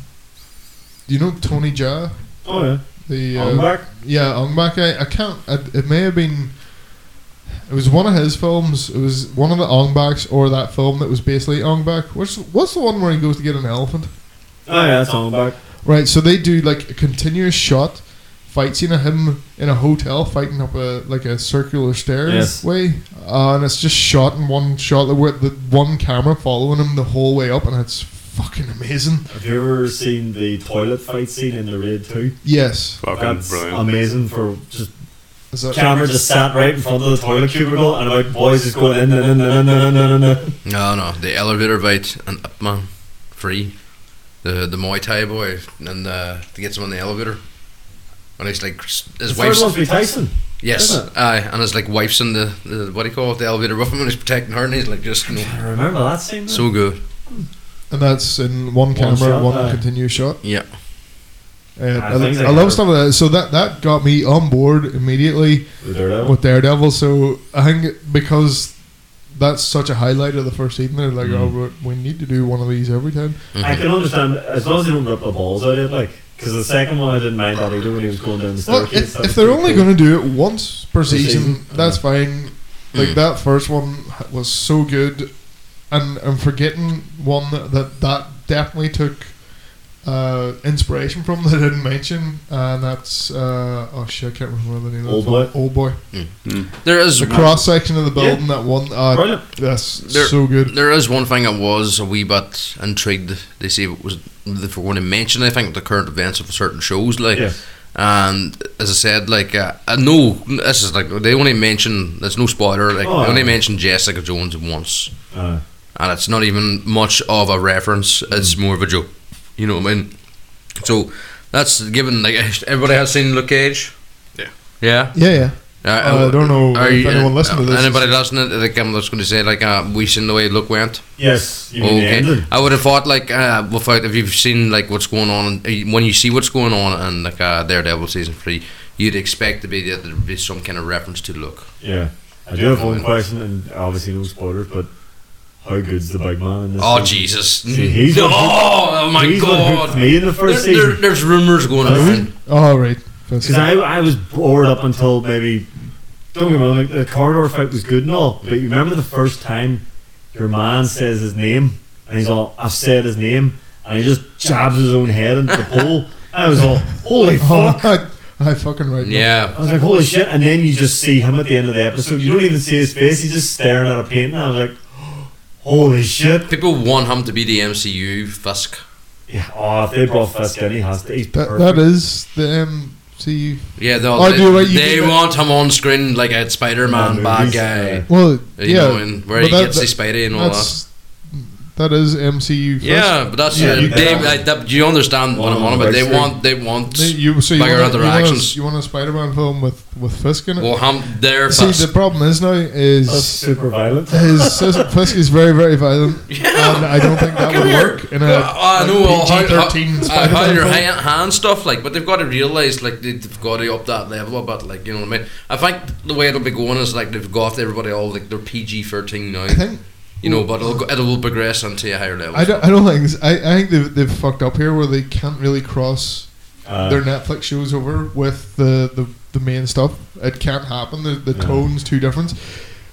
Speaker 5: you know, Tony Jaa,
Speaker 2: Oh yeah.
Speaker 5: the
Speaker 2: I'm
Speaker 5: uh,
Speaker 2: back.
Speaker 5: Yeah, on back I, I can't. I, it may have been. It was one of his films. It was one of the Ong Baks or that film that was basically Ong Bak. What's what's the one where he goes to get an elephant?
Speaker 2: Oh yeah, that's on back.
Speaker 5: Right. So they do like a continuous shot fight scene of him in a hotel fighting up a like a circular stairs
Speaker 2: Yes.
Speaker 5: way, uh, and it's just shot in one shot. The where the one camera following him the whole way up, and it's fucking amazing.
Speaker 2: Have you ever seen the toilet fight scene in the Raid Two?
Speaker 5: Yes.
Speaker 4: Fucking
Speaker 2: That's
Speaker 4: brilliant.
Speaker 2: amazing for just
Speaker 5: Is that,
Speaker 2: camera just sat right in front of the toilet cubicle and about boys just going in and in and in and in and in.
Speaker 3: No, no, the elevator fight and Upman, free, the the Muay Thai boy, and uh, he gets him on the elevator, and he's like his
Speaker 2: The third
Speaker 3: wife's
Speaker 2: one's be Tyson.
Speaker 3: yes,
Speaker 2: isn't
Speaker 3: aye, and his like wife's in the, the what do you call it, the elevator with him, and he's protecting her, and he's like just you know,
Speaker 2: I remember that scene.
Speaker 3: so good,
Speaker 5: and that's in one, camera,
Speaker 2: shot,
Speaker 5: one
Speaker 2: aye.
Speaker 5: continuous shot.
Speaker 3: yeah,
Speaker 5: Yeah,
Speaker 2: I
Speaker 5: I,
Speaker 2: think they
Speaker 5: I love
Speaker 2: are-
Speaker 5: stuff like that. So that that got me on board immediately
Speaker 2: The Daredevil.
Speaker 5: with Daredevil. So I think because that's such a highlight of the first season, they're
Speaker 2: Mm.
Speaker 5: like, oh, we we need to do one of these every time.
Speaker 3: Mm-hmm.
Speaker 2: I can understand as long as they don't rip the balls out of it, like because the second one I didn't mind that either when he was going down the
Speaker 5: Well,
Speaker 2: staircase.
Speaker 5: if,
Speaker 2: that was
Speaker 5: if they're
Speaker 2: pretty
Speaker 5: only
Speaker 2: cool.
Speaker 5: going to do it once per season,
Speaker 2: season,
Speaker 5: that's fine. Like that first one was so good, and I'm forgetting one that that definitely took uh, inspiration from (laughs) that I didn't mention, and that's uh, oh shit, I can't remember the name.
Speaker 2: Old
Speaker 5: of
Speaker 2: Boy?
Speaker 5: it. Old boy.
Speaker 4: Mm.
Speaker 3: There is
Speaker 5: The cross section of the building that one. Uh,
Speaker 2: Brilliant.
Speaker 5: that's
Speaker 3: There-
Speaker 5: so good.
Speaker 3: There is one thing I was a wee bit intrigued. They say it was if we're going to mention. I think the current events of certain shows, like,
Speaker 2: Yeah.
Speaker 3: and as I said, like, uh, I know this is like they only mention. There's no spoiler. Like
Speaker 2: Oh.
Speaker 3: they only mention Jessica Jones once,
Speaker 2: Uh,
Speaker 3: and it's not even much of a reference.
Speaker 5: Mm.
Speaker 3: It's more of a joke. You know what I mean? So that's given. Like (laughs) everybody has seen Luke Cage.
Speaker 6: Yeah.
Speaker 3: Yeah.
Speaker 5: Yeah, yeah. Uh, I don't know
Speaker 3: Are
Speaker 5: if
Speaker 3: you- uh,
Speaker 5: anyone listened to this.
Speaker 3: Anybody listening? Like I'm just going to say, like uh, we seen the way Luke went.
Speaker 2: yes, you mean the
Speaker 3: Okay,
Speaker 2: ending.
Speaker 3: I would have thought like uh, without if you've seen like what's going on uh, when you see what's going on in like uh, Daredevil season three, you'd expect to be that there'd be some kind of reference to look.
Speaker 2: Yeah. I do have one question, and obviously no spoilers, but how good's the big man in this?
Speaker 3: Oh
Speaker 2: season?
Speaker 3: Jesus!
Speaker 2: See,
Speaker 3: (laughs)
Speaker 2: he's
Speaker 3: oh,
Speaker 2: what
Speaker 3: oh my
Speaker 2: He's what hooked
Speaker 3: God!
Speaker 2: me in the first
Speaker 3: There- there-
Speaker 2: season.
Speaker 3: there's rumors going
Speaker 2: Are we?
Speaker 3: around.
Speaker 5: Oh right. That's
Speaker 2: Because I, I was bored up until maybe. Don't get me wrong, like, the corridor fight was good and all, but you remember the first time your man says his name, and he's all, I've said his name, and he just jabs his own head into the pole. I was all, holy
Speaker 5: (laughs) Oh,
Speaker 2: fuck!
Speaker 5: I, I fucking right. now.
Speaker 3: Yeah,
Speaker 2: I was like, holy shit! And then you just see him at the end of the episode. You don't even see his face, he's just staring at a painting. I was like, holy shit!
Speaker 3: people want him to be the MCU Fisk.
Speaker 2: Yeah, oh, if they brought Fisk in, he has to. He's
Speaker 5: That,
Speaker 2: perfect.
Speaker 5: that is the MCU.
Speaker 3: Yeah, no,
Speaker 5: Oh,
Speaker 3: they,
Speaker 5: do you- what you
Speaker 3: they
Speaker 5: do that-
Speaker 3: want him on screen like a Spider Man
Speaker 2: Yeah,
Speaker 3: bad
Speaker 2: movies,
Speaker 3: guy.
Speaker 5: Well,
Speaker 3: You
Speaker 5: yeah,
Speaker 3: know, and where
Speaker 5: but
Speaker 3: he
Speaker 5: that-
Speaker 3: gets the Spidey and all that.
Speaker 5: that's that is MCU. First.
Speaker 3: Yeah, but that's
Speaker 2: Yeah,
Speaker 3: uh,
Speaker 2: you
Speaker 3: they,
Speaker 2: can.
Speaker 3: like, that, you understand what I'm on about. They want they want
Speaker 5: Oh, They- you so you
Speaker 3: bigger
Speaker 5: want, a, you, want
Speaker 3: interactions.
Speaker 5: a, you want a Spider-Man film with with Fisk in it.
Speaker 3: Well, I'm there
Speaker 5: See,
Speaker 3: first.
Speaker 5: the problem is now
Speaker 2: That's
Speaker 5: is
Speaker 2: super
Speaker 5: (laughs)
Speaker 2: violent.
Speaker 5: his sis- Fisk is very
Speaker 3: (laughs)
Speaker 5: very violent, and I don't think that
Speaker 3: Come
Speaker 5: would
Speaker 3: here.
Speaker 5: work in a
Speaker 3: Uh, I know well, how,
Speaker 5: like,
Speaker 3: how,
Speaker 5: PG-13
Speaker 3: uh, how
Speaker 5: Spider-Man
Speaker 3: your
Speaker 5: film.
Speaker 3: hand, hand stuff like, but they've got to realize like they- they've got to up that level a bit, like you know what I mean. I think the way it'll be going is like they've got everybody all like they're PG thirteen now,
Speaker 5: I think
Speaker 3: you know, but it'll go- it'll progress onto a higher level.
Speaker 5: I don't, I don't think this- I, I think they've, they've fucked up here where they can't really cross
Speaker 2: Uh,
Speaker 5: their Netflix shows over with the, the, the main stuff. It can't happen. The, the
Speaker 2: Yeah.
Speaker 5: tone's too different.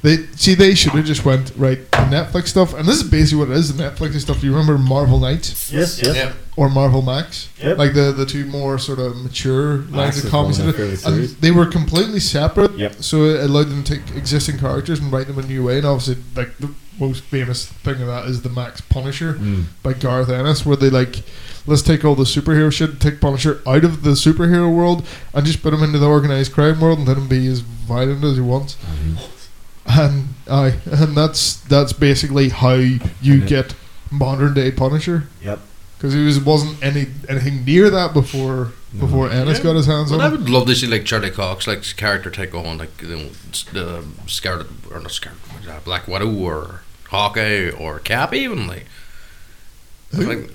Speaker 5: They see they should have just went right the Netflix stuff, and this is basically what it is. The Netflix stuff. You remember Marvel Knights
Speaker 2: yes, yes.
Speaker 3: Yeah.
Speaker 5: or Marvel Max?
Speaker 2: Yep.
Speaker 5: Like the the two more sort of mature
Speaker 2: Max
Speaker 5: lines of
Speaker 2: is one
Speaker 5: comics.
Speaker 2: of
Speaker 5: in
Speaker 2: my
Speaker 5: it.
Speaker 2: favorite
Speaker 5: And
Speaker 2: series.
Speaker 5: they were completely separate.
Speaker 2: Yep.
Speaker 5: So it allowed them to take existing characters and write them a new way. And obviously, like the most famous thing of that is the Max Punisher
Speaker 2: Mm.
Speaker 5: by Garth Ennis, where they like, let's take all the superhero shit, take Punisher out of the superhero world, and just put him into the organized crime world, and let him be as violent as he wants. And I, and that's that's basically how you
Speaker 2: then-
Speaker 5: get modern day Punisher,
Speaker 2: Yep.
Speaker 5: because he was wasn't any anything near that before
Speaker 2: No.
Speaker 5: before Ennis
Speaker 3: Yeah.
Speaker 5: got his hands
Speaker 3: But I
Speaker 5: on it.
Speaker 3: would love to see like Charlie Cox, like his character take on like you know, s- the Scarlet or not Scarlet, uh, Black Widow or Hawkeye or Cap even like.
Speaker 5: Who?
Speaker 3: like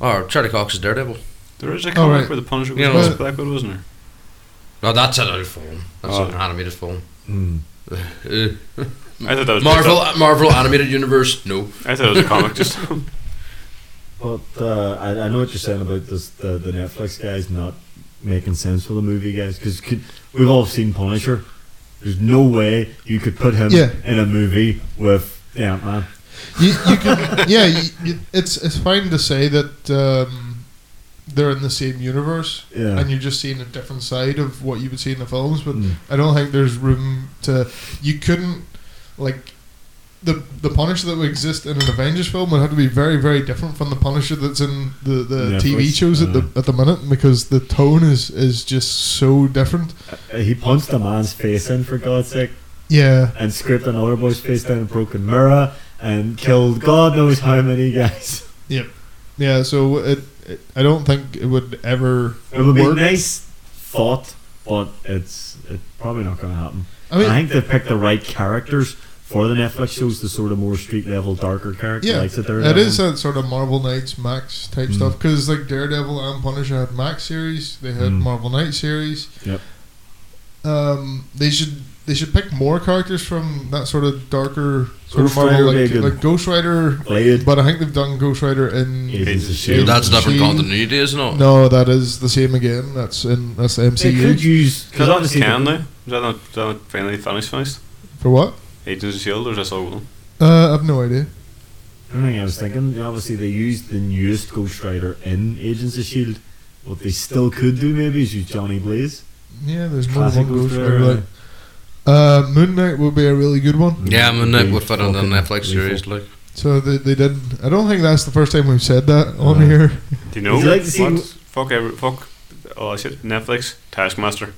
Speaker 3: or Charlie Cox is Daredevil.
Speaker 4: There is a
Speaker 5: All
Speaker 4: comic
Speaker 5: right.
Speaker 4: where the Punisher was
Speaker 3: Yeah.
Speaker 4: yeah. Black Widow, wasn't there?
Speaker 3: No, that's an old film. That's
Speaker 4: Oh.
Speaker 3: an animated film.
Speaker 2: Mm.
Speaker 3: Uh,
Speaker 4: I thought that was picked
Speaker 3: Marvel,
Speaker 4: up.
Speaker 3: Marvel animated universe. No,
Speaker 4: I thought it was a comic. Just
Speaker 5: (laughs)
Speaker 2: But uh, I, I know what you're saying about this, the, the Netflix guys not making sense for the movie guys because we've all seen Punisher. There's no way you could put him
Speaker 5: Yeah.
Speaker 2: in a movie with Ant Man.
Speaker 5: You, you can, yeah, you, you, it's it's fine to say that um, they're in the same universe,
Speaker 2: Yeah.
Speaker 5: and you're just seeing a different side of what you would see in the films. But
Speaker 2: Mm.
Speaker 5: I don't think there's room to. You couldn't like the the Punisher that would exist in an Avengers film would have to be very very different from the Punisher that's in the, the
Speaker 2: Netflix,
Speaker 5: TV shows at the at the minute because the tone is is just so different.
Speaker 2: Uh, He punched a man's face in for God's sake
Speaker 5: Yeah.
Speaker 2: and scraped another boy's face down a broken mirror and killed God knows how many guys. (laughs)
Speaker 5: Yeah, so it, it, I don't think it would ever
Speaker 2: It would be
Speaker 5: work.
Speaker 2: nice thought, but it's it's probably not going to happen.
Speaker 5: I mean,
Speaker 2: I think they've picked the right characters for the Netflix shows, the sort of more street level, darker character.
Speaker 5: Yeah,
Speaker 2: like that they're
Speaker 5: It
Speaker 2: doing.
Speaker 5: is that sort of Marvel Knights Max type
Speaker 2: Mm.
Speaker 5: stuff because like Daredevil and Punisher had Max series, they had
Speaker 2: Mm.
Speaker 5: Marvel Knights series.
Speaker 2: Yep.
Speaker 5: Um, they should they should pick more characters from that sort of darker sort
Speaker 2: Ghost
Speaker 5: of Marvel
Speaker 2: Rider would
Speaker 5: like,
Speaker 2: be a good-
Speaker 5: like Ghost Rider,
Speaker 2: Blade.
Speaker 5: but I think they've done Ghost Rider in.
Speaker 2: Agents of
Speaker 5: Yeah.
Speaker 2: Shield.
Speaker 3: that's different
Speaker 5: She-
Speaker 3: continuity, isn't it?
Speaker 5: E No, that is the same again. That's in that's the
Speaker 2: They could
Speaker 5: MCU
Speaker 2: use because
Speaker 4: because
Speaker 2: obviously
Speaker 4: can now. Is that not, is that not finally finished? finished?
Speaker 5: for what?
Speaker 4: E Agents of Shield, or is that still going?
Speaker 5: Uh, I've no
Speaker 2: the-
Speaker 5: idea.
Speaker 2: The only thing I was thinking, obviously they used the newest Ghost Rider in Agents of Shield. E What they still could do maybe is use Johnny Blaze.
Speaker 5: Yeah, there's more than
Speaker 2: Classic
Speaker 5: one
Speaker 2: Ghost
Speaker 5: Ghost Rider.
Speaker 2: Rider.
Speaker 5: like- Uh, Moon Knight would be a really good one.
Speaker 3: Yeah, I'm in it
Speaker 2: Be
Speaker 3: with it on the
Speaker 2: fucking
Speaker 3: Netflix series.
Speaker 2: lethal.
Speaker 3: Like,
Speaker 5: So they, they did. I don't think that's the first time we've said that on
Speaker 2: No.
Speaker 5: here.
Speaker 4: Do you know?
Speaker 2: Would you like to see
Speaker 4: what?
Speaker 2: wh-
Speaker 4: fuck every fuck. Oh shit! Netflix Taskmaster.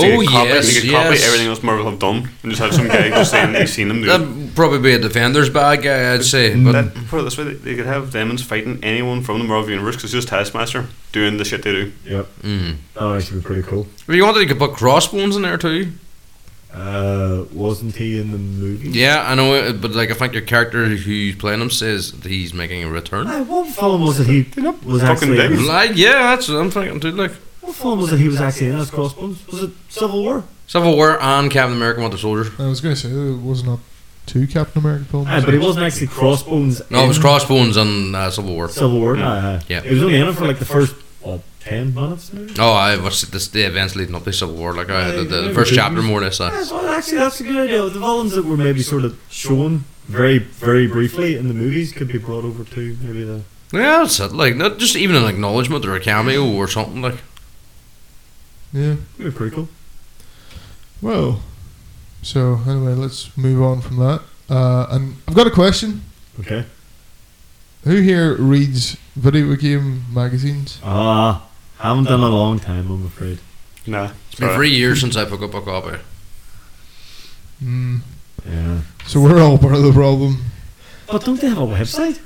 Speaker 3: Oh,
Speaker 4: they could copy,
Speaker 3: yes,
Speaker 4: they could copy
Speaker 3: yes.
Speaker 4: everything else Marvel have done, and just have some guy just saying they've seen them. do it.
Speaker 3: that'd probably be a defender's bad guy, I'd say. But
Speaker 4: That, put it this way, they, they could have demons fighting anyone from the Marvel universe because it's just Taskmaster doing the shit they do.
Speaker 2: Yep. Oh,
Speaker 3: mm.
Speaker 2: That would actually be pretty cool.
Speaker 3: if you wanted, you could put Crossbones in there too.
Speaker 2: Uh, wasn't he in the movie?
Speaker 3: Yeah, I know, it, but like I think your character who's playing him says that he's making a return.
Speaker 2: Aye, what film was it he was
Speaker 4: fucking
Speaker 2: actually in?
Speaker 4: Davis.
Speaker 3: Like, yeah, that's what I'm thinking too. Like
Speaker 2: What film was it he was actually in as Crossbones? Was it Civil War?
Speaker 3: Civil War and Captain America: Winter Soldier.
Speaker 5: I was going to say there was not two Captain America films.
Speaker 2: Aye, but he wasn't actually Crossbones.
Speaker 3: No, it was
Speaker 2: in
Speaker 3: Crossbones and uh, Civil War.
Speaker 2: Civil War. Aye, aye.
Speaker 3: Yeah.
Speaker 2: He was only in it for like the first what, ten minutes. Maybe?
Speaker 3: Oh, I watched this, the events leading up to Civil War, like I, the, the, the first chapter more or less.
Speaker 2: Yeah,
Speaker 3: Uh,
Speaker 2: well, actually, that's a good idea. The villains that were maybe sort of shown very, very briefly in the movies could be brought over to maybe the.
Speaker 3: yeah, that's it. Like, not just even an acknowledgement or a cameo or something. Like,
Speaker 5: Yeah.
Speaker 2: It'd be pretty cool.
Speaker 5: Well, so anyway, let's move on from that. Uh, and I've got a question.
Speaker 2: Okay.
Speaker 5: Who here reads video game magazines?
Speaker 2: Ah, haven't done a long time, I'm afraid.
Speaker 4: Nah.
Speaker 3: it's been three years since I picked up a copy.
Speaker 5: Mm.
Speaker 2: Yeah.
Speaker 5: So we're all part of the problem.
Speaker 2: But don't they have a website?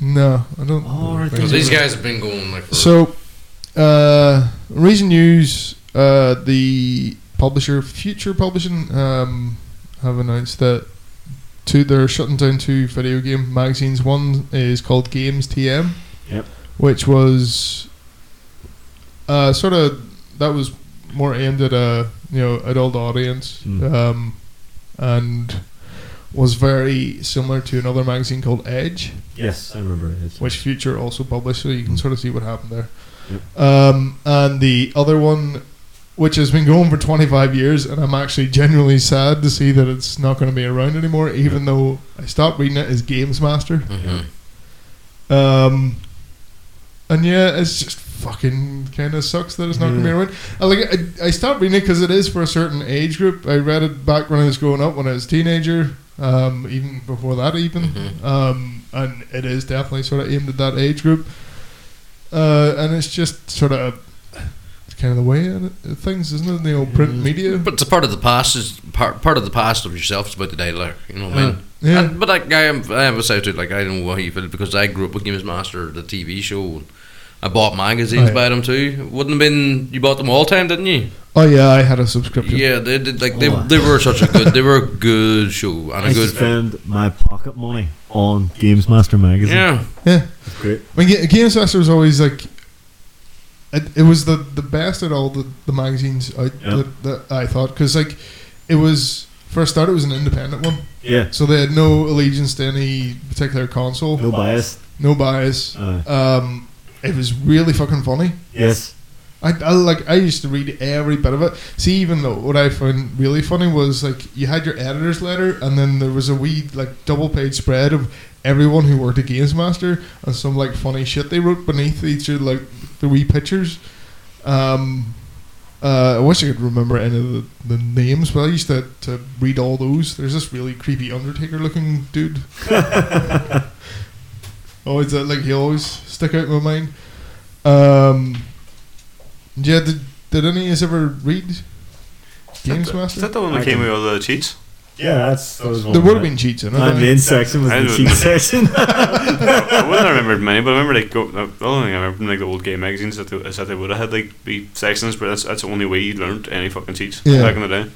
Speaker 5: No, I don't.
Speaker 2: Oh, right,
Speaker 5: think
Speaker 3: Because
Speaker 5: so.
Speaker 3: these guys have been going like for
Speaker 5: So, uh, Reason News, uh, the publisher Future Publishing, um, have announced that two they're shutting down two video game magazines. One is called Games TM,
Speaker 2: Yep.
Speaker 5: which was uh, sort of that was more aimed at a you know adult audience,
Speaker 2: Mm.
Speaker 5: um, and was very similar to another magazine called Edge
Speaker 2: Yes, I remember it. It's-
Speaker 5: which Future also published, so you can sort of see what happened there.
Speaker 2: Yep.
Speaker 5: Um, and the other one, which has been going for 25 years, and I'm actually genuinely sad to see that it's not going to be around anymore, even though I stopped reading it, is Games Master.
Speaker 3: Mhm.
Speaker 5: Um, and yeah, it's just fucking kind of sucks that it's not going to be
Speaker 2: Yeah.
Speaker 5: around. I, like, I, I stopped reading it because it is for a certain age group. I read it back when I was growing up, when I was a teenager, um, even before that, even.
Speaker 3: Mhm.
Speaker 5: Um, and it is definitely sort of aimed at that age group. Uh, and it's just sort of it's kind of the way it, it things, isn't it? The old print media.
Speaker 3: But it's a part of the past. Is part part of the past of yourself. It's about the day, like you know what I
Speaker 2: Uh-huh.
Speaker 3: mean.
Speaker 5: Yeah.
Speaker 3: And, but like I am, I would say too, like I don't know how you feel because I grew up with Games Master, the TV show. I bought magazines
Speaker 5: Aye.
Speaker 3: by them too. Wouldn't have been you bought them all time, didn't you?
Speaker 5: Oh yeah, I had a subscription.
Speaker 3: Yeah, they did. Like they,
Speaker 2: Oh.
Speaker 3: they were such a good, they were a good show and
Speaker 2: I
Speaker 3: a good.
Speaker 2: spend my pocket money on Games Master magazine.
Speaker 3: Yeah,
Speaker 5: Yeah.
Speaker 2: It's great.
Speaker 5: I mean, Ga- Games Master was always like, it, it was the the best at all the, the magazines I,
Speaker 2: Yeah.
Speaker 5: that, that I thought because like it was first start it was an independent one,
Speaker 2: Yeah.
Speaker 5: so they had no allegiance to any particular console,
Speaker 2: No bias.
Speaker 5: no bias.
Speaker 2: Uh,
Speaker 5: Um, it was really fucking funny.
Speaker 2: yes. (laughs)
Speaker 5: I, I like I used to read every bit of it. See, even though what I found really funny was like you had your editor's letter, and then there was a wee like double page spread of everyone who worked at Games Master and some like funny shit they wrote beneath each of like the wee pictures. Um, uh, I wish I could remember any of the, the names, but I used to, to read all those. There's this really creepy Undertaker looking dude. always that like he always stick out in my mind. Um, yeah, did, did any of you ever read Games
Speaker 4: Is
Speaker 5: Master?
Speaker 4: that the one that
Speaker 2: I
Speaker 4: came
Speaker 2: can-
Speaker 4: with all the cheats?
Speaker 2: Yeah, that's. That was one
Speaker 5: There
Speaker 2: of
Speaker 5: would have
Speaker 2: my-
Speaker 5: been cheats in it.
Speaker 2: My main section was
Speaker 4: I
Speaker 2: the
Speaker 4: don't
Speaker 2: cheat
Speaker 4: know.
Speaker 2: section. (laughs)
Speaker 4: I wouldn't have remembered many, but I remember like go, the only thing I remember from like the old game magazines that they, is that they would have had like the sections, but that's that's the only way you learned any fucking cheats
Speaker 5: Yeah.
Speaker 4: back in the day.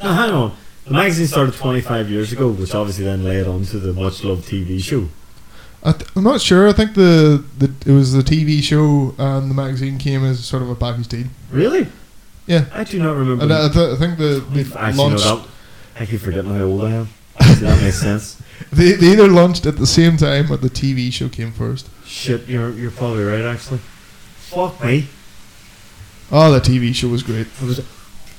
Speaker 2: Now, hang on. The magazine started 25 years ago, which obviously then led on to the much loved TV show.
Speaker 5: I th- I'm not sure. I think the, the it was the TV show and the magazine came as sort of a package deal.
Speaker 2: Really?
Speaker 5: Yeah.
Speaker 2: I do not remember.
Speaker 5: And I, th- I think the they
Speaker 2: I've actually
Speaker 5: launched
Speaker 2: know that. I keep forgetting how old I am. Actually, that makes sense.
Speaker 5: they, they either launched at the same time or the TV show came first.
Speaker 2: Shit, you're, you're probably right, actually. Fuck me.
Speaker 5: Oh, the TV show was great.
Speaker 2: It was-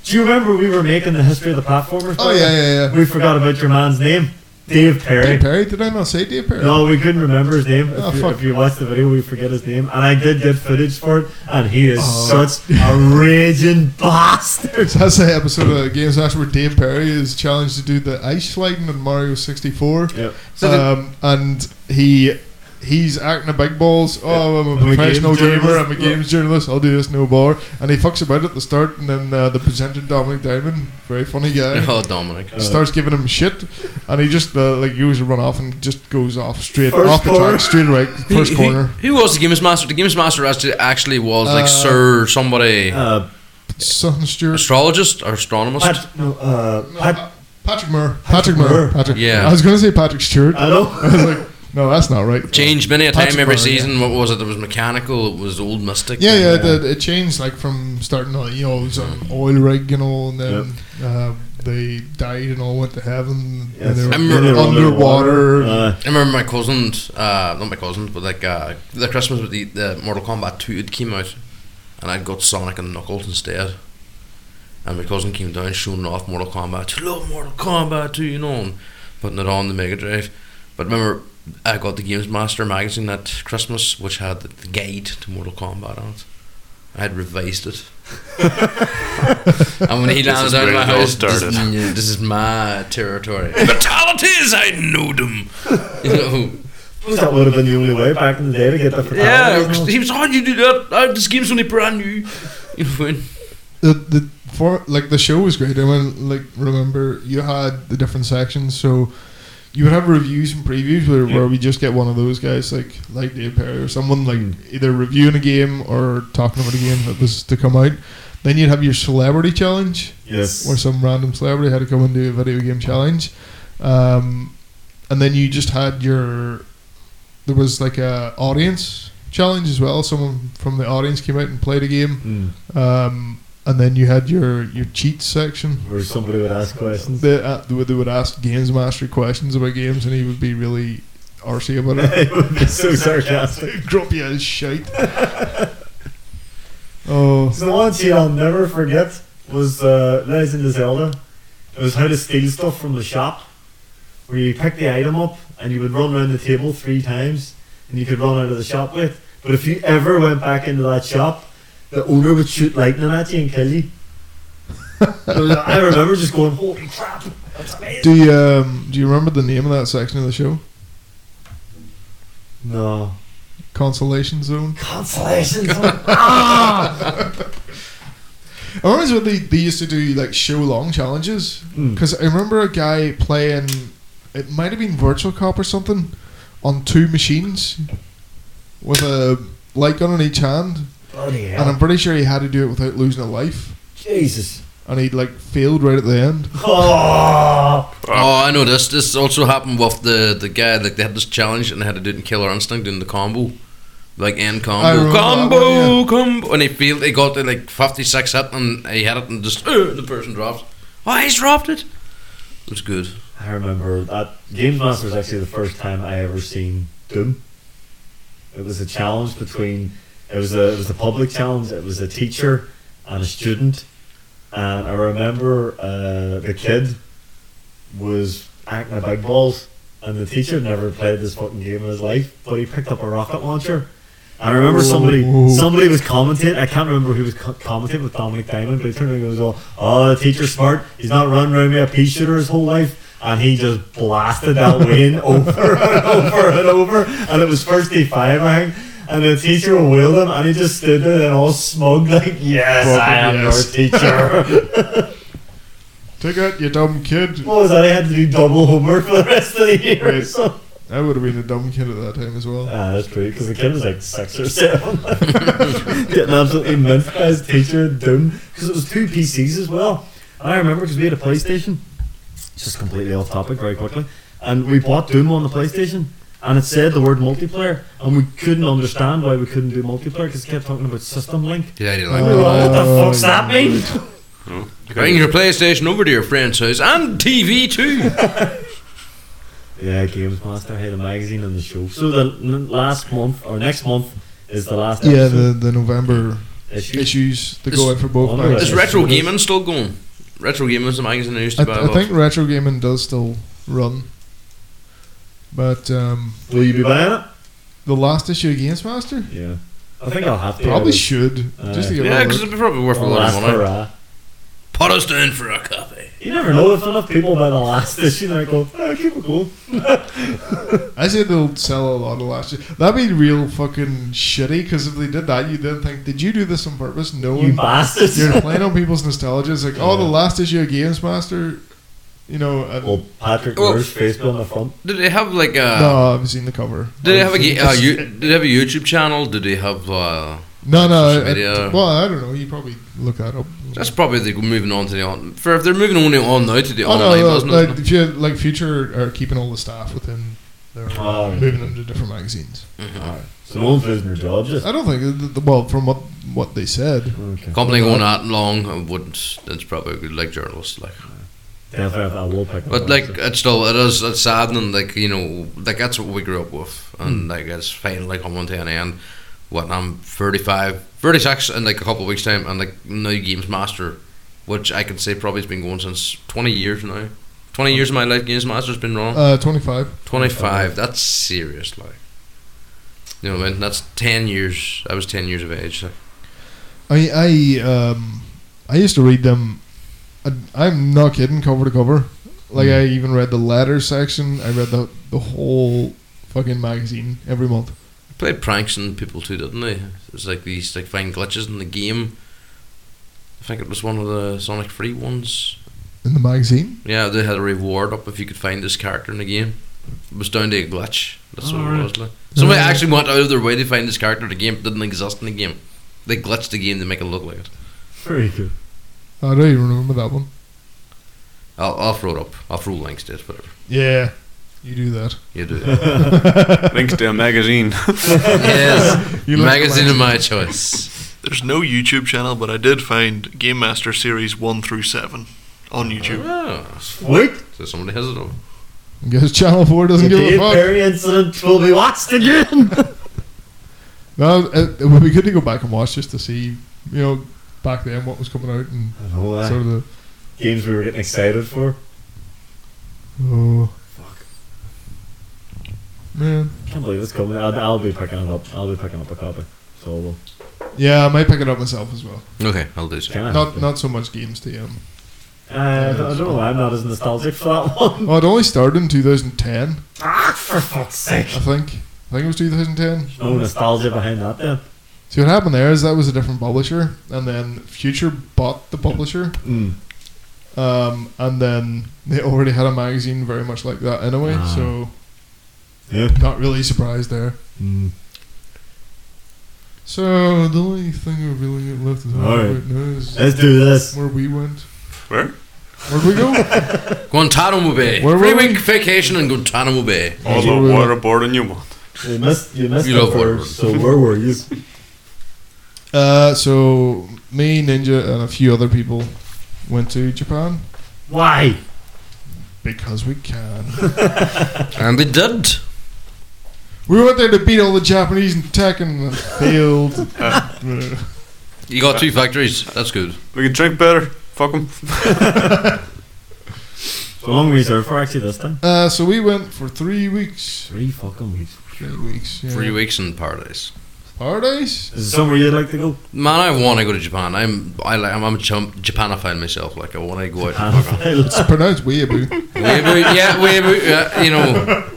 Speaker 2: do you remember we were making the history of the platformers?
Speaker 5: Oh yeah, yeah, yeah.
Speaker 2: We forgot about your man's name. Dave Perry.
Speaker 5: Dave Perry? Did I not say Dave Perry?
Speaker 2: No, we couldn't remember his name. If,
Speaker 5: Oh,
Speaker 2: you,
Speaker 5: fuck.
Speaker 2: if you watch the video, we forget his name. And I did get footage for it, and he is
Speaker 5: Oh.
Speaker 2: such a
Speaker 5: (laughs)
Speaker 2: raging bastard.
Speaker 5: So that's the episode of Games Ash where Dave Perry is challenged to do the ice sliding in Mario 64.
Speaker 2: Yep.
Speaker 7: So the-
Speaker 5: um, and he he's acting a big balls. Oh, I'm a
Speaker 2: I'm a
Speaker 5: professional
Speaker 2: games
Speaker 5: gamer.
Speaker 2: journalist.
Speaker 5: I'm a games journalist. I'll do this no bar. And he fucks about at the start, and then uh, the presenter Dominic Diamond, very funny guy.
Speaker 3: Oh, Dominic.
Speaker 5: starts giving him shit, and he just uh, like you run off and just goes off straight
Speaker 2: First
Speaker 5: off the
Speaker 2: corner.
Speaker 5: track, straight right, first
Speaker 3: Who- who-
Speaker 5: corner.
Speaker 3: Who, was the Games Master? The Games Master actually, actually was like
Speaker 5: Uh,
Speaker 3: Sir somebody,
Speaker 2: Uh,
Speaker 5: Son Stewart,
Speaker 3: astrologist or astronomist.
Speaker 2: Pat, no, uh, Pat,
Speaker 5: Patrick Moore, Patrick Moore,
Speaker 2: Moore.
Speaker 5: Patrick.
Speaker 3: Yeah.
Speaker 5: I was gonna say Patrick Stewart.
Speaker 2: I
Speaker 5: (laughs)
Speaker 2: know.
Speaker 5: I was like, no, that's not right.
Speaker 3: Changed many a time
Speaker 5: Patrick
Speaker 3: every
Speaker 5: Moore, yeah.
Speaker 3: season. What was it? It was mechanical. It was old mystic.
Speaker 5: Yeah, yeah, the- it changed like from starting to you know some oil rig, you know, and then uh, they died and all went to heaven. And they were
Speaker 3: I'm- Remember-
Speaker 5: underwater.
Speaker 2: Uh,
Speaker 3: I remember my cousins, uh, not my cousins, but like uh, the Christmas with the, the Mortal Kombat 2 had came out, and I'd got Sonic and Knuckles instead. And my cousin came down showing off Mortal Kombat 2. Love Mortal Kombat 2, you know, and putting it on the Mega Drive. But remember, I got the Games Master magazine that Christmas, which had the, the guide to Mortal Kombat on it. I'd revised
Speaker 4: (laughs)
Speaker 3: it. and when he
Speaker 4: This
Speaker 3: landed out of
Speaker 4: is where
Speaker 3: my
Speaker 4: it all
Speaker 3: house, this,
Speaker 4: started.
Speaker 3: yeah, this is my
Speaker 4: (laughs)
Speaker 3: territory. Fatalities, I know them. (laughs) You know,
Speaker 2: that would have been the only way back in the day to get the
Speaker 3: yeah,
Speaker 2: fatalities and all.
Speaker 3: he was, how do you do that? Uh, this game's only brand new. (laughs) You know, when-
Speaker 5: the the for like the show was great. I mean, like remember you had the different sections, so you would have reviews and previews where, where we just get one of those guys like like Dave Perry or someone like either reviewing a game or talking about a game that was to come out. Then you'd have your celebrity challenge
Speaker 2: Yes.
Speaker 5: where some random celebrity had to come and do a video game challenge, um, and then you just had your there was like a audience challenge as well. Someone from the audience came out and played a game.
Speaker 2: Mm,
Speaker 5: Um, and then you had your, your cheat section.
Speaker 2: where somebody would ask questions. (laughs)
Speaker 5: They, uh, they would- they would ask Games Master questions about games, and he would be really arsey about (laughs) it.
Speaker 2: it would be so sarcastic.
Speaker 5: Grumpy as shite. (laughs) oh,
Speaker 2: So the one cheat I'll never forget was uh, Legend of Zelda. It was how to steal stuff from the shop, where you pick the item up and you would run around the table three times, and you could run out of the shop late. But if you ever went back into that shop, the owner would shoot lightning at you and kill you. (laughs) It was- I remember just going, "Holy crap, that's amazing!"
Speaker 5: do you um, do you remember the name of that section of the show?
Speaker 2: No
Speaker 5: Consolation Zone.
Speaker 2: consolation. (laughs)
Speaker 5: I remember when they, they used to do like show long challenges
Speaker 2: Mm.
Speaker 5: because I remember a guy playing. It might have been Virtual Cop or something on two machines with a light gun in each hand.
Speaker 2: Bloody
Speaker 5: And
Speaker 2: hell!
Speaker 5: I'm pretty sure he had to do it without losing a life.
Speaker 2: Jesus. (laughs)
Speaker 5: And he like failed right at the end.
Speaker 2: Oh,
Speaker 3: oh, I know this. This also happened with the the guy. Like they had this challenge and they had to do it in Killer Instinct doing the combo, like end combo,
Speaker 5: remember that
Speaker 3: combo,
Speaker 5: one,
Speaker 3: combo. And he failed. He got to like fifty six hit and he had it and just uh, the person drops. Oh, he's dropped it. It was good.
Speaker 2: I remember that Games Master was actually the first time I ever seen Doom. It was a challenge between it was a it was a public challenge. It was a teacher and a student, and I remember uh, the kid was acting about balls, and the teacher never played this fucking game in his life, but he picked up a rocket launcher. I remember somebody
Speaker 5: Whoa.
Speaker 2: somebody was commenting. I can't remember who was co- commenting with Dominic Diamond, but he turned around and goes, "Oh, "Oh, the teacher's smart. He's not running around me a pea shooter his whole life." And he just blasted that win (laughs) over and over and over, and it was first D five, I think. And the teacher wheeled him, and he just stood there and all smug, like, "Yes, I am
Speaker 5: Yes.
Speaker 2: your teacher." (laughs)
Speaker 5: Take out you dumb kid.
Speaker 2: what was that? I had to do double homework for the rest of the year. or
Speaker 5: Right.
Speaker 2: something.
Speaker 5: I would have been a dumb kid at that time as well.
Speaker 2: Ah, that's pretty because the kid was like six or seven, (laughs) getting absolutely minced by his teacher and Doom because it was two PCs as well. And I remember because we had a PlayStation, just completely off topic very quickly, and we bought Doom on the PlayStation, and it said the word multiplayer, and we couldn't understand why we couldn't do multiplayer because it kept talking about system link.
Speaker 3: Yeah, I did like
Speaker 2: We
Speaker 5: Oh.
Speaker 3: that.
Speaker 2: were like, what the fuck's that mean?
Speaker 3: Bring your PlayStation over to your friend's house and TV
Speaker 5: (laughs)
Speaker 3: too.
Speaker 2: Yeah, Games Master had a magazine on the show. So the n- last month or next month is the last
Speaker 5: Yeah,
Speaker 2: episode.
Speaker 5: the, the November
Speaker 2: issue.
Speaker 5: issues that
Speaker 3: This-
Speaker 5: go out for both
Speaker 2: Wonder
Speaker 5: magazines.
Speaker 3: Is
Speaker 2: Yes,
Speaker 3: retro
Speaker 2: it is.
Speaker 3: gaming still going? Retro gaming is the magazine I used
Speaker 5: I,
Speaker 3: to buy.
Speaker 5: th- I
Speaker 3: about.
Speaker 5: think retro gaming does still run. But um,
Speaker 2: Will you be buying it?
Speaker 5: the last issue of Games Master
Speaker 2: Yeah. I think I'll have to.
Speaker 5: probably should
Speaker 2: Uh,
Speaker 5: just to get
Speaker 3: Yeah,
Speaker 5: one
Speaker 3: because
Speaker 5: look.
Speaker 3: it'd be probably worth a
Speaker 2: One
Speaker 3: lot
Speaker 2: last
Speaker 3: of money.
Speaker 2: hurrah.
Speaker 3: Put us down for a copy.
Speaker 2: You never know if enough people buy the last issue, they go, oh, keep it cool.
Speaker 5: I say they'll sell a lot of last year. That'd be real fucking shitty because if they did that, you'd then think, did you do this on purpose? No
Speaker 2: You
Speaker 5: one.
Speaker 2: bastards.
Speaker 5: (laughs)
Speaker 2: (laughs)
Speaker 5: You're playing on people's nostalgia. It's like, oh, the
Speaker 2: Yeah. Oh,
Speaker 5: last issue of Games Master. You know, and,
Speaker 2: Well, Patrick
Speaker 5: Oh,
Speaker 3: Well-
Speaker 2: Moore's face built on the front.
Speaker 3: Did they have like a?
Speaker 5: no, I've seen the cover.
Speaker 3: Did they
Speaker 5: I've
Speaker 3: have a?
Speaker 5: seen
Speaker 3: ga- Uh,
Speaker 5: this.
Speaker 3: you, did they have a YouTube channel? Did they have? Uh,
Speaker 5: No, no.
Speaker 3: social
Speaker 5: I-
Speaker 3: media?
Speaker 5: well, I don't know. You probably look that up.
Speaker 3: that's probably the moving on to the on. For if they're moving only on now to the
Speaker 5: Oh,
Speaker 3: online,
Speaker 5: no,
Speaker 3: wasn't
Speaker 5: no,
Speaker 3: it?
Speaker 5: like, if you, like Future are keeping all the staff within. They're
Speaker 2: Oh, right.
Speaker 5: moving them to different magazines.
Speaker 3: Uh-huh.
Speaker 2: So no one's losing their job, just.
Speaker 5: I don't think. th- th- Well, from what what they said,
Speaker 2: Okay.
Speaker 3: Company going that long, I wouldn't. That's probably a good like journalist, like.
Speaker 2: Definitely, I will pick it
Speaker 3: But
Speaker 2: up.
Speaker 3: like, it's still it is it's sad and like you know like that's what we grew up with
Speaker 5: Hmm.
Speaker 3: and like it's finally coming to an end. What I'm 35, 36 in like a couple of weeks time and like now Games Master, which I can say probably has been going since 20 years now. 20
Speaker 5: Hmm.
Speaker 3: years of my life Games Master's been wrong.
Speaker 5: uh, twenty five.
Speaker 3: 25, that's serious like. You know what I mean? That's 10 years. I was 10 years of age. So.
Speaker 5: I I um I used to read them. I, I'm not kidding, cover to cover. Like
Speaker 3: Mm.
Speaker 5: I even read the letter section. I read the the whole fucking magazine every month.
Speaker 3: played pranks on people too, didn't they? There's like these like fine glitches in the game. I think it was one of the Sonic Free ones.
Speaker 5: In the magazine,
Speaker 3: Yeah, they had a reward up if you could find this character in the game. It was down to a glitch. That's what it was like. Somebody
Speaker 5: Alright.
Speaker 3: actually went out of their way to find this character in the game that didn't exist in the game. They glitched the game to make it look like it.
Speaker 2: Very good.
Speaker 5: I don't even remember that one.
Speaker 3: I'll, I'll throw it up. I'll throw links to it, whatever.
Speaker 5: Yeah, you do that.
Speaker 3: You
Speaker 5: (laughs)
Speaker 3: do it.
Speaker 4: (laughs) Links to a magazine.
Speaker 3: yes.
Speaker 5: You look
Speaker 3: Magazine
Speaker 5: like-
Speaker 3: of my choice.
Speaker 6: There's no YouTube channel, but I did find Game Master Series 1 through 7 on
Speaker 5: Uh-huh.
Speaker 6: YouTube.
Speaker 3: Oh,
Speaker 2: Wait,
Speaker 3: so somebody has it up.
Speaker 5: I guess Channel Four
Speaker 2: the
Speaker 5: doesn't give
Speaker 2: Dave
Speaker 5: a fuck.
Speaker 2: Perry incident will be watched again. (laughs)
Speaker 5: No, uh, it, it would be good to go back and watch just to see, you know, back then what was coming out and
Speaker 2: All
Speaker 5: sort of the
Speaker 2: games we were getting excited for.
Speaker 5: oh man.
Speaker 2: Can't believe it's coming. I'll, I'll be picking it up. I'll be picking up a copy. So I will.
Speaker 5: Yeah, I might pick it up myself as well.
Speaker 3: Okay, I'll do so.
Speaker 2: Can I?
Speaker 5: Not not so much games to um.
Speaker 2: Uh, I don't- I don't know. why I'm not as nostalgic for that (laughs) one.
Speaker 5: Oh, it only started in 2010,
Speaker 2: ah, for fuck's sake!
Speaker 5: I think. I think it was 2010.
Speaker 2: No nostalgia behind that then.
Speaker 5: See, what happened there is that was a different publisher, and then Future bought the publisher,
Speaker 2: Mm.
Speaker 5: um, and then they already had a magazine very much like that anyway,
Speaker 2: Ah.
Speaker 5: so
Speaker 2: Yeah.
Speaker 5: not really surprised there.
Speaker 2: Mm.
Speaker 5: So, the only thing we really got left to talk
Speaker 2: Alright.
Speaker 5: about now is
Speaker 2: Let's do this.
Speaker 5: where we went.
Speaker 4: Where?
Speaker 5: Where'd we go?
Speaker 3: Guantanamo Bay.
Speaker 5: Where were
Speaker 3: Three
Speaker 5: we?
Speaker 3: week vacation in Guantanamo Bay.
Speaker 4: All the
Speaker 5: Yeah, we were-
Speaker 4: waterboarding you want.
Speaker 2: You missed. You missed
Speaker 3: You
Speaker 2: the
Speaker 3: love Waterworld.
Speaker 2: first. So where were you?
Speaker 5: uh, so, me, Ninja, and a few other people went to Japan
Speaker 2: Why?
Speaker 5: because we can.
Speaker 3: And they did.
Speaker 5: We went there to beat all the Japanese and attack in the field.
Speaker 3: You got two factories. That's good.
Speaker 4: We could drink better. Fuck (laughs) 'em.
Speaker 2: So long we served for actually this time.
Speaker 5: uh, so we went for three weeks.
Speaker 2: Three fucking weeks.
Speaker 5: Three weeks. Yeah.
Speaker 3: Three weeks in paradise.
Speaker 5: Paradise?
Speaker 2: Is there somewhere you'd like to go?
Speaker 3: Man, I want to go to Japan. I'm I like I'm, I'm a chump, Japanophile myself. Like I want to go out. and fuck off.
Speaker 2: Paradise. (laughs)
Speaker 5: It's pronounced weeaboo.
Speaker 3: Weeaboo, yeah, weeaboo, yeah, you know.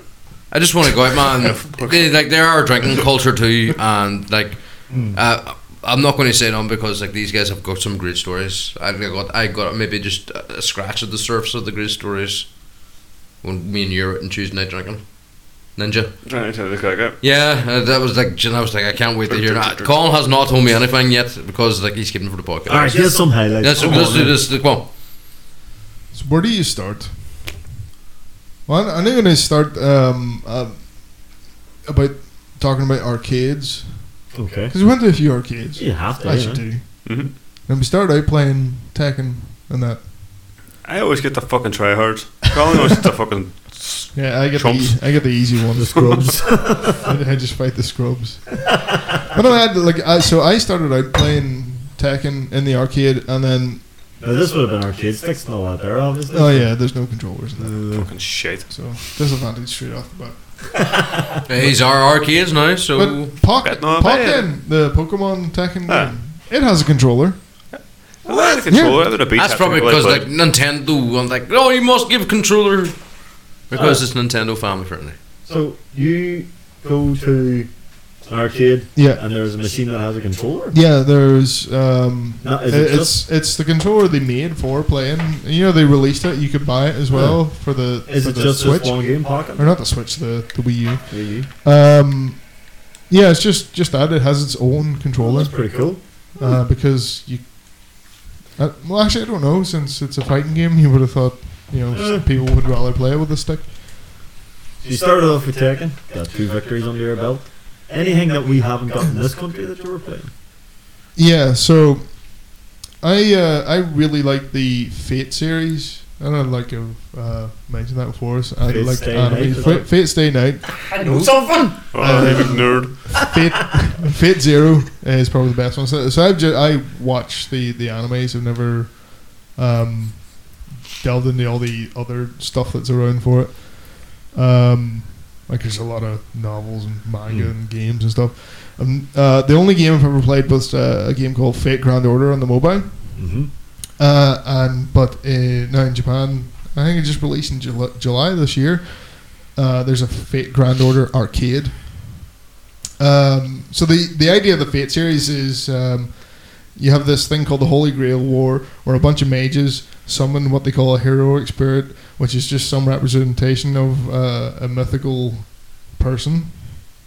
Speaker 3: I just want to go out, man. They, like there are drinking culture too, and like
Speaker 2: Hmm.
Speaker 3: uh, I'm not going to say none because like these guys have got some great stories. I think I got I got maybe just a scratch at the surface of the great stories when me and you were out on Tuesday night drinking. Ninja.
Speaker 4: Trying to look like that.
Speaker 3: Yeah, uh, that was like, and I was like, I can't wait to hear that. Colin has not told me anything yet because like he's keeping for the podcast.
Speaker 2: All right, here's some highlights.
Speaker 3: let's,
Speaker 2: Come
Speaker 3: let's
Speaker 2: on,
Speaker 3: do
Speaker 2: man.
Speaker 3: this. Come
Speaker 2: (laughs)
Speaker 3: on.
Speaker 5: so where do you start? Well, I'm going to start um, uh, about talking about arcades.
Speaker 2: Okay.
Speaker 5: Because we went to a few arcades.
Speaker 2: You have to.
Speaker 5: I
Speaker 2: you
Speaker 5: should
Speaker 2: know.
Speaker 5: do.
Speaker 4: Mhm.
Speaker 5: And we started out playing Tekken and that.
Speaker 4: I always get the fucking tryhards. Colin always gets the fucking.
Speaker 5: Yeah, I get the,
Speaker 4: Trumps.
Speaker 5: e- I get the easy one.
Speaker 2: The scrubs.
Speaker 5: (laughs) I, I just fight the scrubs. but I had like I, so I started out playing Tekken in the arcade, and then
Speaker 2: Now, this would have been arcade sticks and all that there, obviously.
Speaker 5: oh (laughs) yeah, there's no controllers in that,
Speaker 2: Uh,
Speaker 4: Fucking shit.
Speaker 5: so disadvantage straight off the bat.
Speaker 3: He's our arcades now, so
Speaker 5: But Pock-
Speaker 4: Got no idea.
Speaker 5: Pokken, the Pokemon Tekken
Speaker 4: Ah.
Speaker 5: game, it has a controller.
Speaker 4: I like the controller. I would have beat
Speaker 3: that's
Speaker 4: that
Speaker 3: probably
Speaker 4: thing,
Speaker 3: because like
Speaker 4: but-
Speaker 3: Nintendo. I'm like, oh, you must give controller because it's Nintendo family friendly.
Speaker 2: So you go to an arcade
Speaker 5: Yeah.
Speaker 2: and there's a machine that has a controller.
Speaker 5: Yeah, there's um,
Speaker 2: No, is
Speaker 5: i-
Speaker 2: it
Speaker 5: it's it's the controller they made for playing. You know, they released it. You could buy it as well for the
Speaker 2: Is
Speaker 5: for
Speaker 2: it
Speaker 5: the
Speaker 2: just
Speaker 5: Switch
Speaker 2: this one game pocket?
Speaker 5: or not the Switch, the the Wii
Speaker 2: Yeah, you.
Speaker 5: U. Um, yeah, it's just just that it has its own controller
Speaker 2: that's pretty cool.
Speaker 5: uh, because you. Uh, well, actually, I don't know. Since it's a fighting game, you would have thought you know
Speaker 2: Uh.
Speaker 5: some people would rather play it with a stick.
Speaker 2: You started off with Tekken, got two victories under your belt. Anything that we haven't got in this country that you were playing?
Speaker 5: Yeah, so I uh, I really like the Fate series. I don't know, like I've uh, mentioned that before. So I
Speaker 2: Fate
Speaker 5: like
Speaker 2: Stay
Speaker 5: anime.
Speaker 2: Night, is
Speaker 5: Fate,
Speaker 2: it?
Speaker 5: Fate Stay Night.
Speaker 2: I know something.
Speaker 4: Oh,
Speaker 5: uh,
Speaker 4: you big nerd.
Speaker 5: Fate, Fate Zero is probably the best one. So, so I've ju- I watch the the animes. I've never um, delved into all the other stuff that's around for it. Um, like there's a lot of novels and manga and games and stuff. Um, uh, the only game I've ever played was uh, a game called Fate Grand Order on the mobile.
Speaker 2: Mm-hmm.
Speaker 5: Uh, and but uh, now in Japan, I think it just released in Jul- July this year. Uh, there's a Fate Grand Order arcade. Um, so the the idea of the Fate series is um, you have this thing called the Holy Grail War, where a bunch of mages summon what they call a heroic spirit, which is just some representation of uh, a mythical person,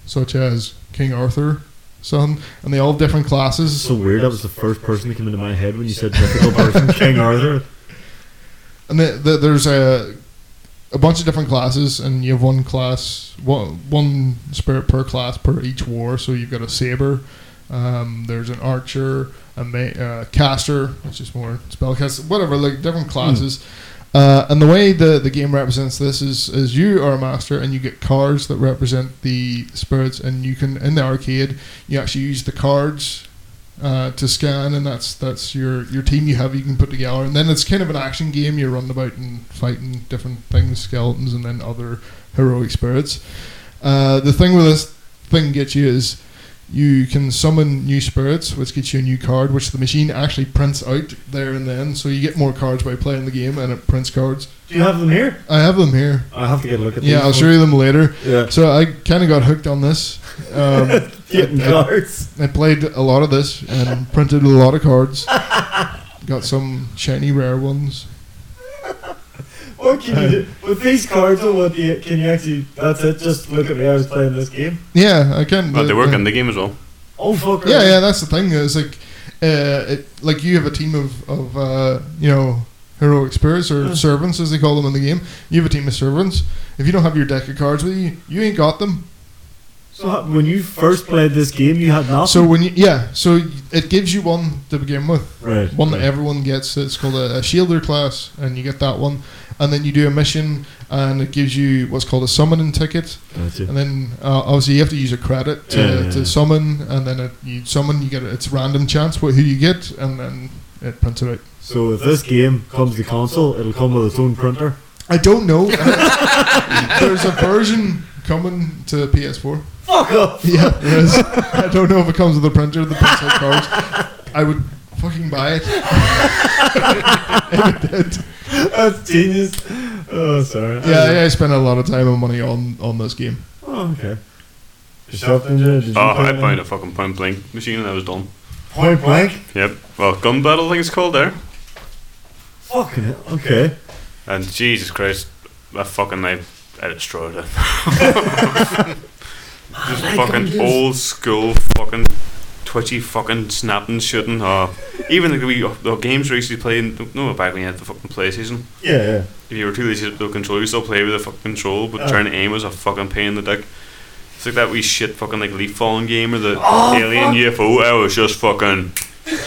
Speaker 5: such as King Arthur, son, and they all have different classes.
Speaker 2: It's so weird. That was the first person that came into my head when you said mythical person (laughs) King Arthur.
Speaker 5: And the, the, there's a a bunch of different classes, and you have one class, one, one spirit per class per each war. So you've got a saber. Um, there's an archer, a ma- uh, caster, which is more spellcaster, whatever, like different classes. Uh, and the way the, the game represents this is, is you are a master and you get cards that represent the spirits, and you can in the arcade you actually use the cards uh, to scan, and that's that's your your team you have you can put together, and then it's kind of an action game. You're running about and fighting different things, skeletons, and then other heroic spirits. Uh, the thing with this thing gets you is you can summon new spirits, which gets you a new card, which the machine actually prints out there and then. So you get more cards by playing the game, and it prints cards.
Speaker 2: Do you have them here?
Speaker 5: I have them here.
Speaker 2: I have to get a look at
Speaker 5: Yeah, I'll
Speaker 2: these.
Speaker 5: show you them later.
Speaker 2: Yeah.
Speaker 5: So I kind of got hooked on this. Um,
Speaker 2: Getting cards.
Speaker 5: I played a lot of this and printed a lot of cards. Got some shiny rare ones.
Speaker 2: What can you do? With these cards, or what do you, can you actually. That's it, just look at me. I was playing this game.
Speaker 5: Yeah, I can. uh,
Speaker 4: But they work in the game as well.
Speaker 2: Oh, fuck.
Speaker 5: Yeah, yeah, that's the thing. It's like, uh, it, like you have a team of of uh, you know heroic spirits or servants as they call them in the game. You have a team of servants. If you don't have your deck of cards with you, you ain't got them.
Speaker 2: So how- when you first played this game, you had nothing.
Speaker 5: So when you yeah, so it gives you one to begin with.
Speaker 2: right.
Speaker 5: one that everyone gets. It's called a, a shielder class, and you get that one. And then you do a mission, and it gives you what's called a summoning ticket.
Speaker 2: Gotcha.
Speaker 5: And then uh, obviously you have to use a credit to,
Speaker 2: Yeah, yeah, yeah.
Speaker 5: to summon, and then it, you summon, you get it's random chance what who you get, and then it prints it out.
Speaker 2: So if this game comes to console, it'll come with its own printer.
Speaker 5: I don't know. (laughs) There's a version coming to PS4.
Speaker 2: Fuck off!
Speaker 5: (laughs) Yeah, there is. I don't know if it comes with a printer, the pencil cards. I would fucking buy it. If it did.
Speaker 2: (laughs) That's genius. Oh, sorry.
Speaker 5: Yeah, yeah, I spent a lot of time and money on on this game.
Speaker 2: Oh, okay. Yourself, Ninja? Did you
Speaker 4: Oh,
Speaker 2: play
Speaker 4: I
Speaker 2: it?
Speaker 4: found
Speaker 5: uh,
Speaker 4: a fucking point blank machine and I was done.
Speaker 2: Point blank?
Speaker 4: Yep. Well, gun battle thing it's called there.
Speaker 2: Fucking hell. Okay.
Speaker 4: And Jesus Christ, that fucking I, I destroyed it. Just fucking old school fucking twitchy fucking snapping shooting. Uh, even the, wee- the games we used to play, in, no, back when you had the fucking PlayStation.
Speaker 2: Yeah, yeah.
Speaker 4: If you were too lazy to do control, you still play with the fucking control, but
Speaker 2: Uh.
Speaker 4: trying to aim was a fucking pain in the dick. It's like that wee shit fucking like leaf falling game or the alien UFO. I was just fucking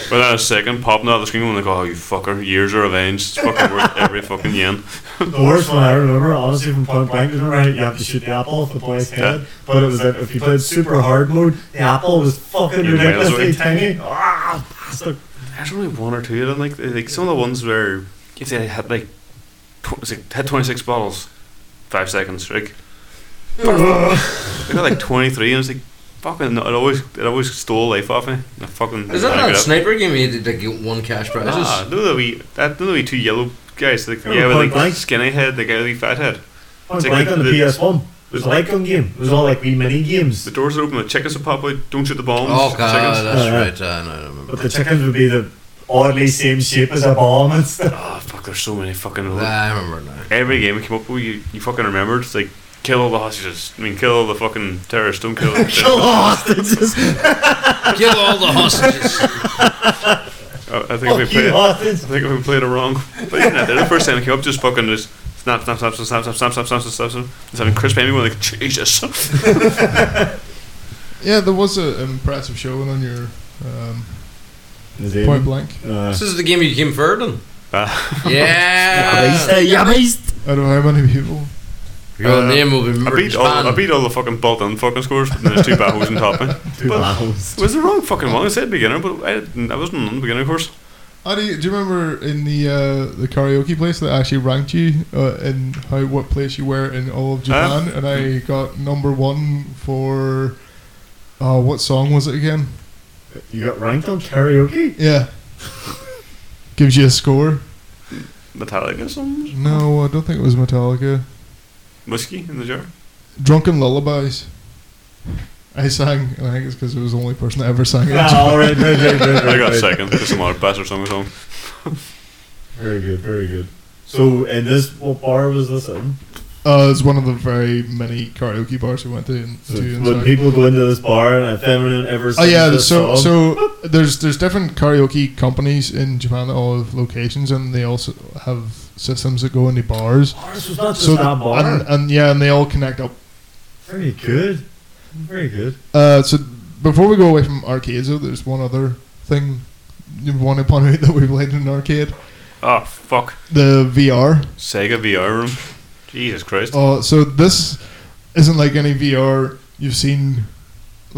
Speaker 4: without a second popping out of the screen and like, oh you fucker, years of revenge. It's fucking worth every fucking yen.
Speaker 2: The worst one I remember, honestly, from Point Blank, is remember how you have to shoot the apple off the boy's head? But it was that if you played super hard mode, the apple was fucking
Speaker 4: You might as well.
Speaker 2: ridiculously tiny. Ah, bastard.
Speaker 4: There's only one or two of them. Like like some of the ones where if they had like, tw- was it- had 26 bottles, five seconds, like I got like 23 and it's like, fucking, it always, it always stole life off me. I fucking.
Speaker 3: Is that
Speaker 4: I
Speaker 3: that
Speaker 4: got-
Speaker 3: sniper game where you did like you won cash prizes?
Speaker 4: Ah, those are the wee, that, those are the wee two yellow guys. Like,
Speaker 2: Oh,
Speaker 4: yeah, with
Speaker 2: quite
Speaker 4: like
Speaker 2: blank.
Speaker 4: skinny head, the guy with the fat head.
Speaker 2: I was
Speaker 4: It's
Speaker 2: like
Speaker 4: like
Speaker 2: on the
Speaker 4: the-
Speaker 2: PS1. It was a light gun game. It was all like wee mini games.
Speaker 4: The doors are open, the chickens will pop out, don't shoot the bombs.
Speaker 3: oh god,
Speaker 4: Chickens.
Speaker 2: Yeah.
Speaker 3: that's right. Uh, no, I don't remember.
Speaker 2: But the chickens would be the oddly same shape as a bomb and stuff. (laughs)
Speaker 4: Oh, fuck, there's so many fucking.
Speaker 3: Ah, I remember now.
Speaker 4: Every game we came up with, you, you fucking remembered. It's like, kill all the hostages. I mean, kill all the fucking terrorists, don't kill
Speaker 3: (laughs)
Speaker 4: (laughs)
Speaker 2: Kill the hostages.
Speaker 3: Kill all the hostages.
Speaker 4: I, I think we
Speaker 2: Fuck you,
Speaker 4: played. I
Speaker 2: hostages.
Speaker 4: think we played it wrong. But even that, the first time it came up, just fucking just snap, snap, snap, snap, snap, snap, snap, snap, snap, snap. It's having Chris Payne, we were like, Jesus.
Speaker 5: Yeah, there was an impressive showing on your um, point blank.
Speaker 3: (laughs)
Speaker 2: Uh,
Speaker 3: this is the game you came third in.
Speaker 4: Ah,
Speaker 3: Uh, Yeah.
Speaker 5: (laughs)
Speaker 2: yeah, yeah, beast.
Speaker 5: I don't know how many people.
Speaker 3: Your
Speaker 4: Uh,
Speaker 3: name will be
Speaker 4: I
Speaker 3: remembered. in
Speaker 4: beat all. I
Speaker 3: Japan.
Speaker 4: beat all the fucking bolt on fucking scores, and there's two battles on top. eh? It
Speaker 2: Two
Speaker 4: But- (laughs)
Speaker 2: battles.
Speaker 4: was the wrong fucking one. I said beginner, but I, didn't- I wasn't on the beginner course.
Speaker 5: Oh, do, you, do you remember in the uh, the karaoke place that actually ranked you uh, in how what place you were in all of Japan? and I got number one for oh, what song was it again?
Speaker 2: You got ranked on karaoke?
Speaker 5: Yeah, (laughs) gives you a score.
Speaker 4: Metallica, some
Speaker 5: No, I don't think it was Metallica.
Speaker 4: whiskey in the jar.
Speaker 5: Drunken Lullabies. I sang, and I think it's because it was the only person that ever sang it.
Speaker 2: (laughs) Yeah, Ah, all Oh, right, right, right, right, right,
Speaker 4: I got
Speaker 2: right.
Speaker 4: second. Just some other bastard song or something.
Speaker 2: Very good, very good. So, in this, what bar was this in?
Speaker 5: (laughs) Uh, it's one of the very many karaoke bars we went to. In,
Speaker 2: So
Speaker 5: to in
Speaker 2: when
Speaker 5: Saudi.
Speaker 2: people go into this bar and if anyone ever
Speaker 5: Oh
Speaker 2: sings
Speaker 5: yeah,
Speaker 2: this
Speaker 5: so
Speaker 2: song,
Speaker 5: so there's there's different karaoke companies in Japan that all have locations, and they also have systems that go into bars.
Speaker 2: ours was not just
Speaker 5: So
Speaker 2: that
Speaker 5: the-
Speaker 2: bar.
Speaker 5: and, and yeah, and they all connect up.
Speaker 2: very good, very good.
Speaker 5: Uh, so before we go away from arcades, though, there's one other thing you want to point out that we played in an arcade:
Speaker 4: Oh fuck,
Speaker 5: the VR.
Speaker 4: Sega VR room. Jesus Christ.
Speaker 5: Uh, so this isn't like any VR you've seen,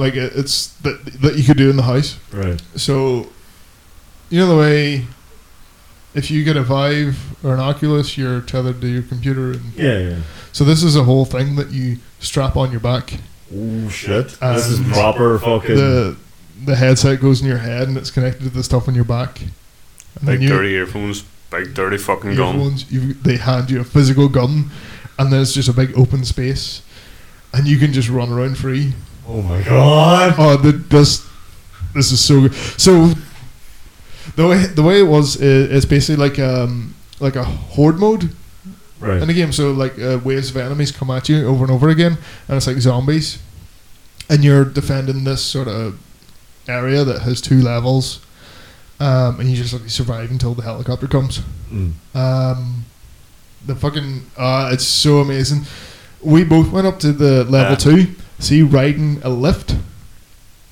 Speaker 5: like it- it's that that you could do in the house.
Speaker 2: Right.
Speaker 5: So, you know the way, if you get a Vive or an Oculus, you're tethered to your computer. And
Speaker 2: Yeah, yeah.
Speaker 5: so this is a whole thing that you strap on your back.
Speaker 2: Oh shit! this is
Speaker 5: And
Speaker 2: proper fucking.
Speaker 5: Um, The the headset goes in your head and it's connected to the stuff on your back. And
Speaker 4: Big
Speaker 5: then you,
Speaker 4: dirty earphones. Big dirty fucking gun.
Speaker 5: earphones, you, they hand you a physical gun, and then it's just a big open space, and you can just run around free.
Speaker 2: oh my god!
Speaker 5: Oh, the, this this is so good. So the way the way it was is, is basically like um like a horde mode
Speaker 2: Right.
Speaker 5: in the game. So like uh, waves of enemies come at you over and over again, and it's like zombies, and you're defending this sort of area that has two levels, um, and you just like survive until the helicopter comes.
Speaker 2: Mm.
Speaker 5: Um, the fucking uh, it's so amazing. We both went up to the level two.
Speaker 4: Yeah.
Speaker 5: See, riding a lift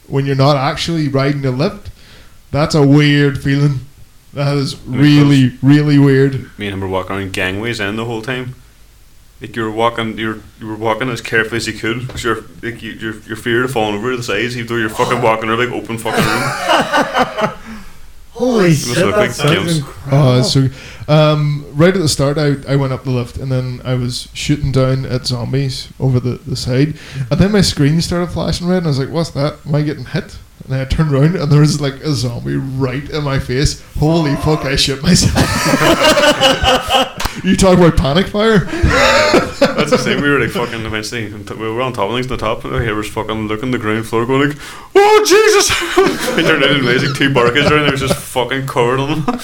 Speaker 5: when you're not actually riding a lift, that's a weird feeling. That is
Speaker 4: mean,
Speaker 5: really, really weird.
Speaker 4: Me and him were walking around gangways and the whole time. Like you were walking, you were, you were walking as carefully as you could. Cause you're like you, you're, you're feared of falling over to the sides, even though
Speaker 5: (laughs)
Speaker 4: you're fucking walking around like open fucking room.
Speaker 2: Holy
Speaker 4: must
Speaker 2: shit!
Speaker 4: look
Speaker 2: That
Speaker 4: like
Speaker 2: sounds
Speaker 4: Kim's.
Speaker 2: incredible.
Speaker 5: Oh, it's so um, right at the start, I, I went up the lift and then I was shooting down at zombies over the, the side, and then my screen started flashing red, and I was like, "What's that? Am I getting hit?" And then I turned around and there was like a zombie right in my face. Holy fuck! I shit myself. (laughs) you talk about panic fire?
Speaker 4: That's the thing. We were like fucking eventually. We were on top of things on the top. And I was fucking looking the ground floor, going like, "Oh Jesus!" (laughs) I turned out and realized like two barkers there, and there was just fucking covered on them.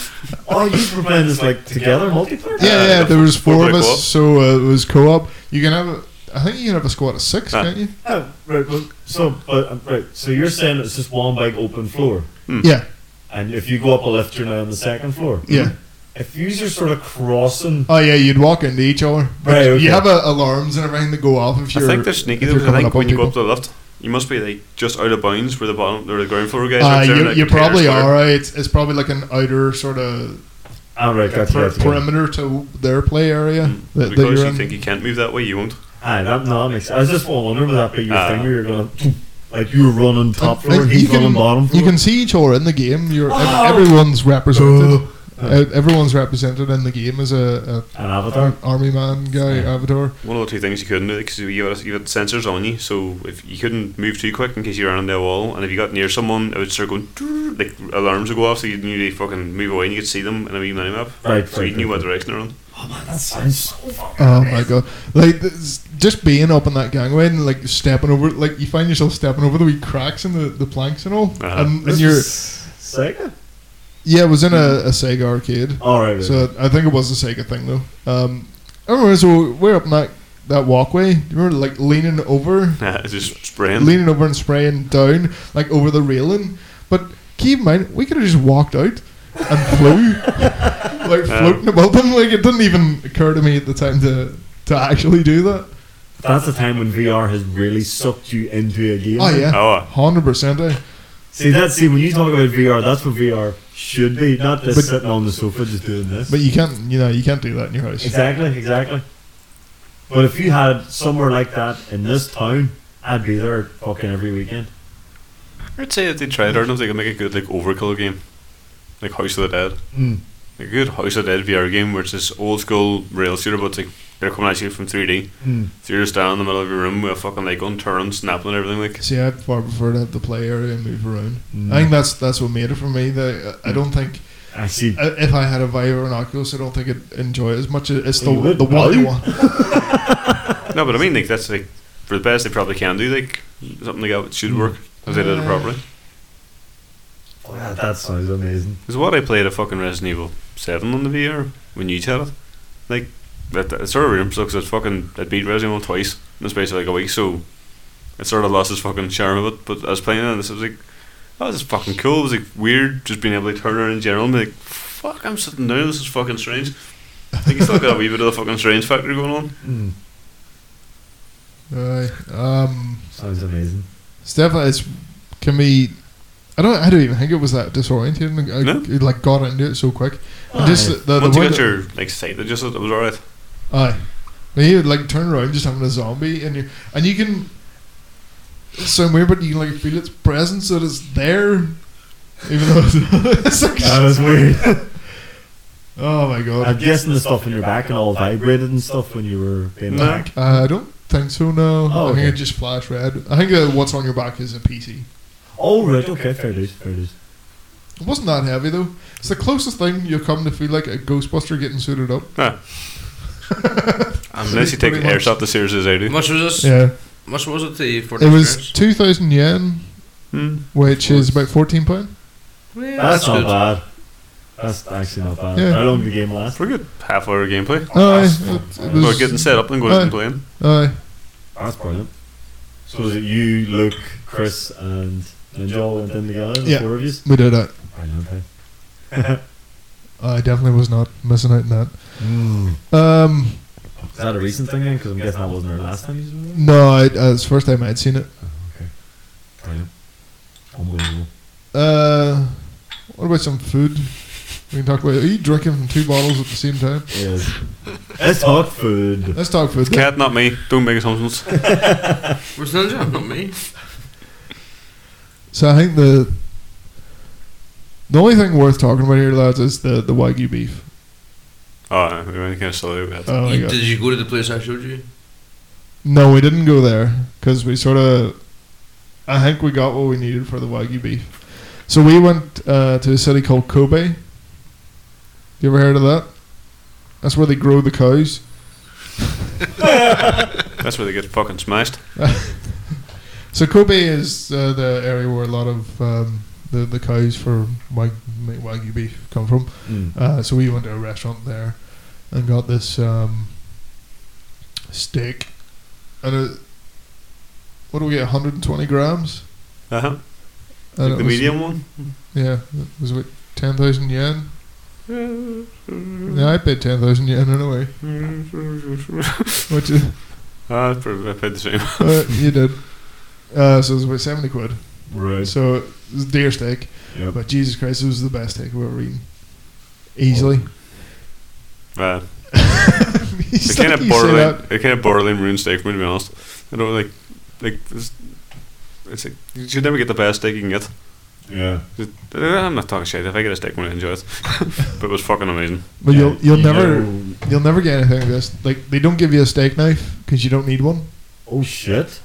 Speaker 2: Oh, you were playing this like together multiplayer?
Speaker 5: Yeah,
Speaker 4: Uh,
Speaker 5: yeah. There was four of
Speaker 4: four-player co-op.
Speaker 5: us, so uh, it was co-op. You can have, a, I think you can have a squad of six,
Speaker 4: Ah.
Speaker 5: can't you?
Speaker 2: Oh, right. Well, so, but, uh, right. So you're saying it's just one big open floor,
Speaker 5: Yeah,
Speaker 2: and if you go up a lift, you're now on the second floor.
Speaker 5: yeah.
Speaker 2: If you are sort of crossing,
Speaker 5: Oh yeah, you'd walk into each other.
Speaker 2: Right, okay.
Speaker 5: You have uh, alarms and everything that go off if
Speaker 4: I
Speaker 5: you're.
Speaker 4: think they're sneaky.
Speaker 5: if
Speaker 4: Though,
Speaker 5: you're
Speaker 4: 'cause
Speaker 5: coming
Speaker 4: I think
Speaker 5: up
Speaker 4: when
Speaker 5: on
Speaker 4: you go up
Speaker 5: people.
Speaker 4: to the left, you must be like just out of bounds where the bottom, where the ground floor guys.
Speaker 5: Uh,
Speaker 4: are.
Speaker 5: you,
Speaker 4: Like,
Speaker 5: you probably
Speaker 4: containers
Speaker 5: are. uh, Right? It's, it's probably like an outer sort of
Speaker 2: oh right, gotcha,
Speaker 5: per-
Speaker 2: gotcha, gotcha.
Speaker 5: perimeter to their play area that, that
Speaker 4: Hmm. Because
Speaker 5: you're
Speaker 4: you
Speaker 5: in.
Speaker 4: think you can't move that way, you won't.
Speaker 2: Aye, Ah, that, no, that makes. I was just wondering would that be your
Speaker 4: Ah.
Speaker 2: thing where you're gonna, like you were running top
Speaker 5: And-
Speaker 2: floor,
Speaker 5: and
Speaker 2: he's running bottom floor.
Speaker 5: you can see each other in the game. You're ev-
Speaker 2: Oh.
Speaker 5: everyone's represented. Uh, everyone's represented in the game as a,
Speaker 2: An
Speaker 5: a
Speaker 2: avatar.
Speaker 5: army man guy
Speaker 2: Yeah.
Speaker 5: avatar.
Speaker 4: One of the two things you couldn't do because you had, you had sensors on you, so if you couldn't move too quick in case you ran into a wall, and if you got near someone, it would start going "Drrrr," like alarms would go off, so you knew they fucking move away and you could see them in a wee mini map.
Speaker 2: Right,
Speaker 4: So
Speaker 2: right,
Speaker 4: you knew
Speaker 2: right,
Speaker 4: what direction they're on. (laughs)
Speaker 2: Oh man, that sounds so fucking.
Speaker 5: Oh my god! Like this- just being up in that gangway and like stepping over, like you find yourself stepping over the wee cracks in the, the planks and all.
Speaker 4: Uh-huh.
Speaker 5: And, and you're
Speaker 2: Sega.
Speaker 5: yeah, it was in a, a Sega arcade.
Speaker 2: All right. So
Speaker 5: So I think it was a Sega thing though. Um, I remember so we're up in that, that walkway. Do you remember like leaning over,
Speaker 4: Yeah, it's just spraying.
Speaker 5: leaning over and spraying down like over the railing? But keep in mind, we could have just walked out and flew, (laughs) like floating above them. Like it didn't even occur to me at the time to to actually do that.
Speaker 2: that's the time when VR has really sucked you into a game.
Speaker 5: Oh yeah,
Speaker 4: Oh,
Speaker 5: hundred percent. eh?
Speaker 2: See that? See when you talk about VR, that's what VR should be, not this
Speaker 5: But-
Speaker 2: sitting on the sofa just doing this.
Speaker 5: But you can't, you know, you can't do that in your house.
Speaker 2: Exactly, exactly. But if you had somewhere like that in this town, I'd be there fucking every weekend.
Speaker 4: I'd say if they tried hard enough, they could make a good like overkill game, like House of the Dead.
Speaker 2: Mm,
Speaker 4: A good House of the Dead VR game where it's this old school rail shooter, but it's like they're coming at you from 3D.
Speaker 2: mm.
Speaker 4: So you're just down in the middle of your room with a fucking like gun, turn, snapping and everything. Like,
Speaker 5: See, I'd far prefer to have the play area and move around.
Speaker 2: Mm.
Speaker 5: I think that's that's what made it for me. That I I don't think
Speaker 2: I see.
Speaker 5: I- if I had a Vive or an Oculus, I don't think I'd enjoy it as much. as It's the
Speaker 2: You would,
Speaker 5: the
Speaker 2: no?
Speaker 5: one you want.
Speaker 4: no, but I mean like that's like for the best they probably can do. Like something like that should work if they did it
Speaker 5: Uh,
Speaker 4: properly.
Speaker 2: Oh, yeah, that sounds amazing.
Speaker 4: Because what I played a fucking Resident Evil Seven on the VR when you had it, like that, that sort of room sucks. It's fucking I beat Resident Evil twice in the space of like a week, so it sort of lost its fucking charm of it. But I was playing it and this was like, oh, this is fucking cool. It was like weird just being able to turn around in general and be like, fuck, I'm sitting down. This is fucking strange. I think it's like a wee bit of the fucking strange factor going on.
Speaker 2: Mm.
Speaker 5: Aye. um,
Speaker 2: Sounds amazing.
Speaker 5: it's definitely it's can be. I don't. I don't even think it was that disorienting. I,
Speaker 4: No?
Speaker 5: I, like got into it so quick. And
Speaker 2: Aye.
Speaker 5: just the, Uh, the, the
Speaker 4: Once you
Speaker 5: way
Speaker 4: got
Speaker 5: that-
Speaker 4: your like sight, it just it was alright.
Speaker 5: Aye. And you like turn around just having a zombie and you and you can it's so weird but you can like feel its presence that it's there. Even though (laughs) it's, it's like,
Speaker 2: That was (laughs) weird.
Speaker 5: Oh my
Speaker 2: I'm
Speaker 5: god.
Speaker 2: guessing the stuff in your back and all vibrated and stuff when you were being
Speaker 4: No.
Speaker 2: back.
Speaker 5: Uh, I don't think so no.
Speaker 2: Oh,
Speaker 5: I think
Speaker 2: okay.
Speaker 5: it just flash red. I think uh, what's on your back is a PC.
Speaker 2: Oh, right. Okay, fair dues, fair dues.
Speaker 5: It wasn't that heavy though. It's the closest thing you'll come to feel like a Ghostbuster getting
Speaker 2: (laughs)
Speaker 5: suited up.
Speaker 4: Huh. Unless you take
Speaker 5: Pretty much. Mm.
Speaker 4: airsoft as serious as I do.
Speaker 3: much was this?
Speaker 5: Yeah.
Speaker 3: Much was it the for the
Speaker 5: It was
Speaker 3: experience?
Speaker 5: two thousand yen,
Speaker 4: Hmm.
Speaker 5: Mm. which is about fourteen pound.
Speaker 3: Yeah,
Speaker 2: That's, not
Speaker 3: good.
Speaker 2: bad. That's actually not bad.
Speaker 5: Yeah.
Speaker 2: How long did the game last?
Speaker 4: For a good half hour gameplay.
Speaker 5: Aye,
Speaker 2: that's-
Speaker 5: it- it
Speaker 2: Well,
Speaker 4: We're
Speaker 5: was-
Speaker 4: getting set up and going out and playing.
Speaker 5: aye.
Speaker 2: That's brilliant. So was it you, Luke, Chris, and Ninja all went in together? The
Speaker 5: Yeah.
Speaker 2: four of yous?
Speaker 5: we did it.
Speaker 2: Brilliant. eh? (laughs)
Speaker 5: I definitely was not missing out on that. Um,
Speaker 2: Is that a recent thing then? Because I'm guessing that wasn't our last time you were there.
Speaker 5: no, I, uh, it's the first time I'd seen it.
Speaker 2: Brilliant. Unbelievable.
Speaker 5: Uh, what about some food? We can talk about. Are you drinking from two bottles at the same time?
Speaker 2: It (laughs) is. Let's talk food.
Speaker 5: Let's talk food. then.
Speaker 4: Cat, not me. Don't
Speaker 5: (laughs)
Speaker 4: make assumptions.
Speaker 3: Where's Ninja? Not me.
Speaker 5: So I think the the only thing worth talking about here, lads, is the the wagyu beef.
Speaker 4: oh, we went kind of silly with
Speaker 5: (laughs)
Speaker 4: that.
Speaker 5: Oh my
Speaker 3: You-
Speaker 5: god!
Speaker 3: did you go to the place I showed you?
Speaker 5: No, we didn't go there because we sort of. I think we got what we needed for the wagyu beef. So we went uh, to a city called Kobe. You ever heard of that? That's where they grow the cows.
Speaker 4: That's where they get fucking smashed.
Speaker 5: So Kobe is uh, the area where a lot of um, the the cows for wag- make wagyu beef come from.
Speaker 2: Mm.
Speaker 5: Uh, so we went to a restaurant there and got this um, steak, and it, what do we get? 120 grams.
Speaker 4: Uh-huh.
Speaker 5: And it Oh,
Speaker 4: Like the
Speaker 5: was- (laughs)
Speaker 4: medium one.
Speaker 5: Yeah, it was about 10,000 yen. Yeah, I paid 10,000 yen anyway, which
Speaker 2: (laughs)
Speaker 5: is
Speaker 4: Ah, it's probably I paid the same. (laughs)
Speaker 5: uh, you did. Uh, so it was about 70 quid.
Speaker 2: Right.
Speaker 5: So it was deer steak.
Speaker 2: Yep.
Speaker 5: But Jesus Christ, it was the best steak I've ever eaten. Easily.
Speaker 4: Uh,
Speaker 5: It's
Speaker 4: it kind
Speaker 5: like
Speaker 4: of
Speaker 5: (laughs) you say
Speaker 4: borderline.
Speaker 5: that-
Speaker 4: It kind of borderline ruined steak for me to be honest. I don't like, like it's, it's like you should never get the best steak you can get.
Speaker 1: Yeah.
Speaker 4: I'm not talking shit. If I get a stick, I'm gonna enjoy it. (laughs) but it was fucking amazing.
Speaker 5: But
Speaker 1: Yeah,
Speaker 5: you'll you'll
Speaker 1: you
Speaker 5: never
Speaker 1: know-
Speaker 5: you'll never get anything like this. Like they don't give you a steak knife because you don't need one
Speaker 2: Oh shit.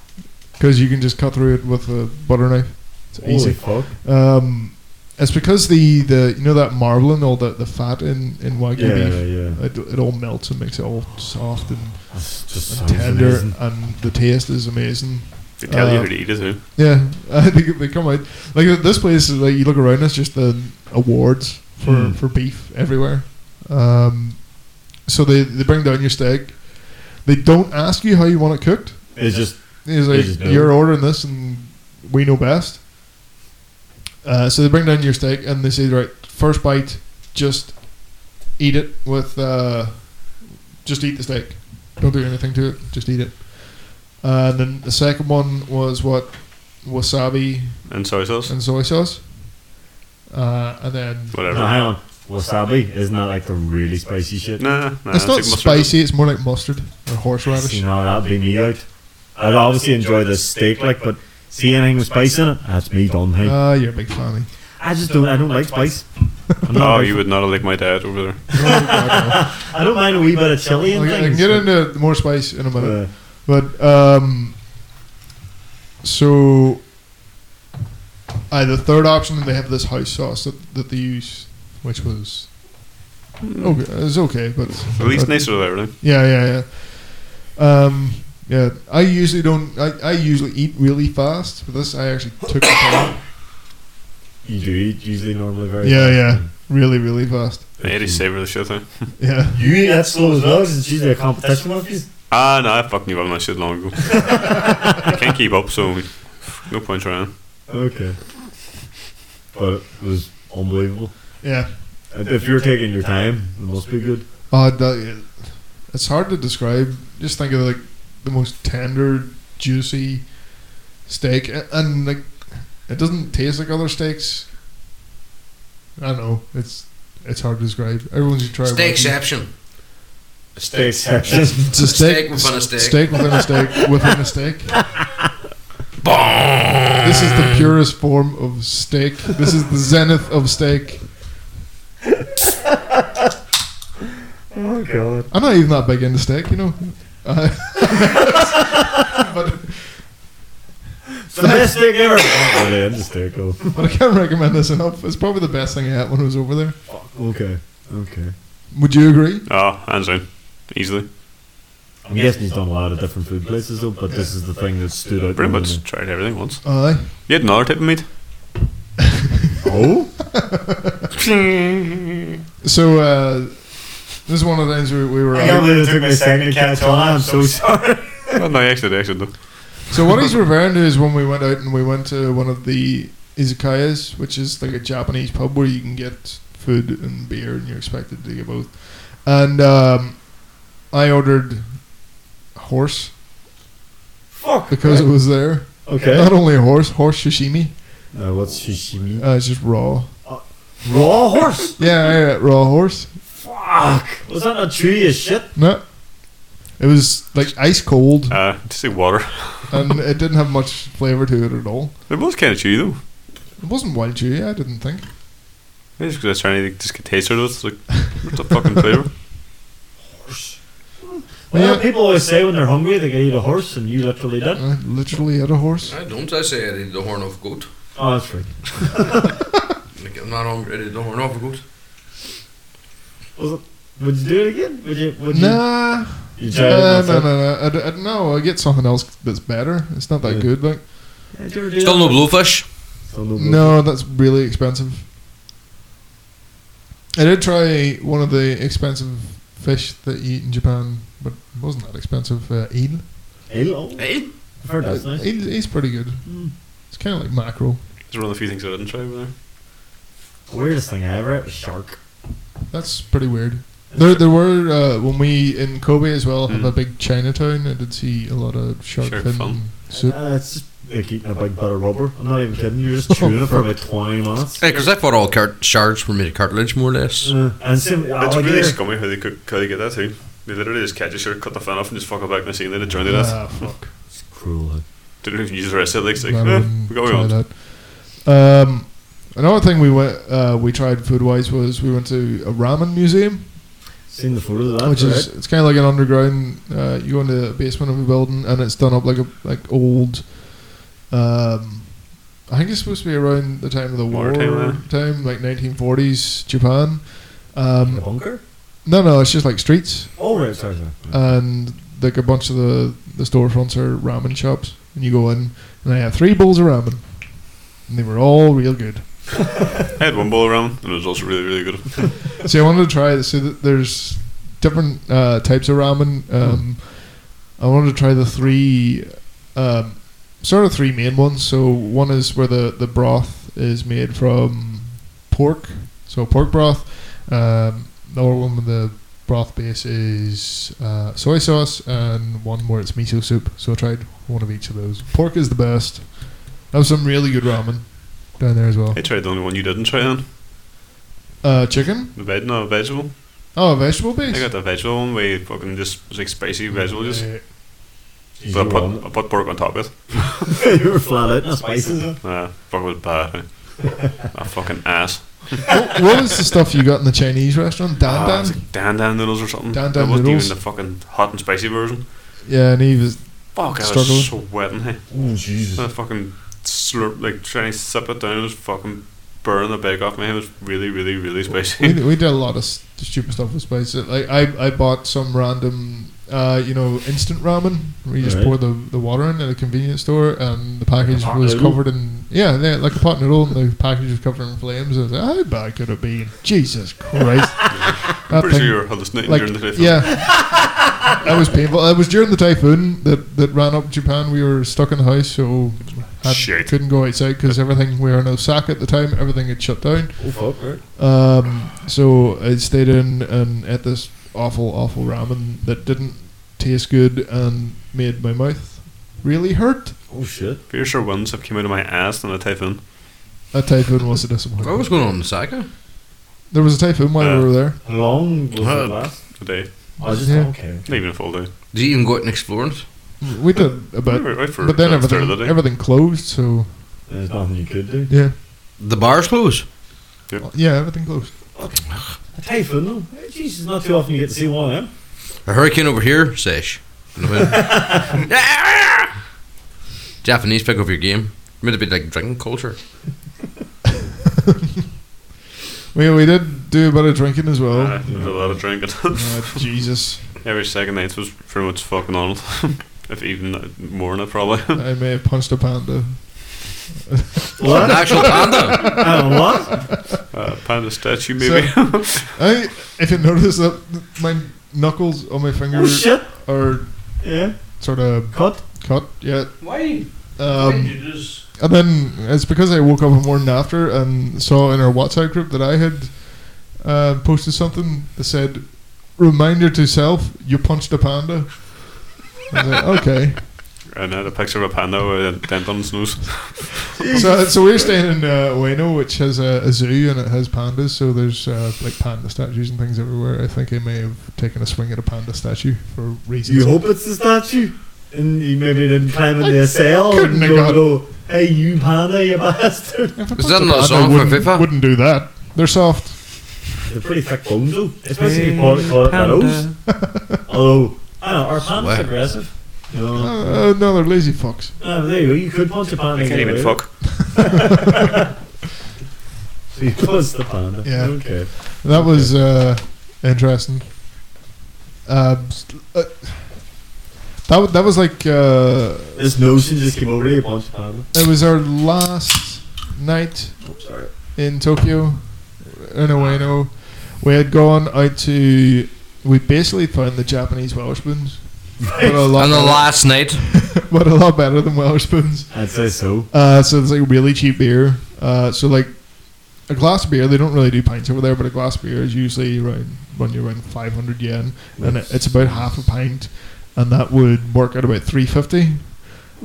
Speaker 5: because you can just cut through it with a butter knife. It's
Speaker 2: Holy
Speaker 5: easy.
Speaker 2: fuck.
Speaker 5: Um, it's because the, the you know that marbling all the, the fat in in wagyu
Speaker 2: Yeah, yeah.
Speaker 5: beef. It, it all melts and makes it all soft and,
Speaker 2: That's just
Speaker 5: and
Speaker 2: sounds
Speaker 5: tender,
Speaker 2: amazing.
Speaker 5: and the taste is amazing.
Speaker 4: They tell you
Speaker 5: Uh,
Speaker 4: who to eat it too.
Speaker 5: Yeah, (laughs) I think they come out like uh, this place. is Like you look around, it's just the awards for,
Speaker 2: Mm.
Speaker 5: for beef everywhere. Um, so they, they bring down your steak. They don't ask you how you want it cooked.
Speaker 2: It's just
Speaker 5: It's
Speaker 2: They
Speaker 5: like
Speaker 2: just do.
Speaker 5: you're ordering this, and we know best. Uh, so they bring down your steak, and they say, right, first bite, just eat it with, uh, just eat the steak. Don't do anything to it. Just eat it. Uh, and then the second one was what wasabi
Speaker 4: And soy sauce.
Speaker 5: and soy sauce. Uh, and then
Speaker 4: Whatever.
Speaker 2: no, hang on. Wasabi isn't that like the really spicy shit?
Speaker 4: Nah, nah.
Speaker 5: it's not
Speaker 4: like mustard.
Speaker 5: spicy. It's more like mustard or horseradish.
Speaker 2: See, no, that'd be me out. I'd obviously enjoy the steak, like, but see anything with spice in it, that's me done. Hey,
Speaker 5: Ah, you're a big fanny.
Speaker 2: I just don't. I don't like spice.
Speaker 5: (laughs)
Speaker 2: I'm not
Speaker 4: Oh,
Speaker 2: a big
Speaker 4: you would not have liked my dad over there.
Speaker 5: Oh, God,
Speaker 2: fan. I don't mind a wee bit of chili
Speaker 5: no.
Speaker 2: and
Speaker 5: Like, I can
Speaker 2: things.
Speaker 5: get into more spice in a minute.
Speaker 2: but, uh,
Speaker 5: But um, so uh, the third option they have this house sauce that, that they use, which was okay, it's okay, but
Speaker 4: At least nicer than everything.
Speaker 5: yeah, yeah, yeah. Um, yeah, I usually don't. I, I usually eat really fast, but this I actually took the
Speaker 4: (coughs)
Speaker 5: time
Speaker 2: you do eat usually normally very.
Speaker 5: Yeah, really, really fast.
Speaker 4: I had to savor the shit thing.
Speaker 5: Yeah,
Speaker 2: yeah. You eat that slow as well, 'cause it's usually a competition with you.
Speaker 4: Ah, no, I fucking knew all my shit long ago. I can't keep up, so no point trying.
Speaker 2: Okay. But it was unbelievable.
Speaker 5: yeah.
Speaker 2: And If you're taking your time, it must be good.
Speaker 5: Uh, that, it's hard to describe. Just think of like the most tender, juicy steak, a- and like it doesn't taste like other steaks. I don't know. It's it's hard to describe. Everyone should try. wagyu.
Speaker 3: Steakception. A
Speaker 2: Steak section.
Speaker 5: It's a
Speaker 3: Steak within a steak.
Speaker 5: Steak within a (laughs) steak within a steak. This is the purest form of steak. This is the zenith of steak.
Speaker 2: (laughs) Oh god.
Speaker 5: I'm not even that big into steak, you know. Uh, (laughs) but
Speaker 2: It's the best steak ever. oh, yeah, just steak. Oh.
Speaker 5: But I can't recommend this enough. It's probably the best thing I had when I was over there.
Speaker 2: Oh, Okay. Okay.
Speaker 5: Would you agree?
Speaker 4: Oh, hands down. Easily.
Speaker 2: I'm guessing he's done a lot of different food places though, but this is the thing that stood out.
Speaker 4: Pretty
Speaker 2: the
Speaker 4: much
Speaker 2: most.
Speaker 4: tried everything once.
Speaker 5: Aye.
Speaker 4: You had another type of meat?
Speaker 2: Oh?
Speaker 5: So uh, this is one of the things we, we were.
Speaker 2: I can't
Speaker 5: Out.
Speaker 2: believe it took me a second to catch on. I'm so sorry.
Speaker 4: well, no, I actually, I actually did.
Speaker 5: So what he's referring to is when we went out and we went to one of the izakayas, which is like a Japanese pub where you can get food and beer, and you're expected to get both. And um, I ordered horse
Speaker 2: Fuck.
Speaker 5: because it was there.
Speaker 2: Okay.
Speaker 5: Not only a horse, horse sashimi.
Speaker 2: Uh, what's sashimi?
Speaker 5: Uh, it's just raw.
Speaker 2: Raw horse.
Speaker 5: Yeah, I ate raw horse.
Speaker 2: Fuck. Was that not chewy as shit?
Speaker 5: No. It was like ice cold.
Speaker 4: Uh, just say water.
Speaker 5: and it didn't have much flavor to it at all.
Speaker 4: They're both kind of chewy, though.
Speaker 5: It wasn't wild chewy, I didn't think.
Speaker 4: Maybe just because I was trying to just get taste of those. Like, what's the fucking flavour?
Speaker 2: Horse. Well,
Speaker 5: Yeah.
Speaker 2: people always say when they're hungry they can eat a horse, and you literally did.
Speaker 5: I literally had a horse.
Speaker 3: I don't. I say I did the horn of a goat.
Speaker 2: Oh, that's right.
Speaker 3: Like, I'm not hungry. I did the horn of a goat.
Speaker 2: Would you do it again? Would you? Would
Speaker 5: Nah,
Speaker 2: you? you tried it
Speaker 5: nah,
Speaker 2: and that's
Speaker 5: nah, nah,
Speaker 2: it?
Speaker 5: nah. I, d- I, no, I get something else that's better. It's not that
Speaker 2: Yeah.
Speaker 5: good. Like,
Speaker 2: Yeah, did you ever do
Speaker 3: Still
Speaker 2: that?
Speaker 3: no blowfish.
Speaker 2: Still no.
Speaker 5: no, that's really expensive. I did try one of the expensive fish that you eat in Japan, but it wasn't that expensive. Uh, eel.
Speaker 2: Hello.
Speaker 3: Hey,
Speaker 2: I've heard that's
Speaker 5: Uh,
Speaker 2: nice.
Speaker 5: eel, eel's pretty good.
Speaker 2: Mm.
Speaker 5: It's kind of like mackerel.
Speaker 4: It's one of the few things I didn't try over there.
Speaker 2: Weirdest thing I ever ate was shark.
Speaker 5: That's pretty weird. There, there were uh, when we in Kobe as well have a big Chinatown. I did see a lot of Mm. shark
Speaker 4: Shark
Speaker 5: fin
Speaker 4: fin.
Speaker 5: soup.
Speaker 2: Uh, it's just like eating a big butt of rubber. I'm not even kidding. You're just chewing it for about 20 minutes.
Speaker 3: because I thought all cart- shards were made of cartilage, more or less.
Speaker 2: Uh, and same
Speaker 4: It's really
Speaker 2: alligator.
Speaker 4: scummy how they, cook, how they get that, too. They literally just catch a shirt, cut the fan off, and just fuck it back in the scene. They didn't drown to death.
Speaker 5: Ah, (laughs) fuck.
Speaker 2: It's cruel.
Speaker 5: (laughs)
Speaker 4: They didn't even use the rest of it. Like, it's like,
Speaker 5: Rather
Speaker 4: eh,
Speaker 5: than
Speaker 4: we got what we
Speaker 5: try
Speaker 4: want.
Speaker 5: that. Um, Another thing we went, uh, we tried food wise was we went to a ramen museum,
Speaker 2: Seen the photos of that,
Speaker 5: which is
Speaker 2: right?
Speaker 5: it's kind of like an underground. Uh, you go into the basement of a building and it's done up like a like old. Um, I think it's supposed to be around the time of the war,
Speaker 4: Wartime, yeah.
Speaker 5: time like 1940s Japan.
Speaker 2: The
Speaker 5: Um,
Speaker 2: bunker?
Speaker 5: no, no, it's just like streets,
Speaker 2: Oh, right, sorry, sorry.
Speaker 5: and like a bunch of the the storefronts are ramen shops, and you go in and I had three bowls of ramen, and they were all real good.
Speaker 4: I had one bowl around, and it was also really, really good.
Speaker 5: See, I wanted to try this. So th- there's different uh, types of ramen. Um, I wanted to try the three, um, sort of three main ones. So one is where the, the broth is made from pork, so pork broth. Um, the other one with the broth base is uh, soy sauce, and one where it's miso soup. So I tried one of each of those. Pork is the best. That was some really good ramen down there as well.
Speaker 4: I tried the only one you didn't try on.
Speaker 5: Uh, chicken?
Speaker 4: The veg, no, vegetable.
Speaker 5: Oh, vegetable base.
Speaker 4: I got the vegetable one where you fucking just, it's like spicy vegetable just.
Speaker 5: Yeah.
Speaker 4: But I put, I put pork on top of it.
Speaker 2: you were flat out in the spices.
Speaker 4: Nah, fuck was bad. eh? A fucking ass.
Speaker 5: what, what was the stuff you got in the Chinese restaurant? Dan
Speaker 4: Ah, it's
Speaker 5: Dan?
Speaker 4: like Dan Dan noodles or something.
Speaker 5: Dan Dan
Speaker 4: It wasn't
Speaker 5: noodles.
Speaker 4: even the fucking hot and spicy version.
Speaker 5: Yeah, and he was.
Speaker 4: Fuck, I
Speaker 5: Struggle.
Speaker 4: was sweating. Hey.
Speaker 2: Oh, Jesus.
Speaker 4: I fucking slurp, like trying to sip it down, it was fucking burning the bag off me. It was really, really, really
Speaker 5: We,
Speaker 4: spicy.
Speaker 5: we did a lot of s- stupid stuff with spices. Like I, I bought some random, uh, you know, instant ramen where you just
Speaker 2: Right.
Speaker 5: pour the, the water in at a convenience store, and the package
Speaker 2: Like a pot
Speaker 5: was
Speaker 2: noodle?
Speaker 5: covered in yeah, yeah, like a pot noodle, and the package was covered in flames. I was like, how bad could it be? Jesus
Speaker 2: (laughs)
Speaker 5: Christ! That
Speaker 4: (laughs) Pretty sure
Speaker 5: thing-
Speaker 4: you were hallucinating
Speaker 5: like,
Speaker 4: during the day.
Speaker 5: yeah. (laughs) That was painful. It was during the typhoon that, that ran up Japan. We were stuck in the house, so had,
Speaker 4: Shit.
Speaker 5: couldn't go outside because everything we were in Osaka at the time, everything had shut down.
Speaker 2: Oh, fuck, right?
Speaker 5: Um, so I stayed in and ate this awful, awful ramen that didn't taste good and made my mouth really hurt.
Speaker 2: Oh, shit.
Speaker 4: Pretty sure one sip came out of my ass than a typhoon.
Speaker 5: That typhoon was a
Speaker 3: What was
Speaker 5: disappointment.
Speaker 3: going on in Osaka?
Speaker 5: There was a typhoon while
Speaker 4: Uh,
Speaker 5: we were there.
Speaker 2: How long was
Speaker 3: Uh,
Speaker 2: it last?
Speaker 4: A day.
Speaker 2: I just
Speaker 5: yeah.
Speaker 2: don't care.
Speaker 4: Not even a full day.
Speaker 3: Did you even go out and explore it?
Speaker 5: We did a
Speaker 4: But,
Speaker 5: bit,
Speaker 4: right, right for
Speaker 5: but then
Speaker 4: the start of
Speaker 5: everything
Speaker 4: the day.
Speaker 5: everything closed. So
Speaker 2: There's nothing you could do.
Speaker 5: yeah,
Speaker 3: The bar's closed.
Speaker 5: yeah, everything closed.
Speaker 2: A typhoon, though. Eh, Jesus, not too often you get to see one of them.
Speaker 3: A hurricane over here, sesh. You know what I mean? Ah! Japanese pick over your game. Meant to be like drinking culture.
Speaker 5: We we did do a bit of drinking as
Speaker 2: Oh.
Speaker 5: well.
Speaker 4: Aye, there was a lot of drinking. (laughs)
Speaker 5: Uh, Jesus,
Speaker 4: Every second night was pretty much fucking Arnold. (laughs) if even uh, more than that, probably. (laughs)
Speaker 5: I may have punched a panda.
Speaker 3: An
Speaker 2: What?
Speaker 3: actual
Speaker 5: (laughs)
Speaker 3: panda.
Speaker 2: and what?
Speaker 4: Uh, panda statue, maybe. (laughs)
Speaker 5: I, if you notice that my knuckles on my finger
Speaker 2: Oh, shit.
Speaker 5: are
Speaker 2: Yeah.
Speaker 5: sort of
Speaker 2: Cut.
Speaker 5: cut yet.
Speaker 3: Why?
Speaker 5: Um, and then it's because I woke up a morning after and saw in our WhatsApp group that I had uh, posted something that said, "Reminder to self: You punched a panda." I was like, okay.
Speaker 4: and I had a picture of a panda with a dent on its
Speaker 2: (laughs)
Speaker 4: nose.
Speaker 5: so, so we're staying in uh, Ueno, which has a, a zoo and it has pandas. So there's uh, like panda statues and things everywhere. I think I may have taken a swing at a panda statue for reasons.
Speaker 2: You hope it's the statue. And you maybe didn't climb in the cell
Speaker 5: couldn't
Speaker 2: and
Speaker 5: have
Speaker 2: go,
Speaker 5: got-
Speaker 2: go, hey, you panda, you bastard.
Speaker 5: If I
Speaker 3: Is
Speaker 5: punched
Speaker 3: that
Speaker 5: a
Speaker 3: not a
Speaker 5: panda,
Speaker 3: song
Speaker 5: I
Speaker 3: for
Speaker 5: wouldn't,
Speaker 3: FIFA?
Speaker 5: Wouldn't do that. They're soft.
Speaker 2: They're pretty thick bones, though. Especially if you call it, call it nose. Although, I don't know, are pandas
Speaker 3: Swear.
Speaker 2: aggressive?
Speaker 5: Uh,
Speaker 2: No.
Speaker 5: uh, no, they're lazy fucks.
Speaker 2: Uh, there you go, you could punch a panda.
Speaker 4: I
Speaker 2: and
Speaker 4: can't
Speaker 2: get away
Speaker 4: even
Speaker 2: with
Speaker 4: fuck.
Speaker 2: it. So you punch the panda.
Speaker 5: Yeah.
Speaker 2: Okay.
Speaker 5: That was uh, interesting. Um, s- uh, that wa- that was like uh,
Speaker 2: This notion just came over you, punch the panda.
Speaker 5: it was our last night
Speaker 2: Oh, sorry.
Speaker 5: in Tokyo, in Ueno, we had gone out to. We basically found the Japanese Welsh spoons, but (laughs) a lot,
Speaker 3: And the
Speaker 5: better,
Speaker 3: last night,
Speaker 5: but a lot better than Welsh spoons.
Speaker 2: I'd say so.
Speaker 5: Uh, so it's like really cheap beer. Uh, so like a glass of beer, they don't really do pints over there, but a glass of beer is usually around when you're around 500 yen, and it, it's about half a pint, and that would work at about 350.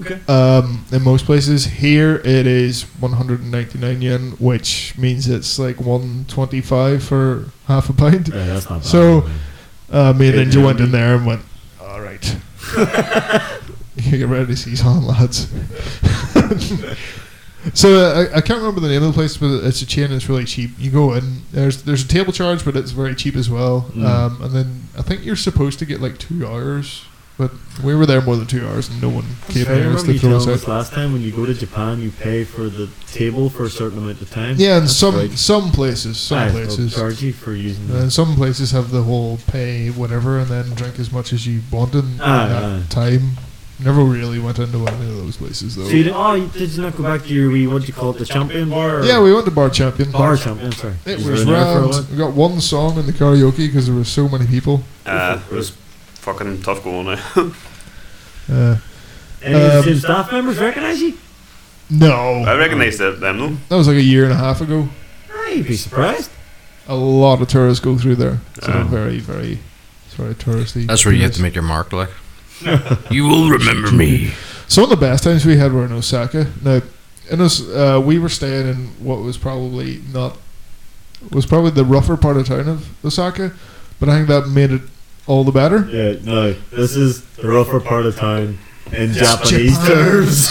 Speaker 2: Okay.
Speaker 5: Um, in most places here, it is 199 yen, which means it's like 125 for half a pint.
Speaker 2: Yeah, that's not bad.
Speaker 5: So- Uh, me and
Speaker 2: Hey,
Speaker 5: Ninja went
Speaker 2: Jeremy.
Speaker 5: in there and went, all (laughs) right. Get ready to see on, lads. (laughs) So uh, I, I can't remember the name of the place, but it's a chain. and It's really cheap. You go in. There's there's a table charge, but it's very cheap as well.
Speaker 2: Mm.
Speaker 5: Um, and then I think you're supposed to get like two hours, but we were there more than two hours, and no one came
Speaker 2: I
Speaker 5: near us
Speaker 2: remember
Speaker 5: to
Speaker 2: you
Speaker 5: throw
Speaker 2: telling
Speaker 5: us
Speaker 2: us
Speaker 5: out.
Speaker 2: last time when you go to Japan, you pay for the table for a certain amount of time.
Speaker 5: Yeah, and
Speaker 2: That's
Speaker 5: some
Speaker 2: right.
Speaker 5: some places, some
Speaker 2: Aye, they'll
Speaker 5: places,
Speaker 2: charge you for using
Speaker 5: and
Speaker 2: that.
Speaker 5: then Uh, some places have the whole pay whatever, and then drink as much as you want in
Speaker 2: Aye,
Speaker 5: that
Speaker 2: aye.
Speaker 5: time. Never really went into any of those places though.
Speaker 2: So you did, oh, you- did you not go back to your wee, what do you call it, the champion bar? or-
Speaker 5: yeah, we went to Bar Champion.
Speaker 2: Bar champion, sorry.
Speaker 5: It
Speaker 2: You were
Speaker 5: was
Speaker 2: in there for a
Speaker 5: round.
Speaker 2: while?
Speaker 5: We got one song in the karaoke because there were so many people.
Speaker 4: Uh, it was fucking tough going eh. now.
Speaker 5: Uh,
Speaker 2: Any of the
Speaker 5: Um,
Speaker 2: same staff members recognise you?
Speaker 4: I
Speaker 5: no,
Speaker 4: recognise that them though.
Speaker 5: that was like a year and a half ago.
Speaker 2: Aye, Ah, you'd be surprised.
Speaker 5: A lot of tourists go through there. It's a
Speaker 2: Ah.
Speaker 4: Oh.
Speaker 5: very, very, it's very touristy.
Speaker 3: That's where you have
Speaker 5: place.
Speaker 3: to make your mark,
Speaker 5: (laughs)
Speaker 3: like. you will remember me.
Speaker 5: Some of the best times we had were in Osaka. Now, in Os- uh, we were staying in what was probably not was probably the rougher part of town of Osaka, but I think that made it all the better.
Speaker 2: Yeah, no, this is the rougher part of town in Japanese
Speaker 5: Japanese Japan. terms. (laughs)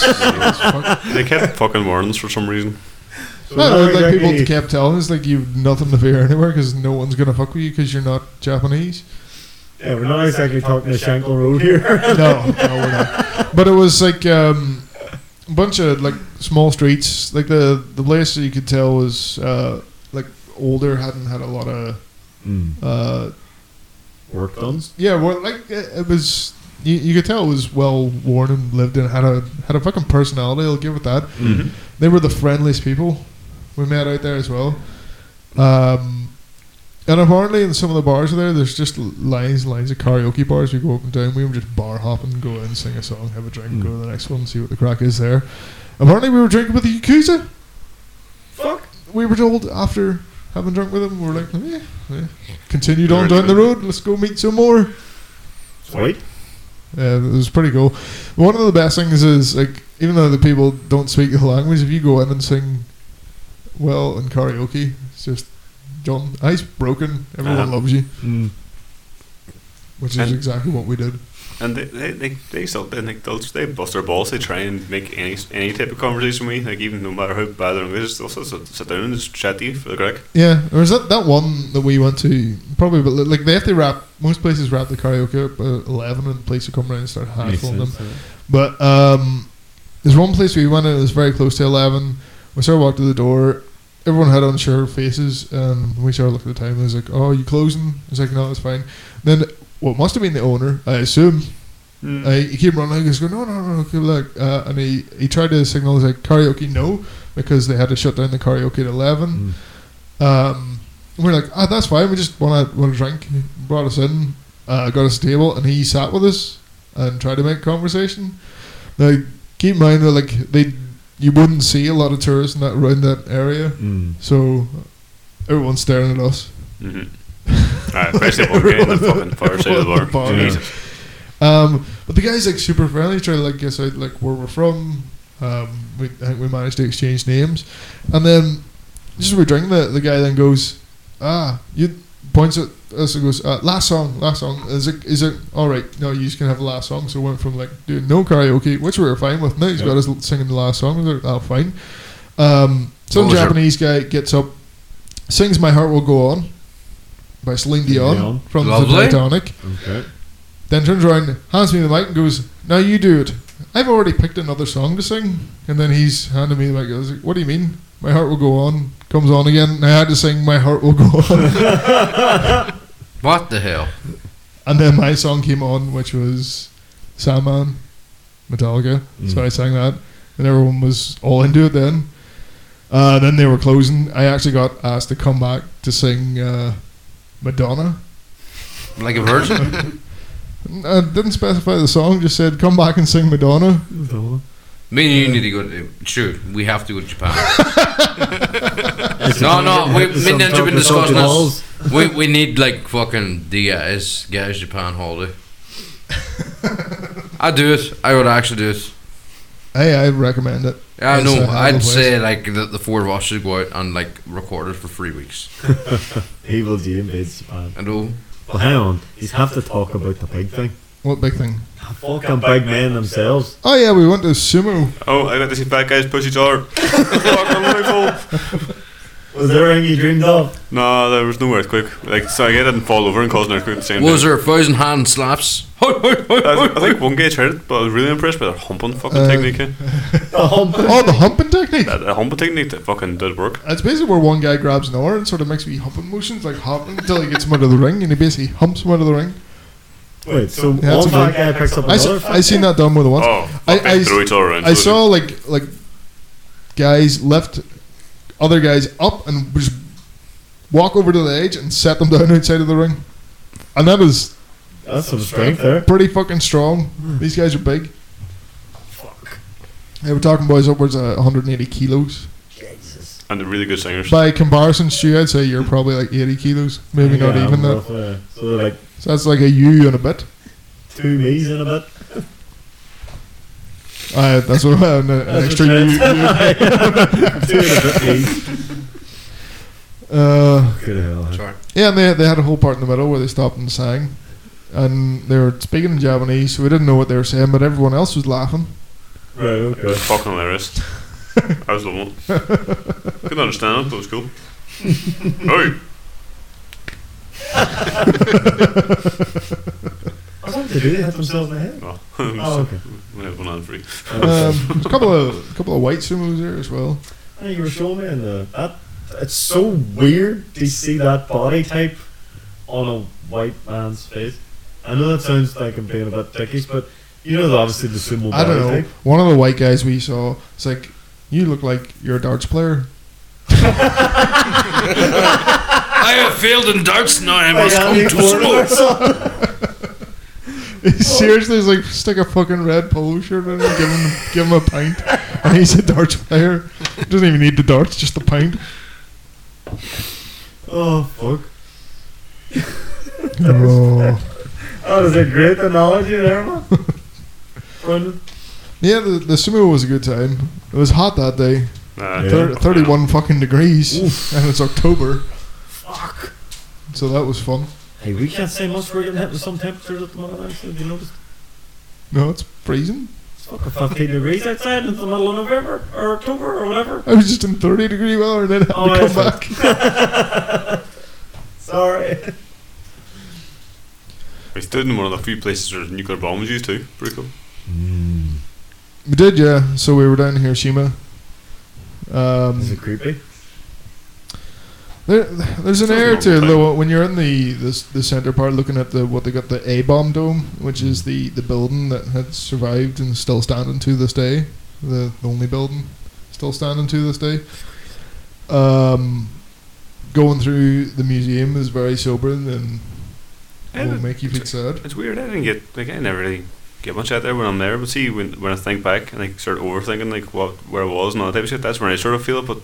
Speaker 2: terms. (laughs)
Speaker 4: They kept fucking warnings for some reason.
Speaker 5: No, no, like people kept telling us like you've nothing to fear anywhere because no one's gonna fuck with you because you're not Japanese.
Speaker 2: yeah, we're not exactly talking to Shankill Road here.
Speaker 5: (laughs) no, no, we're not. But it was like um, a bunch of like small streets. Like the the place that you could tell was uh, like older, hadn't had a lot of uh,
Speaker 2: Hmm. Work done.
Speaker 5: yeah. Well, like it, it was. You, you could tell it was well worn and lived in. had a had a fucking personality. I'll give it that.
Speaker 4: Mm-hmm.
Speaker 5: They were the friendliest people we met out there as well. Um, and apparently, in some of the bars there, there's just lines, and lines of karaoke bars. We go up and down. We were just bar hopping, go in, sing a song, have a drink,
Speaker 2: Mm.
Speaker 5: go to the next one, see what the crack is there. Apparently, we were drinking with the yakuza.
Speaker 2: Fuck.
Speaker 5: We were told after having drunk with them, we were like, eh, eh. continued on
Speaker 6: Very
Speaker 5: down the
Speaker 6: good.
Speaker 5: road. Let's go meet some more.
Speaker 2: Sweet.
Speaker 5: Yeah, it was pretty cool. One of the best things is like even though the people don't speak the language, if you go in and sing well in karaoke, it's just John Ice broken. Everyone
Speaker 4: Uh-huh.
Speaker 5: loves you, which is
Speaker 4: And-
Speaker 5: exactly what we did.
Speaker 4: And they they, they, they still they, like, they'll, they bust their balls. They try and make any any type of conversation with me. Like even no matter how bad their English, is, they'll sit, sit- sit down and just chat to you for the crack.
Speaker 5: Yeah, there was that, that one that we went to probably, but like they have to wrap most places wrap the karaoke up at uh, eleven, and the police will come around and start hassling them. But um, there's one place we went and it was very close to 11. We started walking to the door. Everyone had unsure faces. And we started looking at the time. And it was like, oh, you closing? I was like, no, it's fine. Then what must have been the owner, I assume, uh, he came running. He goes, "Go, no, no, no, okay, look. Uh, and he, he tried to signal, he's like, karaoke, no, because they had to shut down the karaoke at 11. Um, we're like, ah, that's fine. We just want to want a drink. And he brought us in, uh, got us a table, and he sat with us and tried to make conversation. Now, keep in mind that like they, you wouldn't see a lot of tourists in that around that area, so everyone's staring at us.
Speaker 4: Mm-hmm. Alright,
Speaker 5: (laughs)
Speaker 4: basically one guy in the fucking far side of the
Speaker 5: Everyone at
Speaker 4: bar.
Speaker 5: the
Speaker 4: Jesus.
Speaker 5: Um, but the guy's like super friendly, trying to like guess out like where we're from. Um, we I think we managed to exchange names, and then just as we're drinking, the the guy then goes, "Ah, you." Points at us and goes, uh, "Last song, last song." Is it? Is it all right? No, you just can have the last song. So we went from like doing no karaoke, which we were fine with. Now he's got us l- singing the last song. We're like, "Oh, fine." Um, some
Speaker 3: What was your-
Speaker 5: Japanese guy gets up, sings "My Heart Will Go On" by Celine Dion,
Speaker 2: Dion.
Speaker 5: from the
Speaker 3: Lovely.
Speaker 5: Titanic.
Speaker 2: Okay.
Speaker 5: Then turns around, hands me the mic, and goes, "Now you do it." I've already picked another song to sing, and then he's handed me the mic. I was like, "What do you mean? My heart will go on." Comes on again, and I had to sing "My Heart Will Go
Speaker 2: (laughs)
Speaker 5: On,"
Speaker 3: What the hell?
Speaker 5: and then my song came on, which was Sandman, Metallica.
Speaker 2: Mm.
Speaker 5: So I sang that, and everyone was all into it. Then, uh, then they were closing. I actually got asked to come back to sing uh, Madonna.
Speaker 3: Like a virgin?
Speaker 5: (laughs) I Uh, didn't specify the song; just said, "Come back and sing Madonna."
Speaker 3: Me and you need to go to. Sure, we have to go to (laughs) Japan. no, no, we, me and you been discussing this. We, we need, like, fucking the guys, guys Japan (laughs) holiday. I'd do it. I would actually do it.
Speaker 5: Hey, I recommend it.
Speaker 3: I
Speaker 5: It's a
Speaker 3: know.
Speaker 5: hell of a
Speaker 3: I'd
Speaker 5: place.
Speaker 3: say, like, the, the four of us should go out and, like, record it for three weeks.
Speaker 2: Evil G invades Japan.
Speaker 3: I know.
Speaker 2: But hang on, he's have to talk about the pig thing.
Speaker 5: What big thing?
Speaker 2: Fucking big men themselves.
Speaker 5: Oh yeah, we went to sumo.
Speaker 4: Oh, I got to see fat guys push each other. (laughs) Fucking wonderful.
Speaker 2: Was there anything you dreamed of?
Speaker 4: No, there was no earthquake. Like, sorry, I didn't fall over and cause an earthquake at the same
Speaker 3: Was
Speaker 4: time.
Speaker 3: there a thousand hand slaps? Hoi, hoi, hoi,
Speaker 4: I,
Speaker 3: hoi,
Speaker 4: I think one guy tried it, but I was really impressed by their humping fucking
Speaker 5: Uh,
Speaker 4: technique. eh?
Speaker 5: (laughs) Oh, the humping technique.
Speaker 4: That the humping technique that fucking did work.
Speaker 5: It's basically where one guy grabs an oar and sort of makes wee humping motions, like hopping until he gets him out of the ring, and he basically humps him out of the ring.
Speaker 2: Wait, so
Speaker 5: Yeah,
Speaker 2: one
Speaker 5: it's
Speaker 2: fat
Speaker 5: a-
Speaker 2: guy picks up
Speaker 5: I, s-
Speaker 2: another fat
Speaker 5: I seen that done with the once.
Speaker 4: Oh,
Speaker 5: I-
Speaker 4: fucking
Speaker 5: I
Speaker 4: threw each other around.
Speaker 5: I saw like like guys lift other guys up and just walk over to the edge and set them down outside of the ring, and that is
Speaker 2: That's some strength there.
Speaker 5: pretty fucking strong. These guys are big. Fuck. Yeah, we're talking boys upwards of 180 kilos.
Speaker 4: and they're really good singers.
Speaker 5: By comparison, Stu, I'd say you're probably like 80 kilos, maybe not
Speaker 2: Yeah,
Speaker 5: even that.
Speaker 2: roughly. So they're like
Speaker 5: So that's like a U and a bit.
Speaker 2: two me's in a bit.
Speaker 5: Uh, that's what (laughs) an, an
Speaker 2: That's
Speaker 5: extra
Speaker 2: what it
Speaker 5: U.
Speaker 2: is. (laughs) two in a bit me's.
Speaker 5: (laughs) Uh,
Speaker 2: Good hell.
Speaker 6: Sorry.
Speaker 5: yeah, and they, they had a whole part in the middle where they stopped and sang, and they were speaking in Japanese, so we didn't know what they were saying, but everyone else was laughing. (laughs)
Speaker 2: Right,
Speaker 4: It was
Speaker 2: okay.
Speaker 4: fucking hilarious. I was loving it. Couldn't understand it, but it was cool. hey,
Speaker 2: I think they do. They hit themselves in the head.
Speaker 4: no,
Speaker 2: Oh,
Speaker 4: (laughs)
Speaker 2: okay.
Speaker 4: I have one hand free.
Speaker 5: Um, there's a couple of couple of white sumos there as well.
Speaker 2: I think you were showing me, and uh, that it's so weird to see that body type on a white man's face. I know that sounds like I'm being a bit dickish, but you know, that obviously the sumo body
Speaker 5: I don't know.
Speaker 2: type.
Speaker 5: One of the white guys we saw, it's like, you look like you're a darts player.
Speaker 3: I have failed in darts, now I
Speaker 2: (laughs) Like,
Speaker 3: must come
Speaker 2: Andy (laughs)
Speaker 3: to
Speaker 2: Gordon or
Speaker 3: smoke.
Speaker 2: something.
Speaker 5: (laughs) Seriously, it's like stick a fucking red polo shirt on him, give him give him a pint, and he's a darts player. Doesn't even need the darts, just the pint.
Speaker 2: Oh fuck!
Speaker 5: Oh.
Speaker 2: That was a great analogy there, man. Brendan.
Speaker 5: Yeah, the, the sumo was a good time. It was hot that day,
Speaker 4: Nah,
Speaker 2: Yeah.
Speaker 5: Thir-
Speaker 4: fucking
Speaker 5: thirty-one fucking degrees,
Speaker 2: Oof.
Speaker 5: and it's October,
Speaker 2: Fuck.
Speaker 5: so that was fun.
Speaker 2: Hey, we can't say much. We're getting hit with some temperatures at the moment. Actually, you notice?
Speaker 5: No, it's freezing.
Speaker 2: It's fucking 15 degrees outside in the middle of November or October or whatever.
Speaker 5: I was just in thirty degree weather, and then I had
Speaker 2: Oh,
Speaker 5: to
Speaker 2: yes.
Speaker 5: come back.
Speaker 2: Sorry.
Speaker 4: hell. We stood in one of the few places where nuclear bombs used too. Pretty cool.
Speaker 5: We did, yeah. So we were down in Hiroshima. Um,
Speaker 2: Is it creepy?
Speaker 5: There, there's an
Speaker 4: Sounds
Speaker 5: air
Speaker 4: about
Speaker 5: to it,
Speaker 4: right.
Speaker 5: though when you're in the, the s- the center part looking at the what they got the A bomb dome, which
Speaker 4: Mm.
Speaker 5: is the, the building that had survived and is still standing to this day, the, the only building still standing to this day. Um, going through the museum is very sobering and
Speaker 4: And
Speaker 5: will make you feel sad.
Speaker 4: It's weird. I didn't get like I never really get much out there when I'm there. But see, when when I think back and like start overthinking like what where I was and all that type of shit, that's when I sort of feel it. But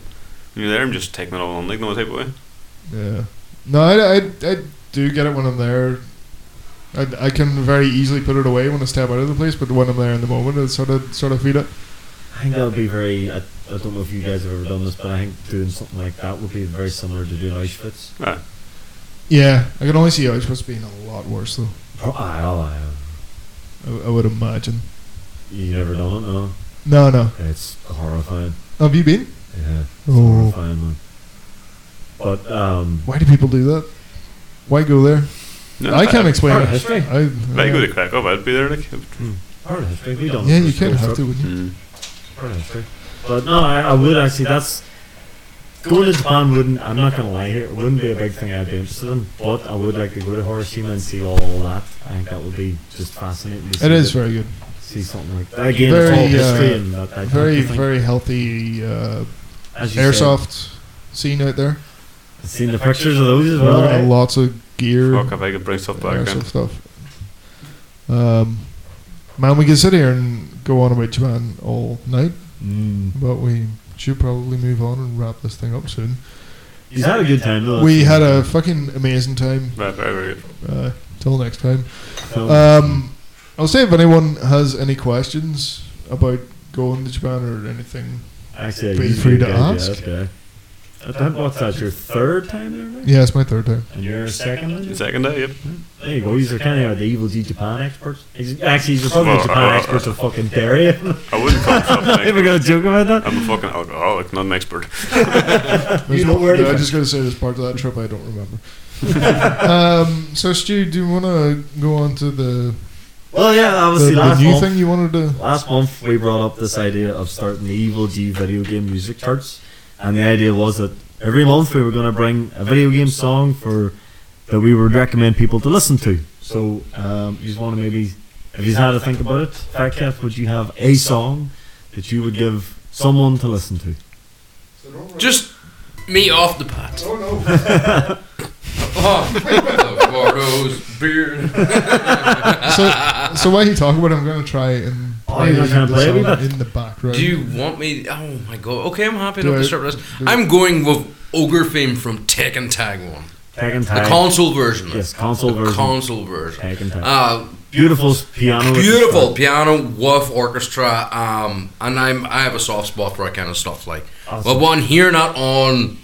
Speaker 4: when you're there, I'm just taking it all on like no type of way.
Speaker 5: Yeah. No, I, I, I do get it when I'm there. I, I can very easily put it away when I step out of the place, but when I'm there in the moment, I sort of sort of feel it.
Speaker 2: I think that would be very. I, I don't know if you guys have ever done this, but I think doing something like that would be very similar to doing Auschwitz.
Speaker 4: Ah,
Speaker 5: Yeah, I can only see Auschwitz being a lot worse though.
Speaker 2: Pro- aye, oh, aye, aye.
Speaker 5: I, I would imagine.
Speaker 2: You never done it, no?
Speaker 5: No, no.
Speaker 2: It's horrifying.
Speaker 5: Have you been?
Speaker 2: Yeah, it's
Speaker 5: Oh.
Speaker 2: horrifying. Man. But um,
Speaker 5: Why do people do that? Why go there?
Speaker 4: no,
Speaker 5: I can't explain
Speaker 2: part
Speaker 5: it.
Speaker 2: of history.
Speaker 5: I,
Speaker 4: Like go
Speaker 5: yeah.
Speaker 4: to Krakow, I'd be there. Like,
Speaker 2: Part of history. We don't.
Speaker 5: yeah, you can have to, wouldn't you?
Speaker 4: mm.
Speaker 2: Part of history. But no, I, I would actually. That's going to Japan wouldn't. I'm not gonna lie here. It wouldn't be a big thing I'd be interested in. But I would like to go to Hiroshima and see all that. I think that would be just fascinating. to see
Speaker 5: It is
Speaker 2: the-
Speaker 5: very good.
Speaker 2: see something like that. Again,
Speaker 5: Very,
Speaker 2: it's all
Speaker 5: uh,
Speaker 2: history and that type
Speaker 5: Very,
Speaker 2: of thing.
Speaker 5: very healthy uh,
Speaker 2: As you
Speaker 5: airsoft scene out there.
Speaker 2: Said, I've seen the pictures of those as
Speaker 5: There
Speaker 2: well.
Speaker 5: are
Speaker 2: eh?
Speaker 5: Lots of gear,
Speaker 4: Fuck if I could bring stuff back.
Speaker 5: airsoft
Speaker 4: then.
Speaker 5: stuff. Um, man, we can sit here and go on about Japan all night,
Speaker 2: Mm.
Speaker 5: but we should probably move on and wrap this thing up soon.
Speaker 2: He's had a good time though.
Speaker 5: We had a fucking amazing time.
Speaker 4: Right, very, very good.
Speaker 5: Uh, till next time.
Speaker 2: So,
Speaker 5: Um, I'll say if anyone has any questions about going to Japan or anything.
Speaker 2: actually,
Speaker 5: feel
Speaker 2: you
Speaker 5: free to
Speaker 2: did, yeah,
Speaker 5: ask.
Speaker 2: okay. At that, what's that? Your third time there? right? (laughs)
Speaker 5: Yeah, it's my third time.
Speaker 2: And you're second. then?
Speaker 4: Second day, yep.
Speaker 2: There you go. These are kind of the evil Z Japan experts. He's- Actually, he's probably the Japan experts of fucking dairy. (laughs)
Speaker 4: I wouldn't call myself an
Speaker 2: If we're
Speaker 4: expert.
Speaker 2: gonna joke about that,
Speaker 4: I'm a fucking alcoholic, not an expert.
Speaker 5: There's
Speaker 2: You know where to
Speaker 5: no, I
Speaker 2: find-
Speaker 5: just got to say this part of that trip I don't
Speaker 2: (laughs)
Speaker 5: remember. um, so, Stu, do you want to go on to the,
Speaker 2: well, yeah, that
Speaker 5: the,
Speaker 2: was the,
Speaker 5: the
Speaker 2: last
Speaker 5: new
Speaker 2: month.
Speaker 5: thing you
Speaker 2: (laughs)
Speaker 5: wanted to?
Speaker 2: Last month we brought up this idea of starting the Evil G video game music charts, and the idea was that every month we were going to bring a video game song for that we would recommend people to listen to. So um, you just want to maybe, if you had to think about it, Fatcat, would you have a song that you would give someone to listen to?
Speaker 3: Just me off the pot.
Speaker 5: Oh no!
Speaker 3: (laughs) Oh, Bardo's beard.
Speaker 5: so, so while you talk about it, I'm going to try and
Speaker 2: Oh, you're not gonna
Speaker 5: the
Speaker 2: play with
Speaker 5: song
Speaker 2: it?
Speaker 5: in the background.
Speaker 3: Do you want me? Oh my god. Okay, I'm happy
Speaker 5: Do
Speaker 3: enough
Speaker 5: I-
Speaker 3: to start this.
Speaker 5: do-
Speaker 3: I'm going with Ogre Fame from Tekken Tag 1.
Speaker 2: Tag and
Speaker 3: The
Speaker 2: Tag.
Speaker 3: console version.
Speaker 2: yes, console
Speaker 3: the
Speaker 2: version.
Speaker 3: console version.
Speaker 2: Tag and Tag.
Speaker 3: Uh,
Speaker 2: beautiful s- piano. at the
Speaker 3: beautiful
Speaker 2: start.
Speaker 3: piano, woof orchestra, um, and I'm I have a soft spot for that kind of stuff. Like,
Speaker 2: Awesome.
Speaker 3: but one here, not on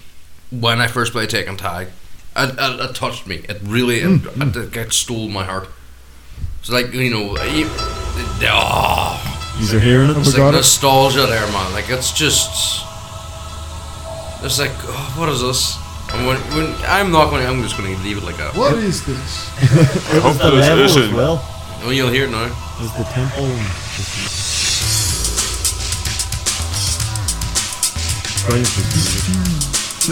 Speaker 3: when I first played Tekken Tag, it, it, it touched me. It really it, it, it, stole my heart. It's like you know, you, oh,
Speaker 2: You're hearing it.
Speaker 3: it's
Speaker 5: got
Speaker 3: like
Speaker 5: it.
Speaker 3: nostalgia there, man. Like it's just, it's like oh, what is this? And when, when, I'm not going. to I'm just going to leave it like that.
Speaker 5: What is this?
Speaker 4: I hope
Speaker 2: The
Speaker 4: this
Speaker 2: level as
Speaker 4: isn't.
Speaker 2: well.
Speaker 3: Oh, you'll hear it now.
Speaker 2: There's the tempo. Brilliant piece of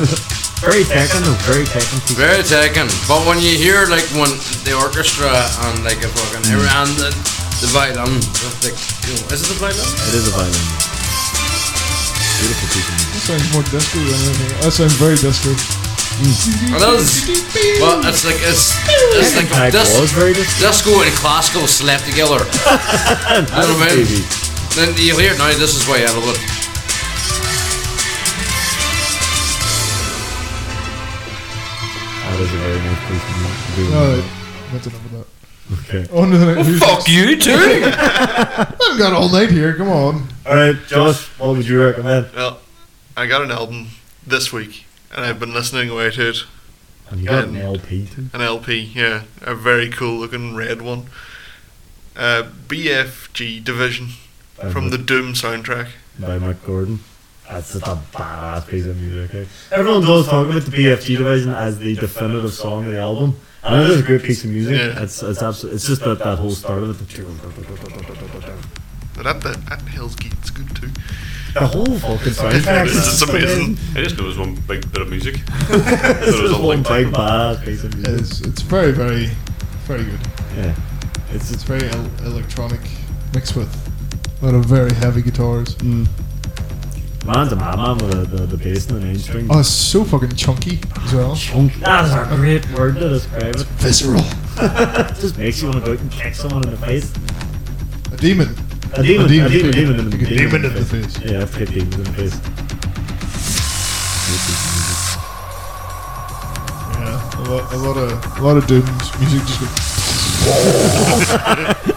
Speaker 2: music. very technical, very technical.
Speaker 3: Very taken. But when you hear like when the orchestra and like a fucking and the, the violin, that's like, you know, is it the violin?
Speaker 2: It is a violin. Beautiful piece of music.
Speaker 5: That sounds more disco than anything. That sounds very disco.
Speaker 3: It is. Well, it's like it's it's like
Speaker 2: Tag
Speaker 3: dis-
Speaker 2: was very dis-
Speaker 3: disco and classical slapped together. I don't know.
Speaker 2: baby.
Speaker 3: Then you hear it now. This is why I love it.
Speaker 2: That is a very nice piece of music.
Speaker 5: Alright,
Speaker 2: Beautiful.
Speaker 5: that's enough of
Speaker 2: Okay.
Speaker 5: that. Oh, On to the next music.
Speaker 3: Fuck you too.
Speaker 5: I've got all night here, come on.
Speaker 2: Alright, Josh, what would you recommend?
Speaker 6: Well, I got an album this week, and I've been listening away to it.
Speaker 2: And you got an LP too?
Speaker 6: An LP, yeah, a very cool looking red one. Uh, BFG Division from the Doom soundtrack.
Speaker 2: by Mark Gordon. That's such a badass piece of music. eh? Everyone does talk about the BFG division as the definitive song of the album. And it is a great piece of music.
Speaker 6: Yeah.
Speaker 2: It's it's absolutely it's just that, that whole start of it. The,
Speaker 6: But at the at Hell's Gate's good too.
Speaker 2: the whole fucking soundtrack.
Speaker 6: It's
Speaker 4: (laughs)
Speaker 6: just amazing.
Speaker 4: I just know there's one big bit of music. There
Speaker 2: It's
Speaker 4: was a
Speaker 2: just one
Speaker 4: link.
Speaker 2: big badass piece of music.
Speaker 5: It's, it's very, very, very good.
Speaker 2: Yeah. It's
Speaker 5: It's
Speaker 2: just
Speaker 5: very el- electronic, mixed with a lot of very heavy guitars.
Speaker 2: mm, man's a madman with the, the, the bass and the main string.
Speaker 5: Oh, it's so fucking chunky as well.
Speaker 2: Chunky. That is a great word to describe it. (laughs)
Speaker 5: Visceral.
Speaker 2: just makes you want to go out and kick someone in the face.
Speaker 5: A demon.
Speaker 2: A demon, a demon,
Speaker 5: in the
Speaker 2: demon,
Speaker 5: face.
Speaker 2: demon, in the-
Speaker 5: Like a demon in the face.
Speaker 2: Yeah, I've hit demons in the face.
Speaker 5: Yeah, a lot, a lot of, a lot of doom's music just
Speaker 3: (laughs)
Speaker 5: goes.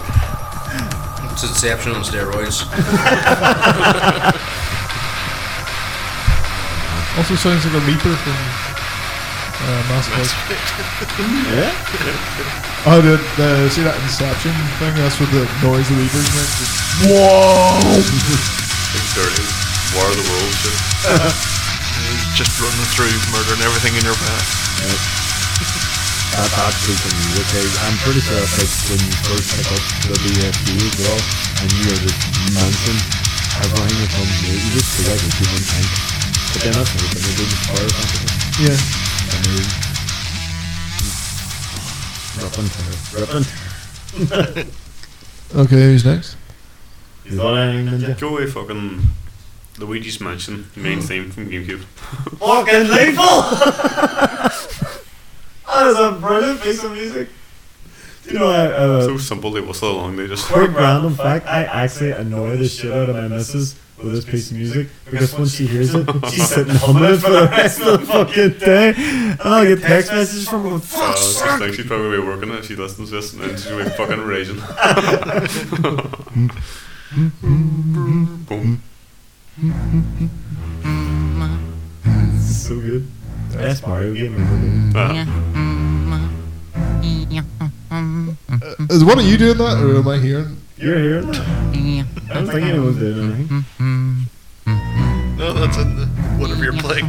Speaker 3: It's Inception on steroids.
Speaker 5: Also sounds like a Reaper from uh, Mass Effect.
Speaker 2: Yeah?
Speaker 5: Oh, the, the see that Inception thing? That's what the noise the Reapers make. Just-
Speaker 4: Big dirty. War of the Worlds. shit.
Speaker 6: Just running through, murdering everything in your path.
Speaker 2: That, that's super music. eh? I'm pretty sure that's like when you first pick up the BFD as well, and you are just mountain, everything that comes new, you just feel like a human tank. But then that's another thing, they do the fire company.
Speaker 5: Yeah.
Speaker 2: I mean, Rippin' terror. Rippin'
Speaker 5: Okay, who's next?
Speaker 2: Is that anything, Ninja?
Speaker 4: Go away, fucking Luigi's Mansion main
Speaker 2: Mm.
Speaker 4: theme from GameCube.
Speaker 2: Fucking lethal! (laughs) that is a brilliant piece of music. Do you know, I, uh,
Speaker 4: So simple, they whistle along. They just.
Speaker 2: Quick random fact, I actually annoy the shit out of my missus with this piece of music because when she hears (laughs) it, she's sitting humming it for the rest of the fucking day. And I'll get text messages from her,
Speaker 4: (laughs) Uh,
Speaker 2: fuck,
Speaker 4: it's just like she's probably working it. She listens to this and then she's gonna be fucking
Speaker 2: (laughs)
Speaker 4: raging. Boom.
Speaker 2: it's so good. Best Mario game ever.
Speaker 4: Ah,
Speaker 7: Yeah.
Speaker 5: Uh, Is what are you doing that, or am I hearing?
Speaker 2: You're hearing that? I don't think anyone's doing anything.
Speaker 6: No, that's in the whatever you're (laughs) playing.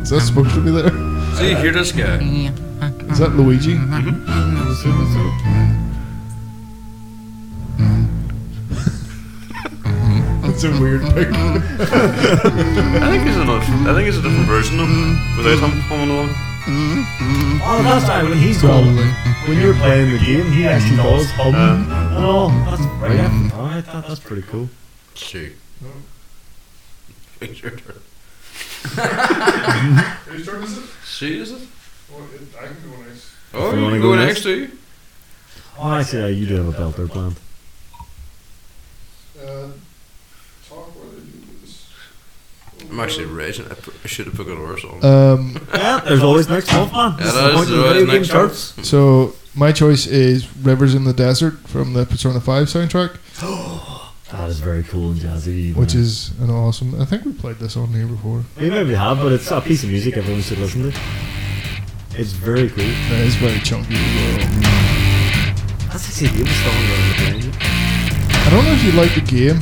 Speaker 5: Is that supposed to be there? (laughs)
Speaker 3: See, hear this guy.
Speaker 5: Is that Luigi? That's a weird pick.
Speaker 4: I think it's another. I think it's a different version though, without him coming along.
Speaker 2: Oh, that's right. When he's gone, when you're playing the game, he actually Mm. does hum and all. That's brilliant. All right, that, that's pretty cool.
Speaker 3: Shoot. It's your turn. (laughs) See, is it? Oh,
Speaker 2: You
Speaker 3: you
Speaker 2: wanna
Speaker 3: can
Speaker 2: go
Speaker 3: go
Speaker 2: next?
Speaker 3: next to you.
Speaker 2: Oh, actually, yeah, you do have a belt there planned.
Speaker 3: I'm actually raging. I pr- I should have put an horse on.
Speaker 5: Um,
Speaker 2: Yeah, there's always next month, man.
Speaker 3: Yeah,
Speaker 2: This is
Speaker 3: that
Speaker 2: the
Speaker 3: is-
Speaker 2: point of
Speaker 3: that
Speaker 2: the
Speaker 3: is
Speaker 2: video game
Speaker 3: next
Speaker 2: charts.
Speaker 5: so my choice is "Rivers in the Desert" from the Persona Five soundtrack,
Speaker 2: That is Ah, very cool and jazzy.
Speaker 5: which
Speaker 2: man.
Speaker 5: is an awesome. I think we played this on here before.
Speaker 2: we maybe have, but it's a piece of music everyone should listen to. It's very cool.
Speaker 5: That is very chunky. as well.
Speaker 2: That's actually a game song. really, man.
Speaker 5: I don't know if you like the game.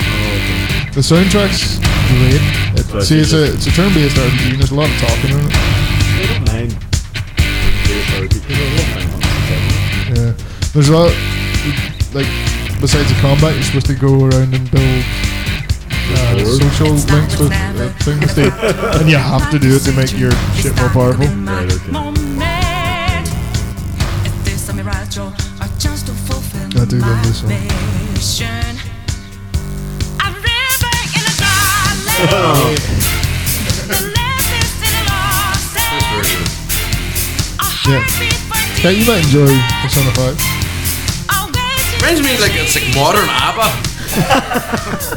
Speaker 2: Oh,
Speaker 5: The soundtrack's great. It,
Speaker 2: But
Speaker 5: see,
Speaker 2: you
Speaker 5: it's a, it's a turn-based RPG and there's a lot of talking in it.
Speaker 2: I don't mind.
Speaker 5: Yeah. There's a lot, like, besides the combat, you're supposed to go around and build uh, social links with uh, things. They, and you have to do it to make your shit more powerful.
Speaker 7: I do love this one.
Speaker 3: (laughs)
Speaker 5: Yeah. Yeah, you might enjoy Persona 5.
Speaker 3: Reminds me like it's like modern ABBA.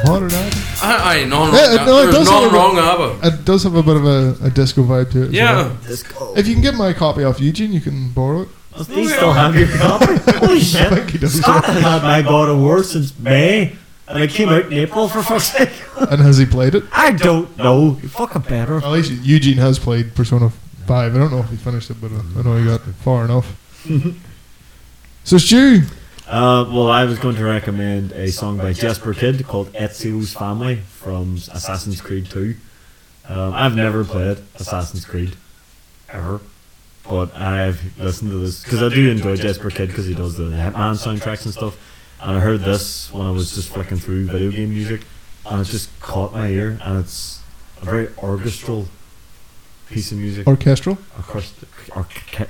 Speaker 5: Modern Eye.
Speaker 3: I, I no, no,
Speaker 5: Yeah, no, it
Speaker 3: there's
Speaker 5: does
Speaker 3: no
Speaker 5: have a-
Speaker 3: wrong ABBA.
Speaker 5: It does have a bit of a, a disco vibe to it. as well.
Speaker 3: Yeah,
Speaker 5: If you can get my copy off Eugene, you can borrow it.
Speaker 2: Does he still have your
Speaker 5: (laughs)
Speaker 2: copy? Holy shit.
Speaker 5: think he does.
Speaker 2: Scott has had my God of War since May, and it came out in April for fuck's (laughs) sake.
Speaker 5: And has he played it?
Speaker 2: I don't know. You fucking better.
Speaker 5: At least Eugene has played Persona 5. I don't know if he finished it, but uh, I know he got far (laughs) enough. so, Stu,
Speaker 2: Uh, well, I was going to recommend a song by Jesper Kidd called Ezio's Family from Assassin's Creed 2. Um, I've never played Assassin's Creed ever, but I've listened to this because I do enjoy Jesper Kidd because he does the Hitman soundtracks and stuff. And I heard this when I was just flicking through video game music, and it just caught my ear. And it's a very orchestral piece of music.
Speaker 5: orchestral?
Speaker 2: Orchest- orche-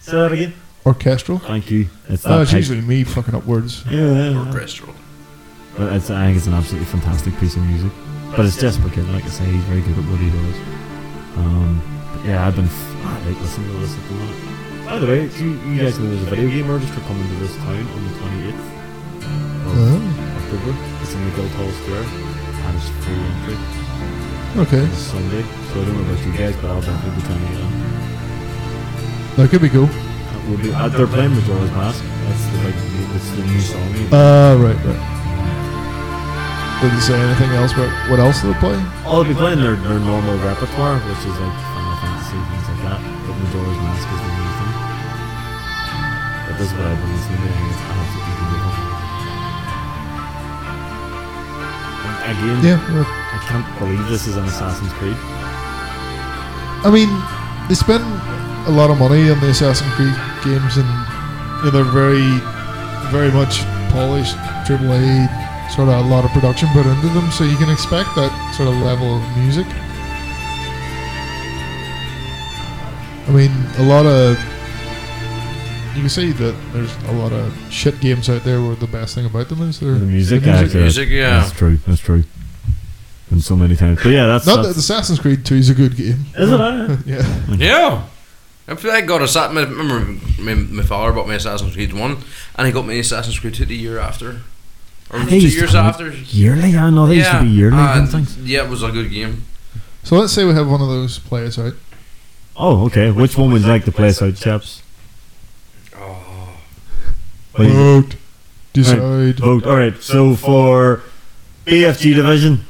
Speaker 2: Say that again.
Speaker 5: Orchestral?
Speaker 2: Thank you. It's that
Speaker 5: Oh, it's
Speaker 2: type-
Speaker 5: usually me fucking up words.
Speaker 2: Yeah, yeah, yeah.
Speaker 3: orchestral.
Speaker 2: But it's, I think it's an absolutely fantastic piece of music. But it's Jesper Kidd, like I say, he's very good at what he does. Um, but yeah, I've been flat out listening to this at the moment. By the way, do you, you guys know there's a video game artist for coming to this town on the 28th of
Speaker 5: Oh,
Speaker 2: October? It's in the Guildhall Square, and it's free entry.
Speaker 5: okay.
Speaker 2: It's Sunday, so I don't know about you guys, but I'll definitely be turning it on.
Speaker 5: That could be cool.
Speaker 2: That will be, uh, they're playing Majora's Mask. That's the, like, new- it's the new song.
Speaker 5: Uh, right, right. Didn't say anything else about what else they'll play.
Speaker 2: I'll be playing their, their normal repertoire, which is like Final Fantasy, things like that. But Majora's Mask is the new thing. But this is what I've been listening to, and it's absolutely beautiful. And again,
Speaker 5: Yeah, right.
Speaker 2: I can't believe this is an Assassin's Creed.
Speaker 5: I mean, they spend a lot of money on the Assassin's Creed games, and you know, they're very, very much polished, AAA, sort of a lot of production put into them, so you can expect that sort of level of music. I mean, a lot of. You can see that there's a lot of shit games out there where the best thing about them is their
Speaker 2: The music, actually.
Speaker 3: Music, yeah.
Speaker 2: That's true, that's true. And so many times. But yeah, that's.
Speaker 5: Not that
Speaker 2: that's
Speaker 5: Assassin's Creed 2 is a good game.
Speaker 2: is it? eh?
Speaker 5: Yeah.
Speaker 3: Yeah. I feel like I got a sat. My, remember, my, my father bought me Assassin's Creed One, and he got me Assassin's Creed Two the year after, or
Speaker 2: They
Speaker 3: two
Speaker 2: used to
Speaker 3: years
Speaker 2: have-
Speaker 3: after.
Speaker 2: (laughs) Yearly? I know they used to be yearly
Speaker 3: uh,
Speaker 2: and things.
Speaker 3: yeah, it was a good game.
Speaker 5: So let's say we have one of those players out.
Speaker 2: Oh, okay. Which one would you like to play us out, chaps?
Speaker 3: Oh,
Speaker 2: What do you-
Speaker 5: Vote. Decide.
Speaker 2: Vote. All right. So for BFG division,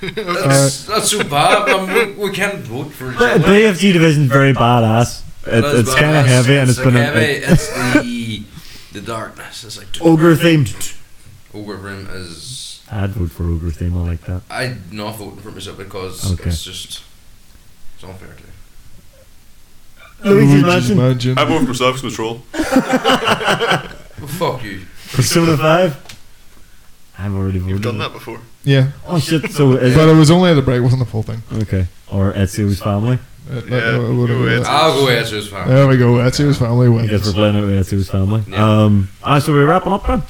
Speaker 3: that's, that's so bad. man. we, we can't vote for each
Speaker 2: B- (laughs)
Speaker 3: other.
Speaker 2: BFG division very badass. It,
Speaker 3: Not as
Speaker 2: it's
Speaker 3: bad
Speaker 2: kind
Speaker 3: as-
Speaker 2: of heavy and
Speaker 3: it's
Speaker 2: it's been
Speaker 3: like heavy.
Speaker 2: a,
Speaker 3: It's the the darkness. It's like
Speaker 2: ogre themed.
Speaker 3: Ogre Rim is.
Speaker 2: (laughs) I'd vote for ogre theme. I like that.
Speaker 3: I'm not voting for myself because
Speaker 2: Okay.
Speaker 3: it's just it's unfair to. you.
Speaker 2: Luigi's
Speaker 5: Luigi's
Speaker 2: Mansion,
Speaker 5: Mansion.
Speaker 4: I vote for self control.
Speaker 3: Well, fuck you.
Speaker 2: Persona Five. I've already voted.
Speaker 6: You've done that before.
Speaker 5: Yeah,
Speaker 2: Oh shit! So is
Speaker 5: but
Speaker 2: it
Speaker 5: it was only at the break, wasn't the full thing. Uh,
Speaker 2: okay? Or Ezio's family?
Speaker 5: It- it-
Speaker 6: Yeah,
Speaker 5: it would've
Speaker 6: go
Speaker 5: been
Speaker 6: Ezio.
Speaker 5: that.
Speaker 3: I'll go Ezra's fan.
Speaker 5: There we go. That's his family
Speaker 2: I guess we're
Speaker 5: wins.
Speaker 2: playing it with Ezio's family.
Speaker 3: Yeah.
Speaker 2: Um. Ah, so we're wrapping up then.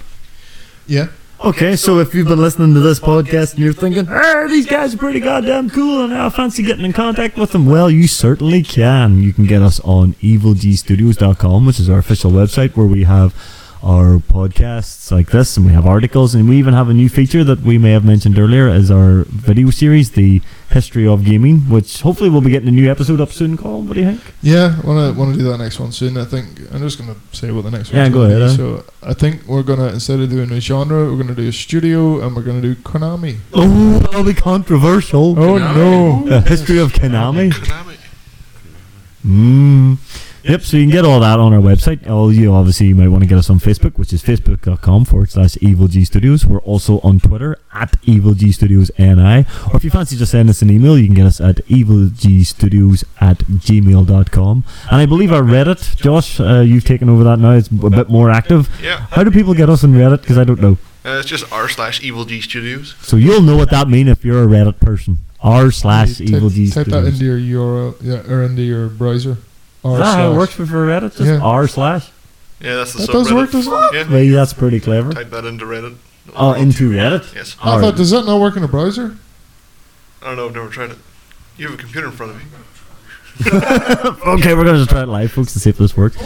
Speaker 5: Yeah.
Speaker 2: Okay, so if you've been listening to this podcast and you're thinking, hey, these guys are pretty goddamn cool and I fancy getting in contact with them, well, you certainly can. You can get us on evilgstudios.com, which is our official website where we have our podcasts like this and we have articles and we even have a new feature that we may have mentioned earlier is our video series, The History of Gaming, which hopefully we'll be getting a new episode up soon, Colin. What do you think?
Speaker 5: Yeah, wanna wanna do that next one soon. I think I'm just gonna say what the next
Speaker 2: Yeah,
Speaker 5: one's
Speaker 2: go
Speaker 5: gonna
Speaker 2: ahead,
Speaker 5: be.
Speaker 2: eh?
Speaker 5: So I think we're gonna instead of doing a genre, we're gonna do a studio and we're gonna do Konami.
Speaker 2: Oh, that'll be controversial.
Speaker 5: Oh
Speaker 3: Konami.
Speaker 5: no.
Speaker 2: The History of Konami.
Speaker 6: Konami.
Speaker 2: Mm. Yep, so you can get all that on our website. Oh, you obviously you might want to get us on Facebook, which is facebook.com forward slash evil G studios. We're also on Twitter at evil G studios NI. Or if you fancy just sending us an email, you can get us at evil G studios at gmail.com. And I believe our Reddit, Josh, uh, you've taken over that now. It's a bit more active.
Speaker 6: Yeah.
Speaker 2: How do people get us on Reddit? Because I don't know.
Speaker 6: Uh, it's just r slash evil g studios.
Speaker 2: So you'll know what that means if you're a Reddit person. R slash
Speaker 5: You type-
Speaker 2: evil G
Speaker 5: Type that
Speaker 2: studios.
Speaker 5: into your URL, yeah, or into your browser.
Speaker 2: Is
Speaker 5: R
Speaker 2: that how it
Speaker 5: slash.
Speaker 2: works for Reddit? Just
Speaker 5: Yeah.
Speaker 2: R slash?
Speaker 6: Yeah, that's the
Speaker 5: That
Speaker 6: subreddit.
Speaker 5: does work, doesn't it? Uh,
Speaker 6: Yeah,
Speaker 2: Maybe that's pretty clever.
Speaker 6: type that into Reddit.
Speaker 2: Oh, into Reddit?
Speaker 6: Yes.
Speaker 5: I thought, does that not work in a browser?
Speaker 6: I don't know, I've never tried it. You have a computer in front of you.
Speaker 2: Okay, we're gonna just try it live, folks, and see if this works.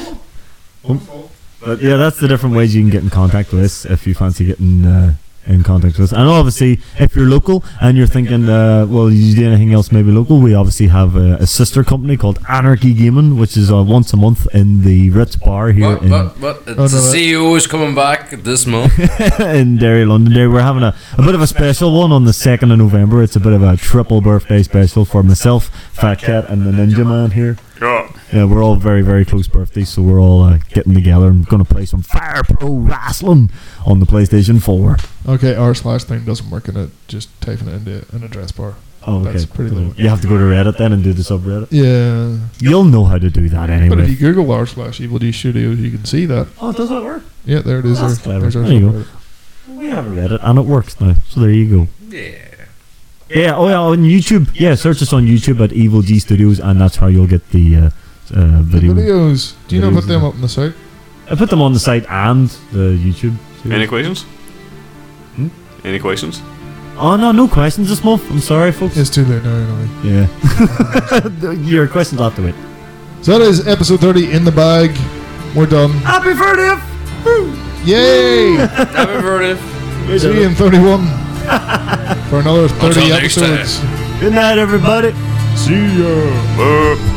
Speaker 2: But yeah, that's the different ways you can get in contact with us if you fancy getting uh, in contact with us. And obviously, if you're local and you're thinking, uh, well, you do anything else maybe local, we obviously have a, a sister company called Anarchy Gaming, which is uh, once a month in the Ritz Bar here
Speaker 3: But,
Speaker 2: in
Speaker 3: but, but the
Speaker 5: Oh, no, that-
Speaker 3: CEO is coming back this month.
Speaker 2: (laughs)
Speaker 5: (laughs)
Speaker 2: in Derry, London. Derry. We're having a, a bit of a special one on the 2nd of November. It's a bit of a triple birthday special for myself, Fat Cat, and the Ninja Man here.
Speaker 4: Yeah.
Speaker 2: Yeah, we're all very, very close birthdays, so we're all uh, getting together and going to play some Fire Pro Wrestling on the PlayStation 4.
Speaker 5: Okay, r slash thing doesn't work in it. Just typing it into an address bar.
Speaker 2: Oh, okay.
Speaker 5: That's pretty low.
Speaker 2: You have to go to Reddit then and do the subreddit.
Speaker 5: Yeah,
Speaker 2: You'll know how to do that
Speaker 5: but if
Speaker 2: anyway.
Speaker 5: you Google r slash evil d studios, you can see that.
Speaker 2: Oh, does that work?
Speaker 5: Yeah, there it is.
Speaker 2: That's
Speaker 5: there.
Speaker 2: clever.
Speaker 5: There's our
Speaker 2: There you go.
Speaker 5: subreddit.
Speaker 2: We have Reddit, and it works now. So there you go.
Speaker 3: yeah.
Speaker 2: Yeah, oh yeah, on YouTube. Yeah, search us on YouTube at Evil G Studios, and that's how you'll get the uh, uh,
Speaker 5: The
Speaker 2: video.
Speaker 5: videos. Do you know
Speaker 2: Videos,
Speaker 5: put them
Speaker 2: yeah.
Speaker 5: up on the site?
Speaker 2: I put them on the site and the YouTube.
Speaker 4: Any questions?
Speaker 2: Hmm?
Speaker 4: Any questions?
Speaker 2: Oh no, no questions this month. I'm sorry, folks.
Speaker 5: It's too late now. Anyway.
Speaker 2: Yeah. (laughs) Your questions will have to wait.
Speaker 5: So that is episode 30 in the bag.
Speaker 2: (laughs)
Speaker 5: We're done.
Speaker 2: Happy 30th!
Speaker 5: Yay!
Speaker 3: Never heard of.
Speaker 5: See you in 31 for another 30
Speaker 3: Until next
Speaker 5: episodes.
Speaker 2: Good night, everybody.
Speaker 5: See ya.
Speaker 4: Uh,